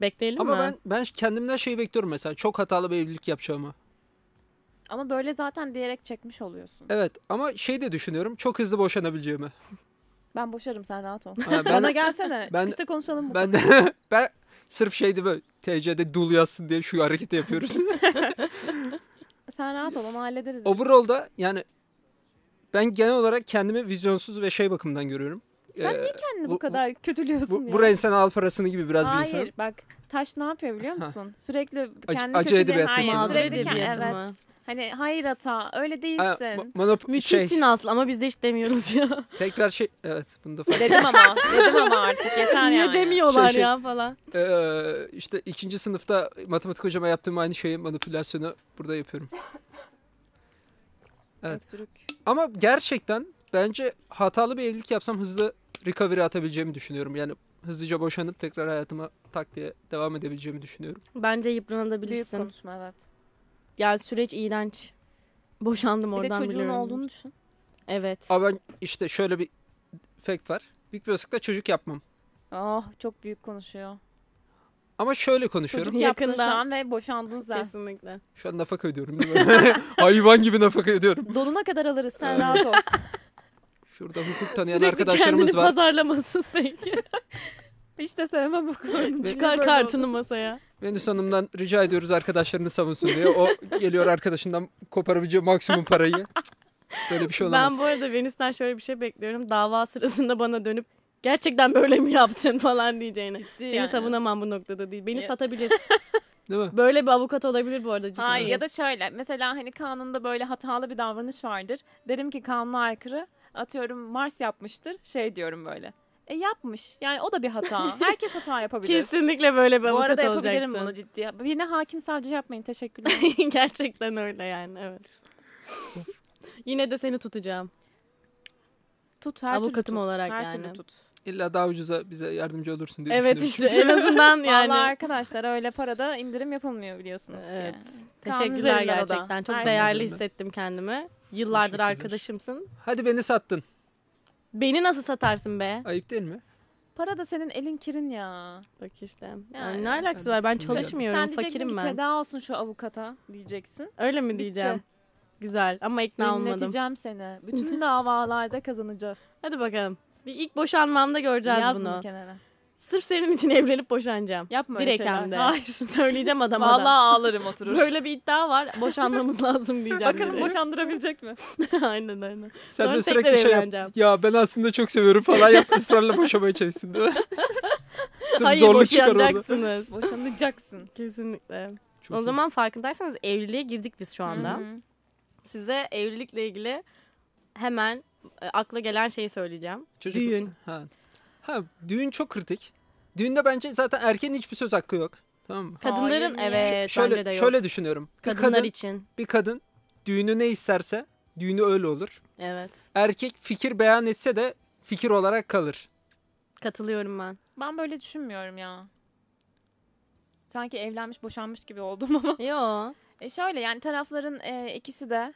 S1: Bekleyelim
S3: Ama
S1: mi?
S3: ben ben kendimden şey bekliyorum mesela çok hatalı bir evlilik yapacağımı.
S2: Ama böyle zaten diyerek çekmiş oluyorsun.
S3: Evet ama şey de düşünüyorum çok hızlı boşanabileceğimi.
S2: Ben boşarım sen rahat ol. (laughs)
S3: Ha, ben,
S2: Bana gelsene.
S3: Ben-
S2: Çıkışta konuşalım bu
S3: ben, (laughs) ben sırf şeydi böyle TC'de dul yazsın diye şu
S2: (laughs)
S3: hareketi yapıyoruz.
S2: Sen rahat ol onu hallederiz. biz.
S3: Overall'da yani ben genel olarak kendimi vizyonsuz ve şey bakımından görüyorum.
S2: Sen
S3: Ee,
S2: niye kendini bu,
S3: bu- bu-
S2: kadar kötülüyorsun
S3: bu,
S2: ya?
S3: bu insan al parasını gibi biraz bir
S2: Hayır
S3: insan.
S2: bak taş ne yapıyor biliyor musun? Sürekli kendini
S3: acı
S2: kötüleyen.
S3: edebiyatı
S2: Hayır
S1: mı?
S2: sürekli
S1: Mağdur
S2: kendini.
S1: edebiyatı
S2: Evet.
S1: mı?
S2: Hani hayır hata öyle
S3: Ha,
S2: değilsin.
S3: mo- monop- şey,
S1: Müthişsin Aslı ama biz de hiç demiyoruz
S2: (laughs)
S1: ya.
S3: (laughs) tekrar şey evet bunu da fark
S2: dedim ama dedim ama artık yeter
S1: Niye
S2: yani.
S1: demiyorlar
S3: Şey, şey.
S1: ya falan.
S3: Ee, işte ikinci sınıfta matematik hocama yaptığım aynı şeyi manipülasyonu burada yapıyorum. Evet.
S2: Öksürük.
S3: Ama gerçekten bence hatalı bir evlilik yapsam hızlı recovery atabileceğimi düşünüyorum. Yani hızlıca boşanıp tekrar hayatıma tak diye devam edebileceğimi düşünüyorum.
S1: Bence
S2: Büyük
S1: yıpranabilirsin.
S2: konuşma evet.
S1: Ya süreç iğrenç. Boşandım
S2: Bir de
S1: oradan
S2: çocuğun
S1: biliyorum.
S2: olduğunu düşün.
S1: Evet.
S3: Ama ben işte şöyle bir fact var. Büyük bir olasılıkla çocuk yapmam.
S2: Oh çok büyük konuşuyor.
S3: Ama şöyle konuşuyorum.
S2: Çocuk yaptın şu
S1: Yakında.
S2: an ve boşandın sen. (laughs)
S1: Kesinlikle.
S3: Şu an nafaka ödüyorum değil mi? (laughs) Hayvan gibi nafaka ödüyorum.
S2: Donuna kadar alırız sen
S3: Evet.
S1: (laughs)
S2: rahat ol.
S3: Şurada hukuk tanıyan
S1: Sürekli
S3: arkadaşlarımız
S1: kendini
S3: var. (laughs)
S1: pazarlamasız peki.
S2: Hiç de sevmem bu konuyu.
S1: Çıkar kartını masaya.
S3: Venüs Hanım'dan rica ediyoruz arkadaşlarını savunsun diye. O geliyor arkadaşından koparabileceği maksimum parayı. Cık, Böyle bir şey olamaz.
S1: Ben bu arada Venüs'ten şöyle bir şey bekliyorum. Dava sırasında bana dönüp gerçekten böyle mi yaptın (laughs) falan diyeceğini. Seni savunamam bu noktada değil. Beni
S2: Ya.
S1: satabilir.
S3: Değil mi?
S1: Böyle bir avukat olabilir bu arada cidden.
S2: Hayır ya da şöyle mesela hani kanunda böyle hatalı bir davranış vardır. Derim ki kanuna aykırı atıyorum Mars yapmıştır şey diyorum böyle. E yapmış yani o da
S1: (laughs)
S2: bir hata. Herkes hata
S1: (laughs)
S2: yapabilir.
S1: Kesinlikle böyle bir
S2: Bu
S1: avukat
S2: arada yapabilirim
S1: olacaksın.
S2: bunu ciddiye. Yine hakim savcı
S1: (laughs)
S2: yapmayın teşekkürler.
S1: gerçekten öyle yani evet. Yine de seni tutacağım.
S2: tut her türlü
S1: Avukatım
S2: tut,
S1: olarak
S2: her
S1: yani.
S2: türlü tut.
S3: İlla daha ucuza bize yardımcı olursun diye
S1: Evet
S3: düşünüyorum.
S1: işte en
S2: (laughs)
S1: azından (laughs)
S2: Yani...
S1: yani.
S2: arkadaşlar öyle parada indirim yapılmıyor biliyorsunuz
S1: Evet.
S2: ki. Kanun
S1: Teşekkürler
S2: üzerinden o da.
S1: gerçekten. Çok
S2: Her şey
S1: değerli
S3: üzerinden.
S1: hissettim kendimi. Yıllardır
S3: Teşekkürler.
S1: arkadaşımsın.
S3: Hadi beni sattın.
S1: Beni nasıl satarsın be?
S3: Ayıp değil mi?
S2: Para da senin elin kirin ya.
S1: Bak işte. Yani,
S2: Yani
S1: ne alakası
S3: ben de
S1: var? Ben
S3: düşünüyorum.
S1: çalışmıyorum.
S2: Sen diyeceksin
S1: Fakirim
S2: ki
S1: ben.
S2: feda olsun şu avukata diyeceksin.
S1: Öyle mi
S2: Bitti.
S1: diyeceğim? Güzel ama ikna olmadım.
S2: Dinleteceğim seni. Bütün davalarda kazanacağız.
S1: Hadi bakalım. Bir ilk boşanmamda göreceğiz
S2: Yaz
S1: bunu.
S2: bunu kenara.
S1: Sırf senin için evlenip boşanacağım. (laughs)
S2: Yapma öyle
S1: Direkt
S2: şeyler.
S1: hem de.
S2: Hayır.
S1: (laughs) Söyleyeceğim adama da.
S2: Vallahi ağlarım oturur.
S1: Böyle bir iddia var.
S2: (laughs)
S1: Boşanmamız lazım diyeceğim.
S2: Bakalım
S1: direkt.
S2: boşandırabilecek mi?
S1: (laughs) aynen aynen.
S3: Sen
S1: Sonra
S3: de
S1: tekrar
S3: sürekli şey yap.
S1: evleneceğim.
S3: Ya ben aslında çok seviyorum falan yap ısrarla boşamaya
S1: (laughs)
S3: çalışsın değil mi? Sırf
S1: Hayır
S3: zorluk çıkar orada. (laughs)
S1: boşanacaksınız.
S2: Boşanacaksın.
S1: Kesinlikle.
S3: Çok
S1: o
S3: iyi.
S1: zaman farkındaysanız evliliğe girdik biz şu anda.
S2: Hı.
S1: Size evlilikle ilgili hemen e, akla gelen şeyi söyleyeceğim.
S3: Çocuk-
S1: Düğün.
S3: Ha. ha düğün çok kritik. Düğünde bence zaten erkeğin hiçbir söz hakkı yok. Tamam mı?
S1: Kadınların
S2: niye?
S1: evet
S3: şöyle
S1: E, bence de yok.
S3: şöyle düşünüyorum. Bir
S1: Kadınlar
S3: kadın,
S1: için.
S3: bir kadın düğünü ne isterse düğünü öyle olur.
S1: Evet.
S3: Erkek fikir beyan etse de fikir olarak kalır.
S1: Katılıyorum
S2: (laughs)
S1: ben.
S2: Ben böyle düşünmüyorum ya. Sanki evlenmiş boşanmış gibi oldum ama.
S1: Yo.
S2: E şöyle yani tarafların e, ikisi de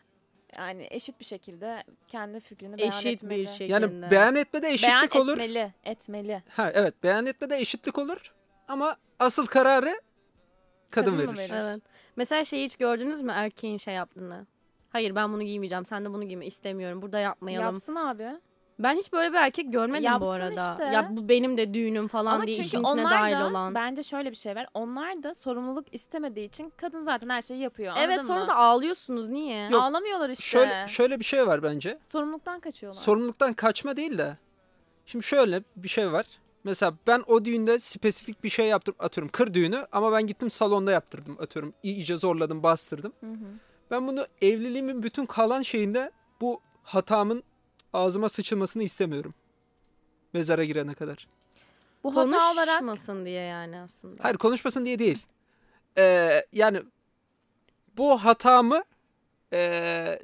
S2: yani eşit bir şekilde kendi fikrini beyan
S1: Eşit
S2: etmeli.
S1: bir şey. şekilde.
S3: Yani beyan etmede
S2: Beyan
S3: eşitlik olur.
S2: etmeli, etmeli.
S3: Ha evet beyan etmede eşitlik olur ama asıl kararı kadın,
S2: Kadın mı
S3: verir.
S2: verir?
S1: Evet. Mesela şeyi hiç gördünüz mü erkeğin şey yaptığını? Hayır ben bunu giymeyeceğim. Sen de bunu giyme istemiyorum. Burada yapmayalım.
S2: Yapsın abi.
S1: Ben hiç böyle bir erkek görmedim bu
S2: Yapsın
S1: arada.
S2: işte.
S1: Ya bu benim de düğünüm falan
S2: Ama
S1: diye
S2: çünkü
S1: işin içine
S2: onlar
S1: dahil
S2: da
S1: olan.
S2: bence şöyle bir şey var. Onlar da sorumluluk istemediği için kadın zaten her şeyi yapıyor.
S1: Evet
S2: anladın
S1: sonra
S2: mı?
S1: da ağlıyorsunuz niye?
S3: Yok,
S2: Ağlamıyorlar işte.
S3: Şöyle şöyle bir şey var bence.
S2: Sorumluluktan kaçıyorlar.
S3: Sorumluluktan kaçma değil de. Şimdi şöyle bir şey var. Mesela ben o düğünde spesifik bir şey yaptım atıyorum kır düğünü ama ben gittim salonda yaptırdım atıyorum iyice zorladım bastırdım.
S2: Hı hı.
S3: Ben bunu evliliğimin bütün kalan şeyinde bu hatamın ağzıma sıçılmasını istemiyorum. Mezara girene kadar.
S2: Bu hata olarak
S1: Konuşmasın diye yani aslında.
S3: Hayır konuşmasın diye değil. Ee, yani bu hatamı ee,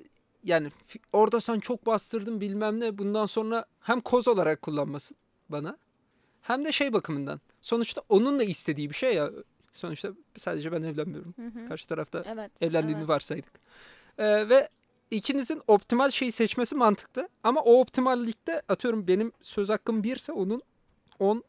S3: yani fi- orada sen çok bastırdın bilmem ne bundan sonra hem koz olarak kullanmasın bana hem de şey bakımından. Sonuçta onun da istediği bir şey ya. Sonuçta sadece ben evlenmiyorum.
S2: Hı hı.
S3: Karşı tarafta
S2: evet.
S3: evlendiğini
S2: evet.
S3: varsaydık. Ee, ve ikinizin optimal şeyi seçmesi mantıklı. Ama o optimallikte atıyorum benim söz hakkım 1 ise onun 10,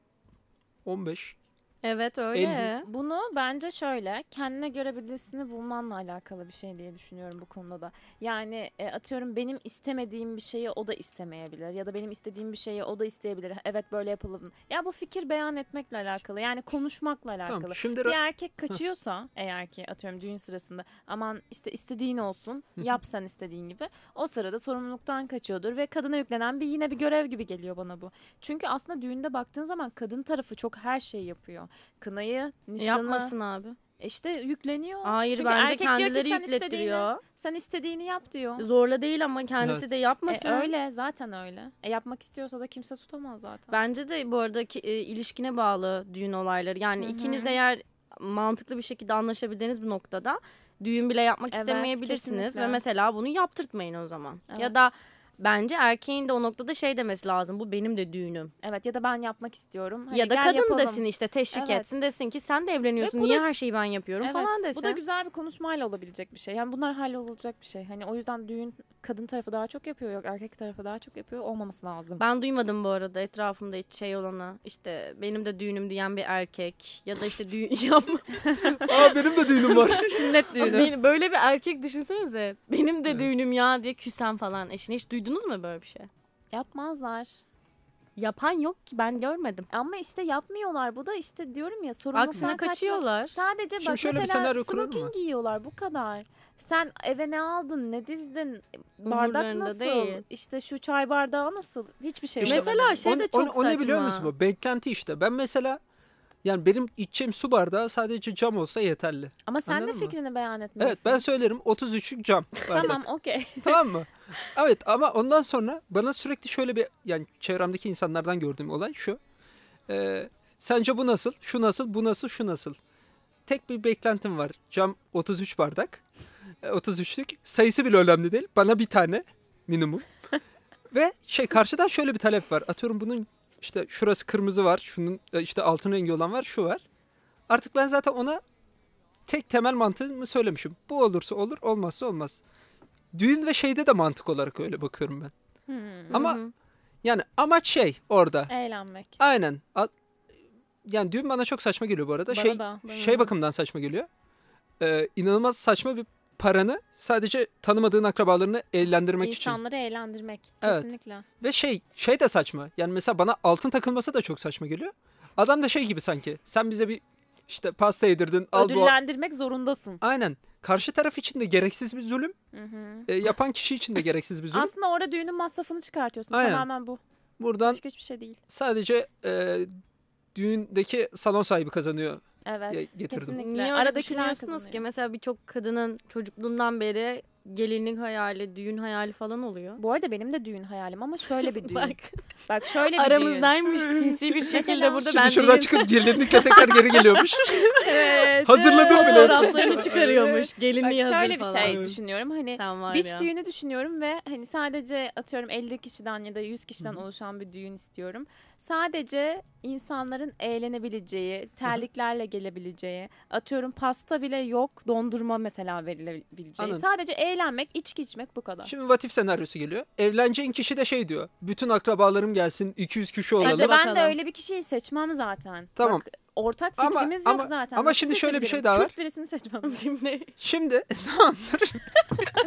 S3: 15,
S1: Evet öyle.
S2: Bunu bence şöyle kendine göre birisini bulmanla alakalı bir şey diye düşünüyorum bu konuda da. Yani e, atıyorum benim istemediğim bir şeyi o da istemeyebilir ya da benim istediğim bir şeyi o da isteyebilir. Evet böyle yapalım. Ya bu fikir beyan etmekle alakalı yani konuşmakla alakalı.
S3: Tamam şimdi
S2: Bir
S3: ra-
S2: erkek kaçıyorsa eğer ki atıyorum düğün sırasında aman işte istediğin olsun yap sen istediğin gibi o sırada sorumluluktan kaçıyordur ve kadına yüklenen bir yine bir görev gibi geliyor bana bu. Çünkü aslında düğünde baktığın zaman kadın tarafı çok her şeyi yapıyor. Kınayı, nişanı e,
S1: Yapmasın abi.
S2: işte yükleniyor.
S1: Hayır
S2: Çünkü
S1: bence
S2: erkek diyor ki
S1: kendileri
S2: sen
S1: yüklettiriyor.
S2: Sen istediğini yap diyor.
S1: Zorla değil ama kendisi
S3: Evet.
S1: de
S2: E,
S1: yapmasın.
S2: öyle zaten öyle. E, yapmak istiyorsa da kimse tutamaz zaten.
S1: Bence de bu arada ki, e, ilişkine bağlı düğün olayları. Yani
S2: Hı hı.
S1: ikiniz de eğer mantıklı bir şekilde anlaşabildiğiniz bir noktada düğün bile yapmak
S2: Evet,
S1: istemeyebilirsiniz
S2: kesinlikle.
S1: ve mesela bunu yaptırtmayın o zaman.
S2: Evet.
S1: Ya da bence erkeğin de o noktada şey demesi lazım. Bu benim de düğünüm.
S2: Evet ya da ben yapmak istiyorum. Hani
S1: ya da
S2: gel
S1: kadın
S2: yapalım.
S1: desin işte teşvik
S2: Evet.
S1: etsin desin ki sen de evleniyorsun.
S2: Ve bu
S1: Niye her şeyi ben yapıyorum
S2: Evet,
S1: falan desin.
S2: Bu da güzel bir konuşmayla olabilecek bir şey. Yani bunlar hallolacak bir şey. Hani o yüzden düğün kadın tarafı daha çok yapıyor yok erkek tarafı daha çok yapıyor olmaması lazım.
S1: Ben duymadım bu arada etrafımda hiç şey olana işte benim de düğünüm diyen bir erkek ya da işte düğün (laughs) yapma.
S3: Aa benim de
S1: (laughs)
S3: düğünüm var.
S2: Sünnet
S1: Benim- böyle bir erkek düşünsenize benim de
S3: Evet.
S1: düğünüm ya diye küsen falan eşine hiç duydunuz mu böyle bir şey?
S2: Yapmazlar.
S1: Yapan yok ki ben görmedim.
S2: Ama işte yapmıyorlar. Bu da işte diyorum ya sorumluluktan
S1: Aksine
S2: kaçmak.
S1: kaçıyorlar.
S2: Sadece
S3: Şimdi
S2: bak
S3: şöyle bir
S2: mesela
S3: senaryo kuralım
S2: smoking
S3: mı?
S2: giyiyorlar bu kadar. Sen eve ne aldın, ne dizdin, bardak
S1: Umurlarında
S2: nasıl,
S1: değil.
S2: işte şu çay bardağı nasıl, hiçbir şey
S3: İşte
S2: olmadı.
S1: Mesela şey de
S3: O- o-
S1: çok
S3: O ne biliyor
S1: saçma.
S3: musun? bu? Beklenti işte. Ben mesela yani benim içeceğim su bardağı sadece cam olsa yeterli.
S2: Ama sen de
S3: Anladın mı?
S2: fikrini beyan etmelisin.
S3: Evet ben söylerim
S1: (laughs)
S3: 33'lük cam bardak.
S2: Tamam okey. (laughs)
S3: tamam mı? Evet ama ondan sonra bana sürekli şöyle bir yani çevremdeki insanlardan gördüğüm olay şu. Ee, sence bu nasıl? Şu nasıl? Bu nasıl? Şu nasıl? Tek bir beklentim var. Cam 33 bardak. Ee, 33'lük. Sayısı bile önemli değil. Bana bir tane
S1: (laughs)
S3: minimum. Ve şey karşıdan şöyle bir talep var. Atıyorum bunun işte şurası kırmızı var. Şunun e, işte altın rengi olan var. Şu var. Artık ben zaten ona tek temel mantığımı söylemişim. Bu olursa olur, olmazsa olmaz düğün ve şeyde de mantık olarak öyle bakıyorum ben.
S2: Hmm.
S3: Ama
S1: Hı hı.
S3: yani amaç şey orada.
S2: Eğlenmek.
S3: Aynen. A- Yani düğün bana çok saçma geliyor bu arada.
S2: Bana
S3: şey
S2: da, bana
S3: şey
S2: da.
S3: bakımdan saçma geliyor. Ee, inanılmaz saçma bir paranı sadece tanımadığın akrabalarını eğlendirmek için.
S2: İnsanları eğlendirmek.
S3: Evet.
S2: Kesinlikle.
S3: Ve şey şey de saçma. Yani mesela bana altın takılması da çok saçma geliyor. Adam da şey gibi sanki. Sen bize bir işte pasta yedirdin. Al bu.
S2: Ödüllendirmek zorundasın.
S3: Aynen. Karşı taraf için de gereksiz bir zulüm. Ee, yapan kişi için de gereksiz bir zulüm.
S2: Aslında orada düğünün masrafını çıkartıyorsun.
S3: Aynen.
S2: Tamamen bu.
S3: Buradan
S2: Başka hiçbir şey değil.
S3: sadece e, düğündeki salon sahibi kazanıyor.
S2: Evet.
S3: Ya- getirdim.
S2: Kesinlikle.
S1: Niye öyle
S2: Aradakiler
S1: düşünüyorsunuz
S2: kazanıyor.
S1: ki? Mesela birçok kadının çocukluğundan beri gelinlik hayali, düğün hayali falan oluyor.
S2: Bu arada benim de düğün hayalim ama
S1: (laughs)
S2: şöyle bir düğün.
S1: Bak
S2: Bak, şöyle
S1: (laughs)
S2: bir düğün.
S1: aramızdaymış sinsi bir şekilde
S2: Mesela-
S1: burada
S3: Şimdi
S1: ben
S3: şuradan
S1: düğün
S3: çıkıp gelinlikle tekrar geri geliyormuş.
S2: Evet.
S3: Hazırladım
S2: evet.
S3: bile.
S1: fotoğraflarını çıkarıyormuş
S2: Bak
S1: gelinliği hazır
S2: şöyle bir
S1: falan.
S2: şey düşünüyorum. Hani
S1: Sen var
S2: Beach
S1: ya.
S2: düğünü düşünüyorum ve hani sadece atıyorum 50 kişiden ya da 100 kişiden oluşan bir düğün istiyorum. Sadece insanların eğlenebileceği, terliklerle gelebileceği, atıyorum pasta bile yok, dondurma mesela verilebileceği.
S3: Anladım.
S2: Sadece eğlenmek, içki içmek bu kadar.
S3: Şimdi vatif senaryosu geliyor. Evleneceğin kişi de şey diyor. Bütün akrabalarım gelsin 200 kişi olalım.
S2: işte ben
S1: bakalım.
S2: de öyle bir kişiyi seçmem zaten.
S3: Tamam.
S2: Bak, ortak
S3: Ama-
S2: fikrimiz yok
S3: ama-
S2: zaten.
S3: ama
S2: Nasıl
S3: şimdi şöyle bir şey
S2: seçebilirim?
S3: daha var.
S2: Kürt birisini
S3: (laughs)
S2: seçmem.
S3: Şimdi tamamdır. (laughs)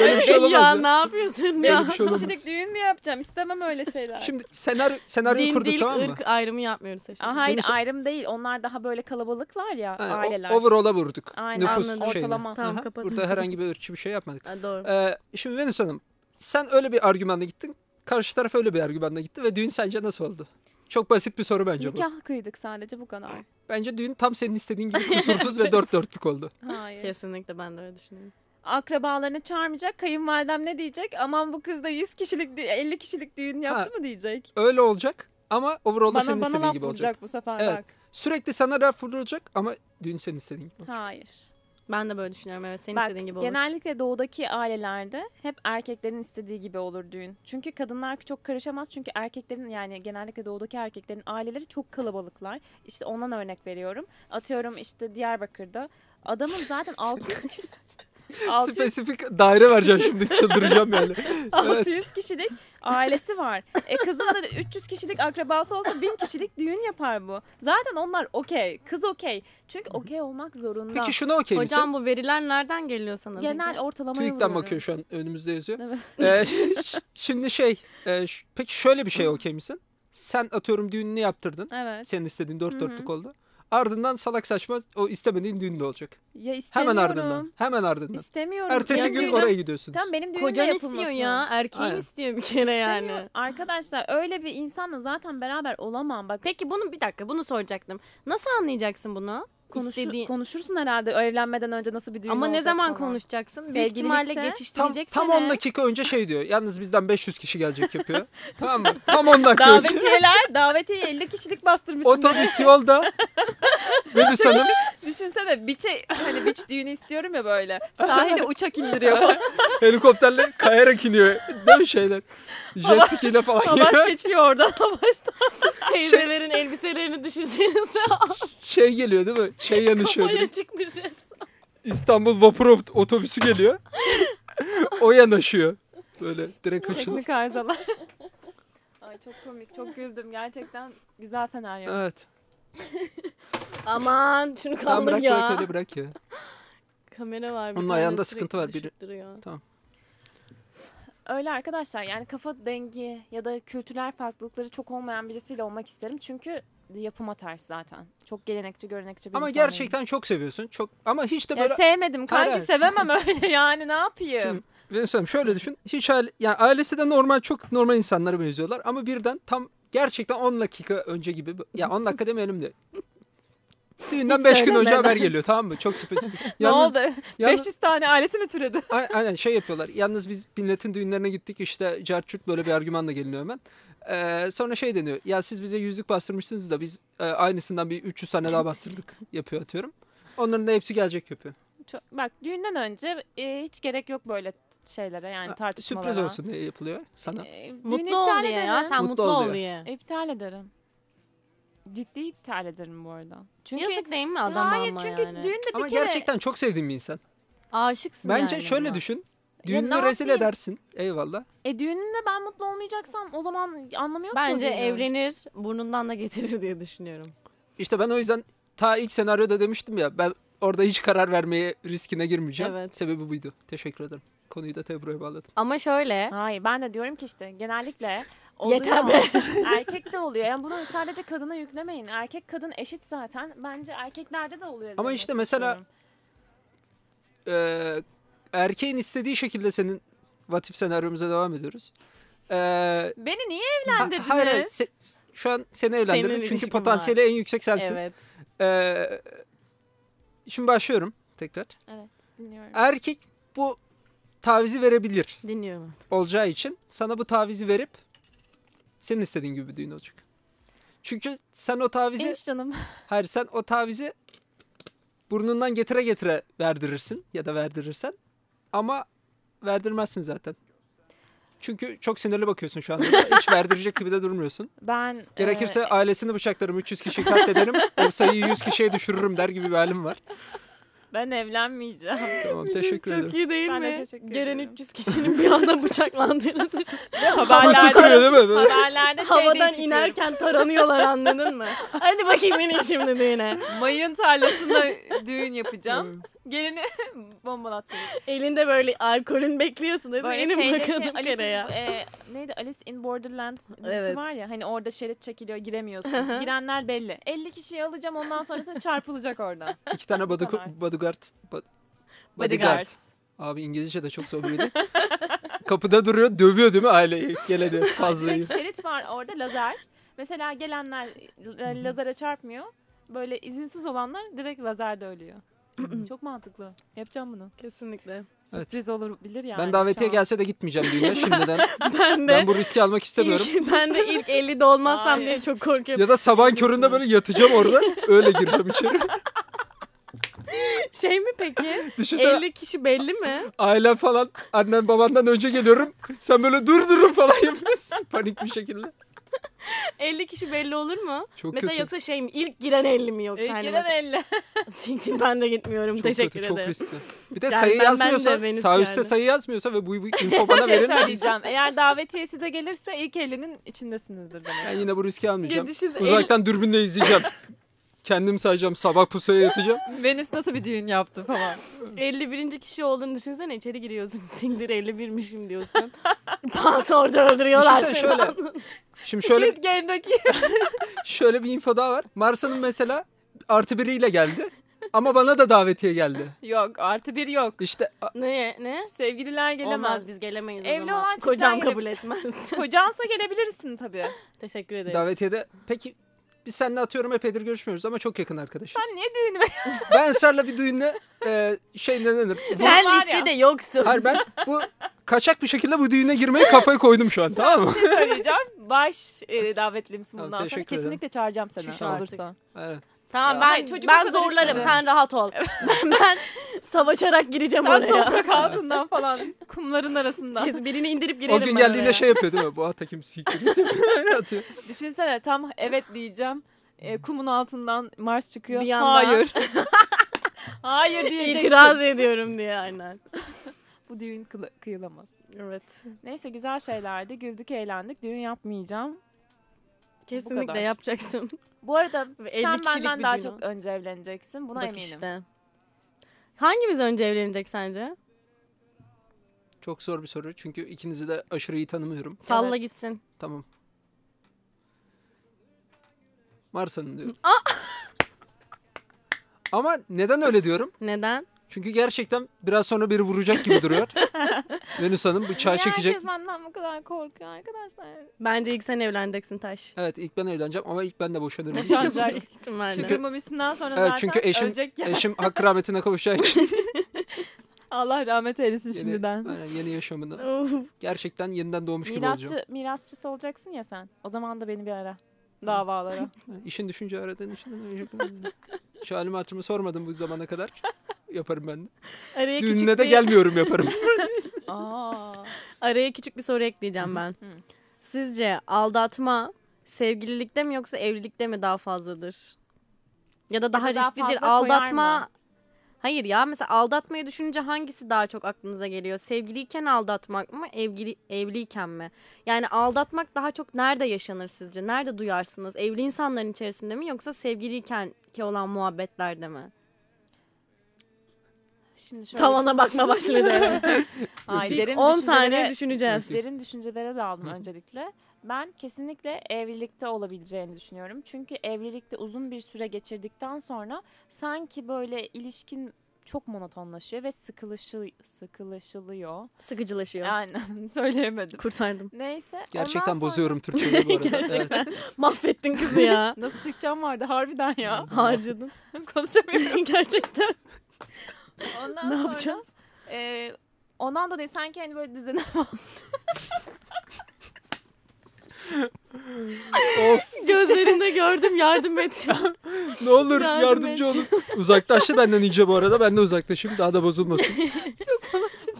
S3: Böyle bir şey olamaz
S1: Ya
S3: ya.
S1: ne yapıyorsun ya?
S3: Böyle bir şey olamaz.
S2: Kişilik düğün mü yapacağım? İstemem öyle şeyler.
S3: Şimdi senaryo, senaryoyu
S1: Din,
S3: kurduk
S1: dil,
S3: tamam mı?
S1: ırk ayrımı yapmıyoruz. Seçim.
S2: Aa, hayır
S3: Bunu so-
S2: ayrım değil. Onlar daha böyle kalabalıklar ya
S3: Yani o-
S2: aileler.
S3: Overall'a vurduk.
S2: Aynen,
S3: Nüfus
S1: anladım.
S3: şeyini.
S2: Ortalama.
S1: Tamam,
S3: Aha,
S1: kapatın.
S3: Burada herhangi bir ırkçı bir şey yapmadık.
S1: Ha, doğru.
S3: Ee, şimdi Venüs Hanım sen öyle bir argümanla gittin. Karşı taraf öyle bir argümanla gitti ve düğün sence nasıl oldu? Çok basit bir soru bence bu.
S2: Nikah kıydık sadece bu
S3: (laughs)
S2: kadar.
S3: Bence düğün tam senin istediğin gibi kusursuz ve dört dörtlük oldu.
S2: Hayır.
S1: Kesinlikle ben de öyle düşünüyorum.
S2: Akrabalarını çağırmayacak. Kayınvalidem ne diyecek? Aman bu kız da 100 kişilik, dü- 50 kişilik düğün yaptı mı diyecek.
S3: Öyle olacak ama overall'da
S2: Bana
S3: senin
S2: bana
S3: istediğin
S2: laf
S3: gibi
S2: vuracak
S3: olacak.
S2: bu sefer
S3: Evet.
S2: bak.
S3: Sürekli sana laf vurulacak ama düğün senin istediğin gibi olacak.
S2: Hayır.
S1: Ben de böyle düşünüyorum evet. Senin
S2: Bak
S1: istediğin gibi olur.
S2: genellikle doğudaki ailelerde hep erkeklerin istediği gibi olur düğün. Çünkü kadınlar çok karışamaz. Çünkü erkeklerin yani genellikle doğudaki erkeklerin aileleri çok kalabalıklar. İşte
S3: (laughs)
S2: ondan örnek veriyorum. Atıyorum işte Diyarbakır'da adamın zaten 600 600
S3: Spesifik daire
S2: (laughs)
S3: vereceğim şimdi çıldıracağım yani.
S2: 600 kişilik ailesi var. E kızın da 300 kişilik akrabası olsa 1000 kişilik düğün yapar bu. Zaten onlar okey. Kız okey. Çünkü okey olmak zorunda.
S3: Peki şuna okey Şey misin?
S1: Hocam bu veriler nereden geliyor sana?
S2: Genel ortalamaya
S3: TÜİK'ten
S2: vuruyorum.
S3: bakıyor şu an önümüzde yazıyor.
S2: Evet.
S3: Ee, ş- şimdi şey, e, ş- peki şöyle bir şey okey misin? Sen atıyorum düğününü yaptırdın.
S2: Evet.
S3: Senin istediğin
S2: Hı
S3: dört
S2: hı.
S3: dörtlük oldu. Ardından salak saçma o istemediğin düğün de olacak.
S2: Ya istemiyorum.
S3: Hemen ardından. Hemen ardından.
S2: İstemiyorum.
S3: Ertesi
S2: Ya
S3: gün
S2: düğün-
S3: oraya gidiyorsunuz.
S2: Tamam benim düğünde
S1: Kocan
S2: yapılması.
S1: istiyor ya. Erkeğin
S3: Aynen.
S1: istiyor bir kere yani.
S2: İstemiyorum. Arkadaşlar öyle bir insanla zaten beraber olamam. Bak
S1: Peki bunu bir dakika bunu soracaktım. Nasıl anlayacaksın bunu?
S2: konuş,
S1: İstediğin-
S2: konuşursun herhalde evlenmeden önce nasıl bir düğün
S1: Ama ne
S2: olacak
S1: zaman
S2: falan.
S1: konuşacaksın? Büyük
S2: Sevgililikte-
S1: ihtimalle
S3: Tam,
S1: geçiştireceksin.
S3: tam
S1: (laughs)
S3: 10 dakika önce şey diyor. Yalnız bizden 500 kişi gelecek (laughs) yapıyor. tamam mı? Tam 10 dakika (laughs) önce.
S2: Davetiyeler, davetiye 50 kişilik bastırmışım.
S3: Otobüs yolda. Melis Hanım
S2: Düşünsene biçe hani biç düğünü istiyorum ya böyle. Sahile uçak indiriyor falan.
S3: helikopterle kayarak iniyor. Değil mi şeyler? Jet ski ile falan (laughs)
S2: Savaş
S3: geliyor.
S2: geçiyor oradan savaştan.
S1: Teyzelerin elbiselerini düşünsenize.
S3: Şey geliyor değil mi? Şey yanışıyor.
S1: Kafaya
S3: direkt.
S1: çıkmış hepsi.
S3: İstanbul vapur ot- otobüsü geliyor. o yanaşıyor. Böyle direkt hırçın.
S2: Teknik arızalar. (laughs) Ay çok komik, çok güldüm. Gerçekten güzel senaryo.
S3: Evet.
S1: Aman şunu
S3: Tamam
S1: kaldır
S3: bırak
S1: ya.
S3: bırak öyle bırak ya.
S1: Kamera var. bir
S3: Onun
S1: tane,
S3: ayağında
S1: sürekli
S3: sıkıntı var,
S1: düşüp
S3: biri-
S1: duruyor.
S2: Öyle arkadaşlar yani kafa dengi ya da kültürel farklılıkları çok olmayan birisiyle olmak isterim. Çünkü yapıma ters zaten. Çok gelenekçi, görenekçi bir
S3: Ama
S2: insan değilim.
S3: gerçekten çok seviyorsun. Çok ama hiç de
S2: Ya
S3: böyle
S2: sevmedim kanki
S3: Hayır,
S2: sevemem öyle (laughs) yani ne yapayım?
S3: Şimdi Mesela şöyle düşün. Hiç aile, yani ailesi de normal çok normal insanlara benziyorlar ama birden tam gerçekten 10 dakika
S2: (laughs)
S3: önce gibi ya 10 dakika demeyelim de. Düğünden 5 gün önce
S1: söylemeden.
S3: haber geliyor tamam mı? Çok spesifik.
S2: (laughs) ne
S3: Yalnız-
S2: oldu?
S3: yalnız-
S2: 500 tane ailesi mi türedi?
S3: A- Aynen şey yapıyorlar. Yalnız biz milletin düğünlerine gittik işte carçurt böyle bir argümanla geliniyor hemen. Ee, sonra şey deniyor. Ya siz bize yüzlük bastırmışsınız da biz e, aynısından bir 300 tane
S2: (laughs)
S3: daha bastırdık yapıyor atıyorum. Onların da hepsi gelecek yapıyor.
S2: Çok, bak düğünden önce e, hiç gerek yok böyle t- şeylere yani tartışmalara.
S3: Sürpriz olsun diye yapılıyor sana.
S2: E, düğünü
S1: Mutlu ol
S2: iptal
S1: diye
S2: ederim.
S1: ya. Sen
S3: Mutlu
S1: mutlu, ol
S3: ol diye.
S1: diye.
S2: İptal ederim. Ciddi iptal ederim bu arada. Çünkü
S1: Yazık değil mi adam
S2: Hayır
S1: ama
S2: çünkü
S1: yani.
S2: düğünde bir
S3: Ama
S2: kere
S3: gerçekten çok sevdiğim bir insan.
S1: Aşıksın
S3: Bence
S1: yani
S3: şöyle
S1: ona.
S3: düşün.
S2: ne
S3: Düğününü rezil
S2: yapayım?
S3: edersin. Eyvallah.
S2: e, düğününde ben mutlu olmayacaksam o zaman anlamı yok. ki o
S1: Bence
S2: düğünün.
S1: evlenir burnundan da getirir diye düşünüyorum.
S3: İşte ben o yüzden ta ilk senaryoda demiştim ya ben orada hiç karar vermeye riskine girmeyeceğim.
S1: Evet.
S3: Sebebi buydu. Teşekkür ederim. Konuyu da Tebro'ya bağladım.
S1: Ama şöyle
S2: Hayır ben de diyorum ki işte
S1: (laughs)
S2: genellikle oluyor.
S1: Yeter be.
S2: (laughs) Erkek de oluyor. Yani bunu sadece kadına yüklemeyin. Erkek kadın eşit zaten. Bence erkeklerde de oluyor.
S3: Ama
S2: demek
S3: işte mesela-
S2: istiyorum.
S3: Ee, erkeğin istediği şekilde senin vatif senaryomuza devam ediyoruz. Ee,
S2: Beni niye
S3: ha- hayır, hayır.
S2: evlendirdiniz?
S3: Se- şu an seni evlendirdik çünkü
S1: ilişkin
S3: potansiyeli en yüksek sensin.
S1: evet.
S3: Ee, şimdi başlıyorum tekrar.
S2: Dinliyorum.
S3: Erkek bu tavizi verebilir.
S1: Dinliyorum.
S3: olacağı için sana bu tavizi verip senin istediğin gibi bir düğün olacak. Çünkü sen o tavizi,
S2: Enş canım.
S3: hayır sen o tavizi burnundan getire getire verdirirsin ya da verdirirsen ama verdirmezsin zaten. Çünkü çok sinirli bakıyorsun şu anda. Hiç verdirecek gibi de durmuyorsun.
S2: Ben
S3: Gerekirse
S2: e,
S3: ailesini bıçaklarım, 300 kişiyi katlederim. o sayıyı 100 kişiye düşürürüm der gibi bir halim var.
S1: (laughs)
S2: ben evlenmeyeceğim.
S3: Tamam teşekkür
S1: Çok
S3: ederim.
S1: iyi değil
S2: Ben de
S1: mi?
S2: teşekkür
S1: Gelen
S2: ediyorum.
S1: 300 kişinin bir anda (laughs) bıçaklandığını düşün.
S3: Ama su
S2: haberlerde
S3: kırıyor değil mi? Böyle
S2: haberlerde şey
S1: Havadan
S2: diye çıkıyorum.
S1: inerken taranıyorlar anladın (laughs) mı? Hadi bakayım benim şimdi düğüne.
S2: Mayın tarlasında (laughs) düğün yapacağım. Gelini (laughs) bombalattım.
S1: Elinde böyle alkolün bekliyorsun. Hadi
S2: Böyle
S1: benim
S2: şeydeki
S1: bakalım
S2: Alice in-
S1: kere ya.
S2: e, neydi Alice in Borderland dizisi
S1: Evet.
S2: var ya hani orada şerit çekiliyor giremiyorsun. Girenler belli. 50 kişiyi alacağım
S1: (laughs)
S2: ondan sonrası çarpılacak oradan.
S3: İki tane bodygu-
S2: kadar.
S3: bodyguard. ba-
S1: Bodyguard.
S3: Abi İngilizce de çok zor bir dil. Kapıda duruyor, dövüyor değil mi aileyi?
S1: (laughs)
S3: Geledi fazlayı.
S2: Direkt Şey, şerit var orada lazer. Mesela gelenler e, lazere çarpmıyor. Böyle izinsiz olanlar direkt
S1: (clears throat)
S2: lazerde ölüyor. Çok mantıklı. Yapacağım bunu.
S1: Kesinlikle.
S2: Sürpriz olur bilir yani.
S3: ben davetiye
S2: şu an.
S3: gelse de gitmeyeceğim
S1: (laughs)
S3: düğüne şimdiden.
S1: Ben de
S3: ben bu riski almak istemiyorum.
S1: ilk, ben de ilk 50'de olmazsam
S2: Hayır.
S1: diye çok korkuyorum.
S3: ya da sabahın köründe böyle
S1: (laughs)
S3: yatacağım orada. Öyle gireceğim içeri.
S1: Şey mi
S3: (laughs)
S1: peki?
S3: Düşünsene
S1: 50 kişi belli mi?
S3: ailem falan
S1: (laughs)
S3: annen babandan önce geliyorum. Sen böyle dur durun falan yapıyorsun panik bir şekilde.
S1: 50 kişi belli olur mu?
S3: Çok
S1: mesela
S3: kötü.
S1: yoksa şey mi? İlk giren 50 mi yoksa?
S2: İlk
S1: hani
S2: giren elle.
S1: mesela- Siktir, (laughs) ben de gitmiyorum.
S3: çok
S1: Teşekkür
S3: kötü,
S1: ederim.
S3: Çok riskli. Bir de
S1: Yani
S3: sayı
S1: ben- ben de
S3: yazmıyorsa,
S1: Venüs
S3: sağ üstte
S1: yani.
S3: sayı yazmıyorsa ve bu, bu
S1: (laughs)
S3: info
S2: Bir
S3: bana
S2: şey
S3: verilmediyse
S2: söyleyeceğim. Eğer davetiye size gelirse ilk elinin içindesinizdir demek.
S3: ben yine bu riski almayacağım.
S2: Gidişiz el...
S3: Uzaktan dürbünle izleyeceğim. Kendim sayacağım, sabah pusuya yatacağım.
S2: (laughs) Venüs nasıl bir düğün yaptı falan.
S1: 51. kişi olduğunu düşünsene içeri giriyorsun. (laughs) Sindir 51'mişim (laughs) diyorsun. Pat orada öldürüyorlar
S3: Düşünsene
S1: seni.
S3: şöyle. Şimdi (laughs) şöyle
S2: Şöyle... Game'deki
S3: şöyle bir info daha var. Marsa'nın mesela artı biriyle geldi. Ama bana da davetiye geldi.
S2: (laughs) yok artı bir yok.
S3: İşte a-
S1: Ne? Ne?
S2: Sevgililer gelemez.
S1: Olmaz biz gelemeyiz
S2: Evli
S1: o zaman.
S2: olan çiftler
S1: Kocam
S2: gelip-
S1: kabul etmez.
S2: Kocansa gelebilirsin tabii.
S1: (laughs) Teşekkür ederiz.
S3: davetiyede peki biz seninle atıyorum epeydir görüşmüyoruz ama çok yakın arkadaşız.
S2: Sen niye düğünüme?
S3: Ben ısrarla bir düğünle e, şey ne denir? Bu,
S1: Sen
S2: var ya.
S1: listede yoksun.
S3: hayır ben bu kaçak bir şekilde bu düğüne girmeyi kafaya koydum şu an tamam
S2: Bir
S3: mı?
S2: şey söyleyeceğim. Baş e, davetlimsin
S3: Tamam,
S2: bundan sonra.
S3: teşekkür ederim.
S2: Kesinlikle çağıracağım seni
S1: Şuş artık.
S2: olursa.
S3: Aynen.
S1: Tamam
S2: Ya,
S1: ben
S2: hayır, çocuk o
S1: ben
S2: kadar
S1: zorlarım.
S2: istedi.
S1: Sen rahat ol. (laughs) ben, ben savaşarak gireceğim
S2: Sen
S1: oraya.
S2: toprak altından (laughs) falan kumların arasından.
S1: Kez birini indirip girerim
S3: O gün
S1: ben
S3: geldiğinde
S1: oraya.
S3: şey yapıyor değil mi? Bu ata kim siktir (laughs) diye böyle atıyor.
S2: Düşünsene tam evet diyeceğim. E, kumun altından Mars çıkıyor.
S1: Bir yandan-
S2: Hayır. (laughs) Hayır diyeceksin.
S1: İtiraz ediyorum diye aynen.
S2: Bu düğün kıla- kıyılamaz.
S1: Evet.
S2: Neyse güzel şeylerdi. Güldük eğlendik. Düğün yapmayacağım. kadar.
S1: Kesinlikle yapacaksın.
S2: Bu arada
S1: Ve 50
S2: sen
S1: kişilik
S2: benden
S1: bir
S2: daha
S1: düğün
S2: çok
S1: o.
S2: önce evleneceksin. Buna
S1: Bak
S2: eminim.
S1: işte. Hangimiz önce evlenecek sence?
S3: Çok zor bir soru çünkü ikinizi de aşırı iyi tanımıyorum.
S1: Salla
S2: Evet.
S1: gitsin.
S3: Tamam. Marsa'nın diyorum. (laughs) Ama neden öyle diyorum?
S1: Neden?
S3: Çünkü gerçekten biraz sonra biri vuracak
S2: (laughs)
S3: gibi duruyor. Venüs Hanım bıçağı
S2: Niye
S3: çekecek.
S2: herkes benden bu kadar korkuyor arkadaşlar?
S1: Bence ilk sen evleneceksin Taş.
S3: Evet ilk ben evleneceğim ama ilk ben de boşanırım.
S1: (laughs)
S2: Boşanacak.
S1: Büyük ihtimalle.
S2: Şükür mumisinden sonra
S3: Evet,
S2: zaten
S3: çünkü eşim-
S2: ölecek ya.
S3: (laughs) Eşim hakkı rahmetine
S2: (laughs)
S3: kavuşacak için.
S2: Allah rahmet eylesin şimdiden.
S3: Yeni, aynen, yeni yaşamını.
S1: Of.
S3: Gerçekten yeniden doğmuş gibi olacağım.
S2: Mirasçı, mirasçısı olacaksın ya sen. O zaman da beni bir ara. Davalara.
S3: Ha, İşin düşünce aradan işinden ölecektim. Şu halimi hatırımı sormadım bu zamana kadar.
S2: (laughs)
S3: Yaparım ben de.
S1: Araya küçük
S3: Düğününe de
S1: bir-
S3: gelmiyorum
S2: (laughs)
S3: yaparım.
S2: Aa.
S1: Araya küçük bir soru ekleyeceğim ben.
S2: hı.
S1: Sizce aldatma sevgililikte mi yoksa evlilikte mi daha fazladır? Ya da daha
S2: da daha
S1: risklidir
S2: fazla koyar
S1: aldatma.
S2: mı?
S1: Hayır ya mesela aldatmayı düşününce hangisi daha çok aklınıza geliyor? Sevgiliyken aldatmak mı, evli evliyken mi? Yani aldatmak daha çok nerede yaşanır sizce? Nerede duyarsınız? Evli insanların içerisinde mi yoksa sevgiliyken ki olan muhabbetlerde mi?
S2: Şimdi şöyle
S1: Tavana bakma başladı.
S2: Ay, derin
S1: 10
S2: düşüncelere-
S1: saniye düşüneceğiz.
S2: derin düşüncelere daldım öncelikle. Ben kesinlikle evlilikte olabileceğini düşünüyorum. Çünkü evlilikte uzun bir süre geçirdikten sonra sanki böyle ilişkin çok monotonlaşıyor ve sıkılışı, sıkılışılıyor.
S1: (laughs) Sıkıcılaşıyor.
S2: Aynen (laughs) söyleyemedim.
S1: Kurtardım.
S2: Neyse. ondan
S3: Gerçekten
S2: sonra-
S3: bozuyorum Türkçeyi bu arada.
S2: (laughs)
S3: Evet.
S1: Gerçekten. Mahvettin kızı (laughs) ya.
S2: Nasıl Türkçem vardı harbiden ya.
S1: Harcadın.
S2: (laughs)
S1: (laughs)
S2: Konuşamıyorum.
S1: Gerçekten.
S2: Ondan
S1: Ne
S2: sonra,
S1: yapacağız?
S2: e, ondan dolayı sanki hani böyle düzene
S3: Of
S1: Gözlerinde gördüm yardım et.
S3: ne olur
S1: Yardım
S3: yardımcı
S1: et.
S3: olun. Uzaklaştı benden iyice bu arada. Ben de uzaklaşayım daha da bozulmasın.
S1: (laughs)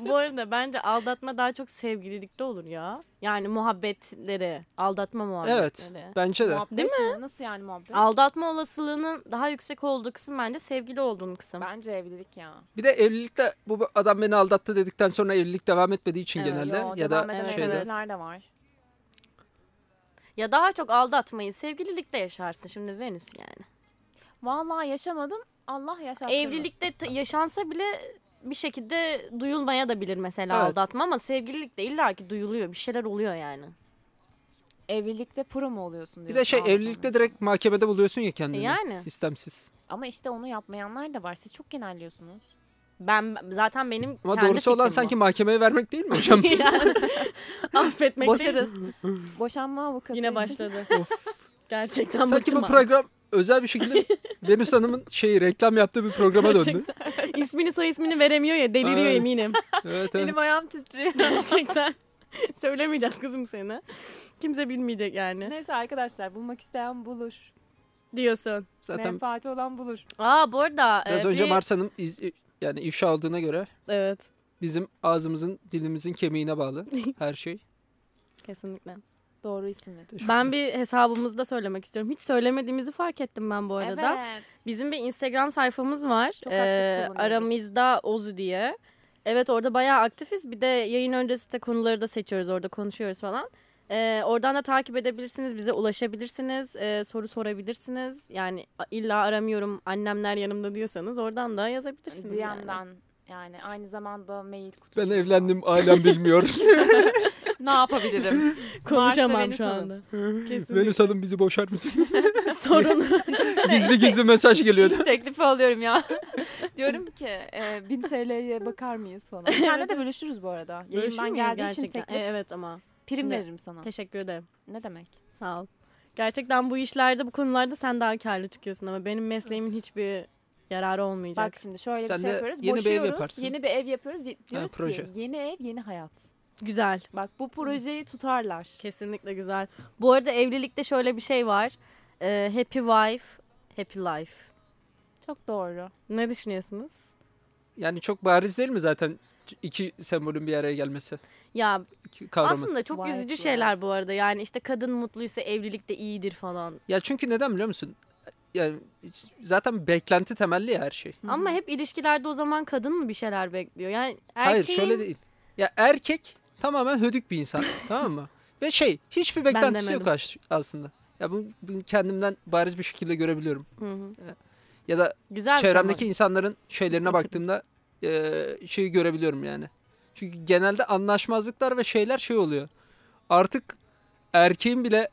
S1: Bu arada bence aldatma daha çok sevgililikte olur ya. Yani muhabbetleri, aldatma
S3: evet
S1: muhabbetleri.
S3: bence de.
S2: Değil mi? Nasıl yani muhabbet?
S1: Aldatma olasılığının daha yüksek olduğu kısım bence sevgili olduğun kısım.
S2: Bence evlilik ya.
S3: Bir de evlilikte bu adam beni aldattı dedikten sonra evlilik devam etmediği için
S1: Evet.
S3: genelde
S2: Yo,
S3: ya
S2: devam
S3: da
S2: eden
S1: evet,
S3: şeyde.
S1: evet.
S2: evlilikler de var.
S1: Ya daha çok aldatmayı sevgililikte yaşarsın şimdi Venüs yani.
S2: Vallahi yaşamadım. Allah yaşattı.
S1: Evlilikte t- yaşansa bile bir şekilde duyulmaya da bilir mesela
S3: Evet.
S1: aldatma ama sevgililikte illaki duyuluyor. Bir şeyler oluyor yani.
S2: Evlilikte pro mu oluyorsun
S3: Bir
S2: diyorsun.
S3: de şey
S2: aldatma
S3: evlilikte
S2: mesela.
S3: direkt mahkemede buluyorsun ya
S1: E
S3: kendini.
S1: yani.
S3: İstemsiz.
S2: Ama işte onu yapmayanlar da var. Siz çok genelliyorsunuz.
S1: Ben zaten benim
S3: Ama
S1: kendi
S3: doğrusu olan
S1: fikrim bu.
S3: sanki mahkemeye vermek değil
S1: (laughs)
S3: mi hocam?
S1: Yani (laughs) Affetmek
S2: Boşarız.
S1: değil.
S2: Boşanma avukatı.
S1: Yine
S2: (laughs)
S1: başladı. Gerçekten
S3: sanki
S1: bıktım
S3: bu
S1: artık.
S3: program özel
S1: (laughs)
S3: bir şekilde Venüs Hanım'ın şeyi reklam yaptığı bir programa döndü.
S1: Gerçekten. İsmini soy ismini veremiyor ya deliriyor
S3: Aynen.
S1: eminim.
S3: (laughs) Evet, evet.
S2: Elim ayağım (laughs) titriyor.
S1: Gerçekten. (laughs) Söylemeyeceğim kızım seni. Kimse bilmeyecek yani.
S2: Neyse arkadaşlar bulmak isteyen bulur.
S1: Diyorsun.
S3: Zaten
S2: Menfaati olan bulur.
S1: Aa bu arada.
S3: biraz
S1: e,
S3: önce
S1: bir-
S3: Mars Hanım iz, yani ifşa olduğuna göre
S1: Evet (laughs)
S3: bizim ağzımızın dilimizin kemiğine bağlı her şey.
S1: kesinlikle.
S2: Doğru isimli.
S1: Ben bir hesabımızda söylemek istiyorum. Hiç söylemediğimizi fark ettim ben bu arada.
S2: Evet.
S1: Bizim bir Instagram sayfamız var. Ee,
S2: Çok aktif kullanıyoruz.
S1: aramızda Ozu diye. Evet orada bayağı aktifiz. Bir de yayın öncesi de konuları da seçiyoruz orada konuşuyoruz falan. Ee, oradan da takip edebilirsiniz, bize ulaşabilirsiniz, ee, soru sorabilirsiniz. Yani a- illa aramıyorum annemler yanımda diyorsanız oradan da yazabilirsiniz. yani.
S2: DM'den yani. aynı zamanda mail kutusu.
S3: Ben evlendim (laughs) ailem bilmiyor.
S7: ne yapabilirim?
S1: (laughs) Konuşamam
S7: Venüs
S1: şu
S7: Hanım.
S1: anda.
S3: Venüs Hanım bizi boşar (laughs) mısınız?
S1: (laughs) Sorun.
S3: gizli gizli mesaj geliyor.
S7: İş teklifi alıyorum ya.
S2: (laughs) Diyorum ki e, 1000 TL'ye bakar mıyız falan. Senle de bölüşürüz bu arada.
S1: Görüşür
S2: Yayından
S1: müyüz
S2: geldiği için
S1: gerçekten?
S2: teklif.
S1: Ee, evet ama
S2: Prim
S1: şimdi-
S2: veririm sana.
S1: teşekkür ederim.
S2: Ne demek?
S1: Sağ ol. Gerçekten bu işlerde bu konularda sen daha karlı çıkıyorsun ama benim mesleğimin hiçbir yararı olmayacak.
S2: Bak şimdi şöyle
S3: Sen
S2: bir
S3: de
S2: şey yapıyoruz.
S3: yeni bir ev
S2: Boşuyoruz.
S3: yaparsın.
S2: Yeni bir ev yapıyoruz. Ye- Diyoruz
S3: proje.
S2: ki yeni ev yeni hayat.
S1: güzel.
S2: Bak bu projeyi tutarlar.
S1: Kesinlikle güzel. Bu arada evlilikte şöyle bir şey var. Ee, happy wife, happy life.
S2: Çok doğru.
S1: Ne düşünüyorsunuz?
S3: Yani çok bariz değil mi zaten iki sembolün bir araya gelmesi?
S1: Ya
S3: İki kavramın.
S1: aslında çok
S2: Wife
S1: üzücü
S2: life.
S1: şeyler bu arada. Yani işte kadın mutluysa evlilikte iyidir falan.
S3: Ya çünkü neden biliyor musun? Yani hiç- zaten beklenti temelli ya her şey.
S1: Ama hep ilişkilerde o zaman kadın mı bir şeyler bekliyor? Yani erkeğin...
S3: Hayır şöyle değil. Ya erkek tamamen hödük bir
S1: (laughs)
S3: insan tamam mı? Ve şey hiçbir beklentisi yok
S1: demedim.
S3: aş- aslında. Ya bunu, bunu kendimden bariz bir şekilde görebiliyorum.
S1: Hı hı.
S3: Ya da
S1: Güzel bir şey ama.
S3: çevremdeki insanların şeylerine baktığımda eee, şeyi görebiliyorum yani. Çünkü genelde anlaşmazlıklar ve şeyler şey oluyor. Artık erkeğin bile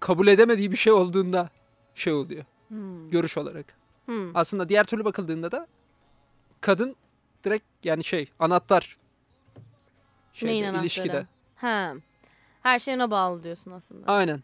S3: kabul edemediği bir şey olduğunda şey oluyor
S2: Hmm.
S3: görüş olarak.
S1: Hı.
S3: Aslında diğer türlü bakıldığında da kadın direkt yani şey anahtar şeyde,
S1: Neyin anahtarı?
S3: ilişkide.
S1: Ha. Her şey ona bağlı diyorsun aslında.
S3: Aynen.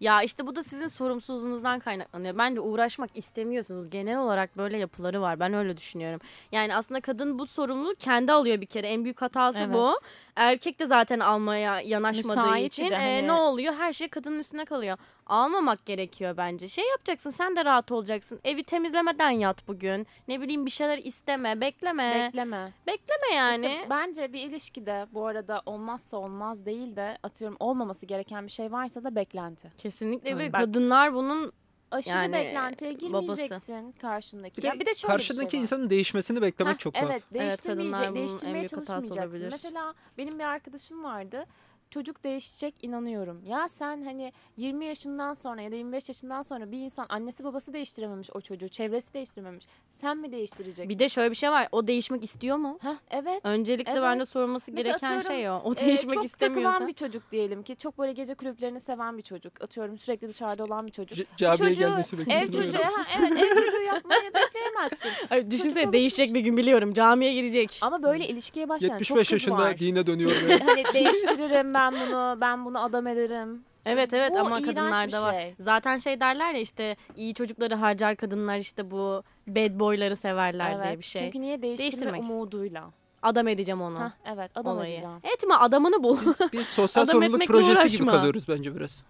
S1: Ya işte bu da sizin sorumsuzluğunuzdan kaynaklanıyor. Bence uğraşmak istemiyorsunuz. Genel olarak böyle yapıları var. Ben öyle düşünüyorum. Yani aslında kadın bu sorumluluğu kendi alıyor bir kere. En büyük hatası bu. Erkek de zaten almaya yanaşmadığı
S2: Müsait
S1: için
S2: bir de
S1: e,
S2: hani-
S1: ne oluyor? Her şey kadının üstüne kalıyor. Almamak gerekiyor bence. Şey yapacaksın sen de rahat olacaksın. Evi temizlemeden yat bugün. Ne bileyim bir şeyler isteme, bekleme.
S2: Ee, Bekleme.
S1: bekleme yani.
S2: İşte bence bir ilişkide bu arada olmazsa olmaz değil de atıyorum olmaması gereken bir şey varsa da beklenti.
S1: Kesinlikle ve
S2: Bak-
S1: kadınlar bunun
S2: Aşırı
S1: Yani,
S2: beklentiye
S1: babası.
S2: girmeyeceksin karşındaki.
S3: Bir de
S2: ya bir de şöyle
S3: Karşındaki
S2: bir şey var.
S3: insanın değişmesini beklemek
S2: Heh,
S3: çok tuhaf.
S2: Evet, değiştirmeyecek,
S1: kadınlar bunun en
S2: değiştirmeye
S1: büyük hatası
S2: çalışmayacaksın.
S1: olabilir.
S2: Mesela benim bir arkadaşım vardı. Çocuk değişecek inanıyorum. Ya sen hani 20 yaşından sonra ya da 25 yaşından sonra bir insan annesi babası değiştirememiş o çocuğu, çevresi değiştirememiş. Sen mi değiştireceksin?
S1: bir de şöyle bir şey var. O değişmek istiyor mu?
S2: Heh, evet.
S1: Öncelikle
S2: Evet.
S1: bence sorulması
S2: Mesela
S1: gereken
S2: atıyorum,
S1: şey o. O
S2: Ee,
S1: değişmek
S2: çok
S1: istemiyorsa.
S2: takılan bir çocuk diyelim ki çok böyle gece kulüplerini seven bir çocuk. Atıyorum sürekli dışarıda olan bir çocuk.
S3: C- camiye
S2: çocuğu,
S3: gelmesi
S2: Ev
S3: bekliyorsun.
S2: çocuğu, ha, evet ev çocuğu yapmayı bekleyemezsin.
S1: Hayır,
S2: Çocuk
S1: düşünsene
S2: olmuş.
S1: değişecek bir gün biliyorum. Camiye girecek.
S2: Ama böyle ilişkiye başlayan çok
S3: 75
S2: kız
S3: yaşında
S2: var.
S3: dine dönüyor.
S2: (laughs)
S3: böyle.
S2: hani değiştiririm ben bunu, ben bunu adam ederim.
S1: Evet evet
S2: Bu
S1: ama
S2: iğrenç bir
S1: kadınlarda var.
S2: şey.
S1: Zaten şey derler ya işte iyi çocukları harcar kadınlar işte bu bad boyları severler diye bir şey.
S2: Çünkü niye değiştirme
S1: Değiştirmek ist-
S2: umuduyla.
S1: Adam edeceğim onu.
S2: Hah, evet adam
S1: olayı.
S2: edeceğim.
S1: Etme adamını bul. (laughs)
S3: Biz sosyal
S1: Adam
S3: sorumluluk
S1: etmekle
S3: projesi gibi
S1: uğraşma.
S3: kalıyoruz
S1: (laughs)
S3: bence biraz.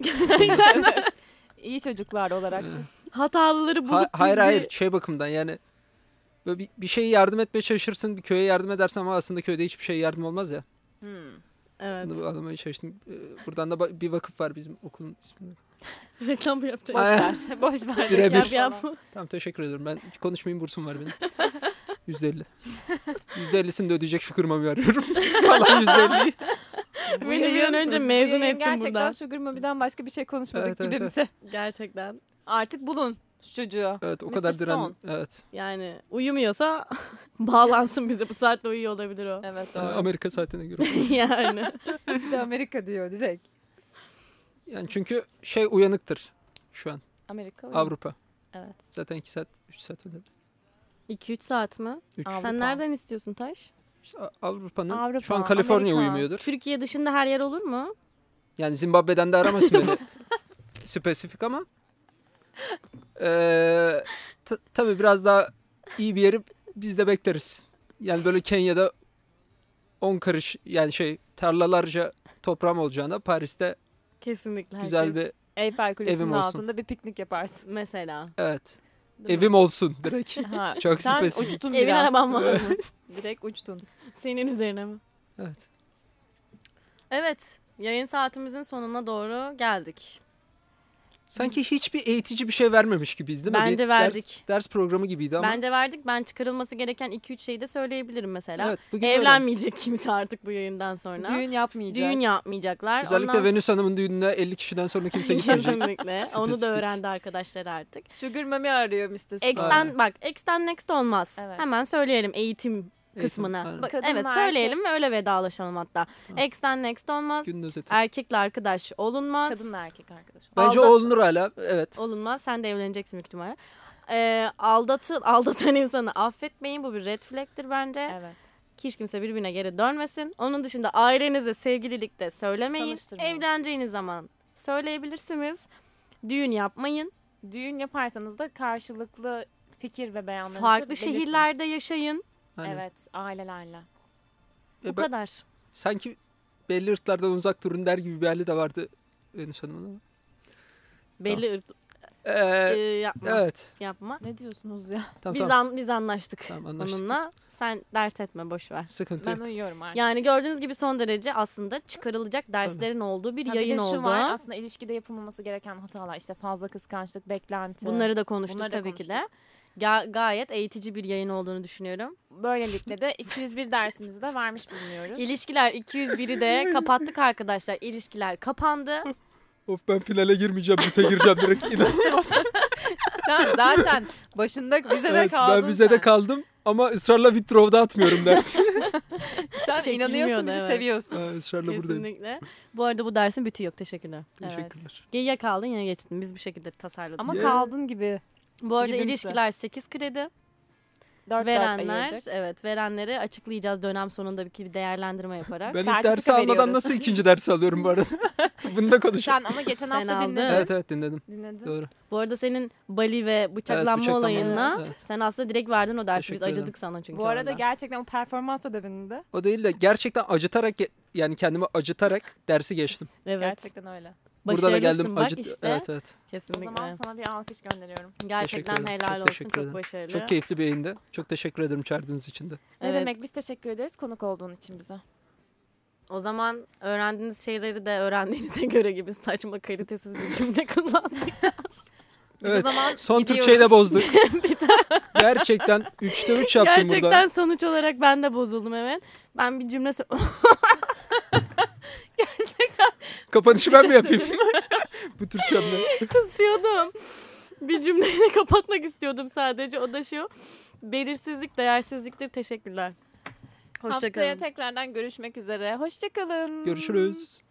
S2: İyi çocuklar olarak.
S1: Hmm. Hatalıları bulup
S3: Ha- hayır
S1: biz de-
S3: hayır şey bakımdan yani böyle bir, bir şeye yardım etmeye çalışırsın bir köye yardım edersen ama aslında köyde hiçbir şeye yardım olmaz ya.
S2: (laughs) Hmm.
S1: Evet.
S3: Bunu anlamaya çalıştım. Ee, Buradan da ba- bir vakıf var bizim okulun isminde.
S1: (laughs) Reklam mı yapacağız?
S2: (laughs)
S3: Ay,
S2: Boş ver.
S3: Birebir.
S1: Yap yap.
S3: Tamam teşekkür ederim. Ben hiç konuşmayayım bursum var
S1: (laughs)
S3: benim. Yüzde elli. Yüzde ellisini de ödeyecek şu kırmamı arıyorum. (laughs) Falan yüzde elli.
S1: Beni bir an önce mezun etsin
S2: Gerçekten
S1: buradan.
S2: Sugar Mummy'den başka bir şey konuşmadık
S3: Evet,
S2: gibi
S3: evet,
S2: bize.
S1: (laughs) Gerçekten.
S2: Artık bulun şu çocuğu.
S3: Evet o
S2: Mr.
S3: kadar
S2: Stone.
S3: direndim. Evet.
S1: Yani uyumuyorsa (laughs) bağlansın bize. Bu saatte uyuyor olabilir o. (laughs)
S2: Evet
S3: Ee,
S2: doğru.
S3: Amerika saatine göre.
S2: (laughs)
S1: yani.
S2: Bir de Amerika diyor direkt.
S3: Yani çünkü şey uyanıktır şu an.
S2: Amerika mı?
S3: Avrupa.
S2: Evet.
S3: Zaten 2 saat 3 saat önemli.
S1: 2-3 saat mi?
S3: Üç.
S2: Avrupa.
S1: Sen nereden istiyorsun Taş?
S3: İşte A- Avrupa'nın şu an
S2: Avrupa,
S3: Kaliforniya
S2: Amerika.
S3: uyumuyordur.
S1: Türkiye dışında her yer olur mu?
S3: Yani Zimbabwe'den de aramasın
S1: (laughs)
S3: beni. Spesifik ama. Ee, ta- tabii biraz daha iyi bir yeri biz de bekleriz. Yani böyle Kenya'da 10 karış yani şey tarlalarca toprağım olacağına Paris'te
S1: Kesinlikle.
S3: güzel
S1: herkes.
S3: bir
S2: Eyfel Kulesi'nin
S3: Evim olsun.
S2: altında bir piknik yaparsın.
S1: Mesela.
S3: evet
S2: Değil mi?
S3: evim olsun (laughs) direkt.
S2: Ha,
S3: Çok
S2: sen
S3: spesifik.
S2: uçtun
S1: Evin
S2: biraz.
S1: araban var
S2: Direkt uçtun.
S1: Senin üzerine mi?
S3: Evet.
S1: Evet. Yayın saatimizin sonuna doğru geldik.
S3: Sanki hiçbir eğitici bir şey vermemiş gibiyiz değil mi?
S1: Bence
S3: Bir
S1: verdik.
S3: Ders, ders programı gibiydi ama.
S1: Bence verdik. Ben çıkarılması gereken 2-3 şeyi de söyleyebilirim mesela.
S3: Evet, bugün öğrendim.
S1: Evlenmeyecek kimse artık bu yayından sonra.
S7: Düğün yapmayacak.
S1: Düğün yapmayacaklar.
S3: Özellikle
S1: Ondan
S3: Venüs Hanım'ın düğününe 50 kişiden
S1: (laughs)
S3: sonra kimse gitmeyecek.
S1: Kesinlikle. Onu
S3: (laughs) Spesifik.
S1: da öğrendi arkadaşlar artık.
S7: Sugar Mami arıyor Mr. Stone.
S1: X'ten bak X'ten next olmaz.
S2: Evet.
S1: Hemen söyleyelim eğitim kısmına.
S3: aynen.
S1: Bak,
S2: Kadın
S1: evet
S2: ve
S1: söyleyelim ve öyle vedalaşalım hatta.
S3: Tamam.
S1: X'ten next olmaz.
S3: Günün özeti.
S1: Erkekle arkadaş olunmaz.
S2: Kadınla erkek arkadaş.
S3: Bence
S1: Aldat-
S3: o olunur hala. Evet.
S1: Olunmaz. Sen de evleneceksin büyük ihtimalle. Ee, aldatı, aldatan insanı affetmeyin. Bu bir red flag'tir bence.
S2: Evet.
S1: Hiç kimse birbirine geri dönmesin. Onun dışında ailenize sevgililikte söylemeyin.
S2: Tanıştırmayın.
S1: Evleneceğiniz zaman söyleyebilirsiniz. Düğün yapmayın.
S2: Düğün yaparsanız da karşılıklı fikir ve beyanlarınızı
S1: Farklı
S2: belirtin.
S1: şehirlerde yaşayın.
S3: Aynen.
S2: Evet ailelerle.
S1: Bu
S3: E ben-
S1: kadar.
S3: Sanki belli ırklardan uzak durun der gibi bir hali de vardı Venüs Hanım'ın ama.
S1: Belli ırk
S3: Ee,
S1: Ee, yapma.
S3: evet.
S1: Yapma.
S2: Ne diyorsunuz ya?
S3: Tamam
S1: biz
S3: tamam.
S1: an- biz anlaştık,
S3: Tamam, anlaştık
S1: onunla. Sen dert etme boş ver.
S3: Sıkıntı
S2: Ben
S3: yok.
S2: uyuyorum artık.
S1: Yani gördüğünüz gibi son derece aslında çıkarılacak derslerin olduğu bir
S2: Ha,
S1: yayın
S2: bir de şu
S1: oldu.
S2: var aslında ilişkide yapılmaması gereken hatalar işte fazla kıskançlık, beklenti.
S1: Bunları da konuştuk
S2: Bunları da
S1: tabii ki de. Ga- gayet eğitici bir yayın olduğunu düşünüyorum.
S2: Böylelikle de 201 dersimizi de vermiş bulunuyoruz.
S1: İlişkiler 201'i
S3: (laughs)
S1: de kapattık arkadaşlar. İlişkiler kapandı.
S3: Of ben finale girmeyeceğim. Büte gireceğim
S1: (laughs)
S3: direkt. İnanılmaz.
S7: Sen zaten başında bize de
S3: Evet,
S7: kaldın
S3: ben vizede
S7: sen.
S3: kaldım ama ısrarla withdraw'da atmıyorum dersi.
S1: (laughs)
S7: Sen
S1: Çekilmiyordu,
S7: inanıyorsun bizi
S1: evet.
S7: seviyorsun.
S3: Ha, ısrarla buradayım.
S1: Kesinlikle. Bu arada bu dersin bütü yok. Teşekkürler.
S2: Evet.
S3: Teşekkürler.
S1: Ya kaldın ya geçtin. Biz bir şekilde tasarladık.
S2: Ama
S3: Yeah.
S2: kaldın gibi.
S1: bu arada
S2: gidimse.
S1: ilişkiler 8 kredi.
S2: 4
S1: Verenler evet verenleri açıklayacağız dönem sonundaki bir değerlendirme yaparak.
S3: Ben ilk
S2: Sertifika
S3: dersi almadan
S2: veriyoruz.
S3: nasıl ikinci dersi alıyorum
S1: (laughs)
S3: bu arada? Bunu da konuşalım.
S2: Sen ama geçen
S1: Sen
S2: hafta
S1: aldın.
S2: dinledin.
S3: Evet evet dinledim.
S2: Dinledin.
S3: Doğru.
S1: Bu arada senin Bali ve bıçaklanma,
S3: bıçaklanma,
S1: olayına
S3: evet.
S1: sen aslında direkt verdin o dersi.
S3: Teşekkür
S1: Biz
S3: ederim.
S1: acıdık sana çünkü.
S2: Bu arada
S1: orada.
S2: gerçekten o performans ödevinde.
S3: O değil de gerçekten acıtarak ge- yani kendimi acıtarak dersi geçtim.
S1: evet.
S2: Gerçekten öyle.
S3: Burada da
S1: Başarılısın
S3: geldim
S1: bak
S3: acıt.
S1: işte.
S3: Evet evet.
S2: O
S1: Kesinlikle.
S2: zaman sana bir alkış gönderiyorum.
S1: Gerçekten
S3: Teşekkür ederim.
S1: helal
S3: Çok
S1: olsun.
S3: teşekkür
S1: Çok
S3: ederim.
S1: başarılı.
S3: Çok keyifli bir yayındı. Çok teşekkür ederim çağırdığınız için de.
S2: Ne
S1: Evet.
S2: demek biz teşekkür ederiz konuk olduğun için bize.
S1: O zaman öğrendiğiniz şeyleri de öğrendiğinize (laughs) göre gibi saçma kalitesiz bir cümle kullandık.
S2: Biz
S3: Evet.
S2: o zaman
S3: Son
S2: gidiyoruz. (laughs)
S3: Türkçeyi de bozduk. Gerçekten 3'te 3 yaptım
S1: Gerçekten
S3: burada.
S1: sonuç olarak ben de bozuldum evet. Ben bir cümle (laughs) sö-
S3: Kapanışı ben mi yapayım? (laughs) Bu Türkçemle.
S1: kısıyordum. bir cümleyle kapatmak istiyordum sadece. O da şu. Belirsizlik değersizliktir. Teşekkürler.
S2: Haftaya
S1: Hoşçakalın.
S2: tekrardan görüşmek üzere. Hoşçakalın.
S3: Görüşürüz.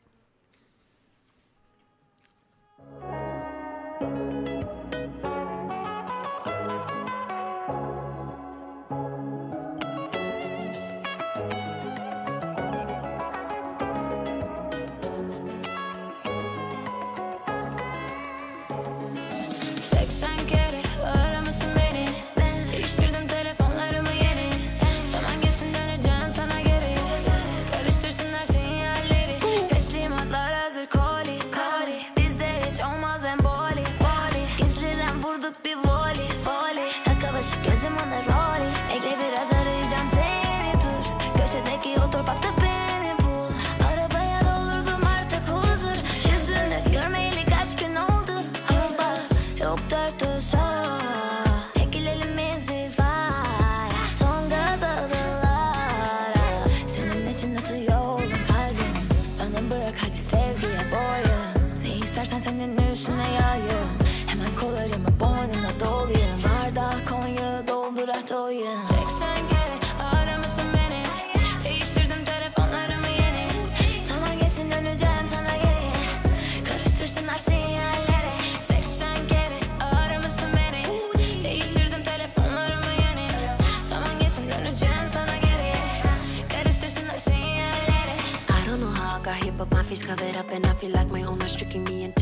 S8: Seksen kere aramasın beni Değiştirdim telefonlarımı yeni Zaman geçsin döneceğim sana geri Karıştırsınlar sinyalleri Teslimatlar hazır koli koli Bizde hiç olmaz emboli boli Gizliden vurduk bir voli voli Taka başı gözüm ona roli Bekle biraz arayacağım seni dur Köşedeki o torpakta beni bul Arabaya doldurdum artık huzur Yüzünü görmeyeli kaç gün oldu Ama bak yok dert olsa Tekil elimiz ifade Son gaz aldılar Senin için atıyor oğlum kalbim Bana bırak hadi sevgiye boyun Ne istersen senin üstüne yayın Hemen kollarımı boynuna dolayım Arda Konya doldur at oyun 80 kere aramasın beni Değiştirdim telefonlarımı yeni Zaman geçsin döneceğim sana geri Karıştırsınlar sinyallere 80 kere aramasın beni Değiştirdim telefonlarımı yeni Zaman geçsin döneceğim sana geri Karıştırsınlar sinyallere I don't know how I got here but my face covered up and I feel like my own eyes tricking me into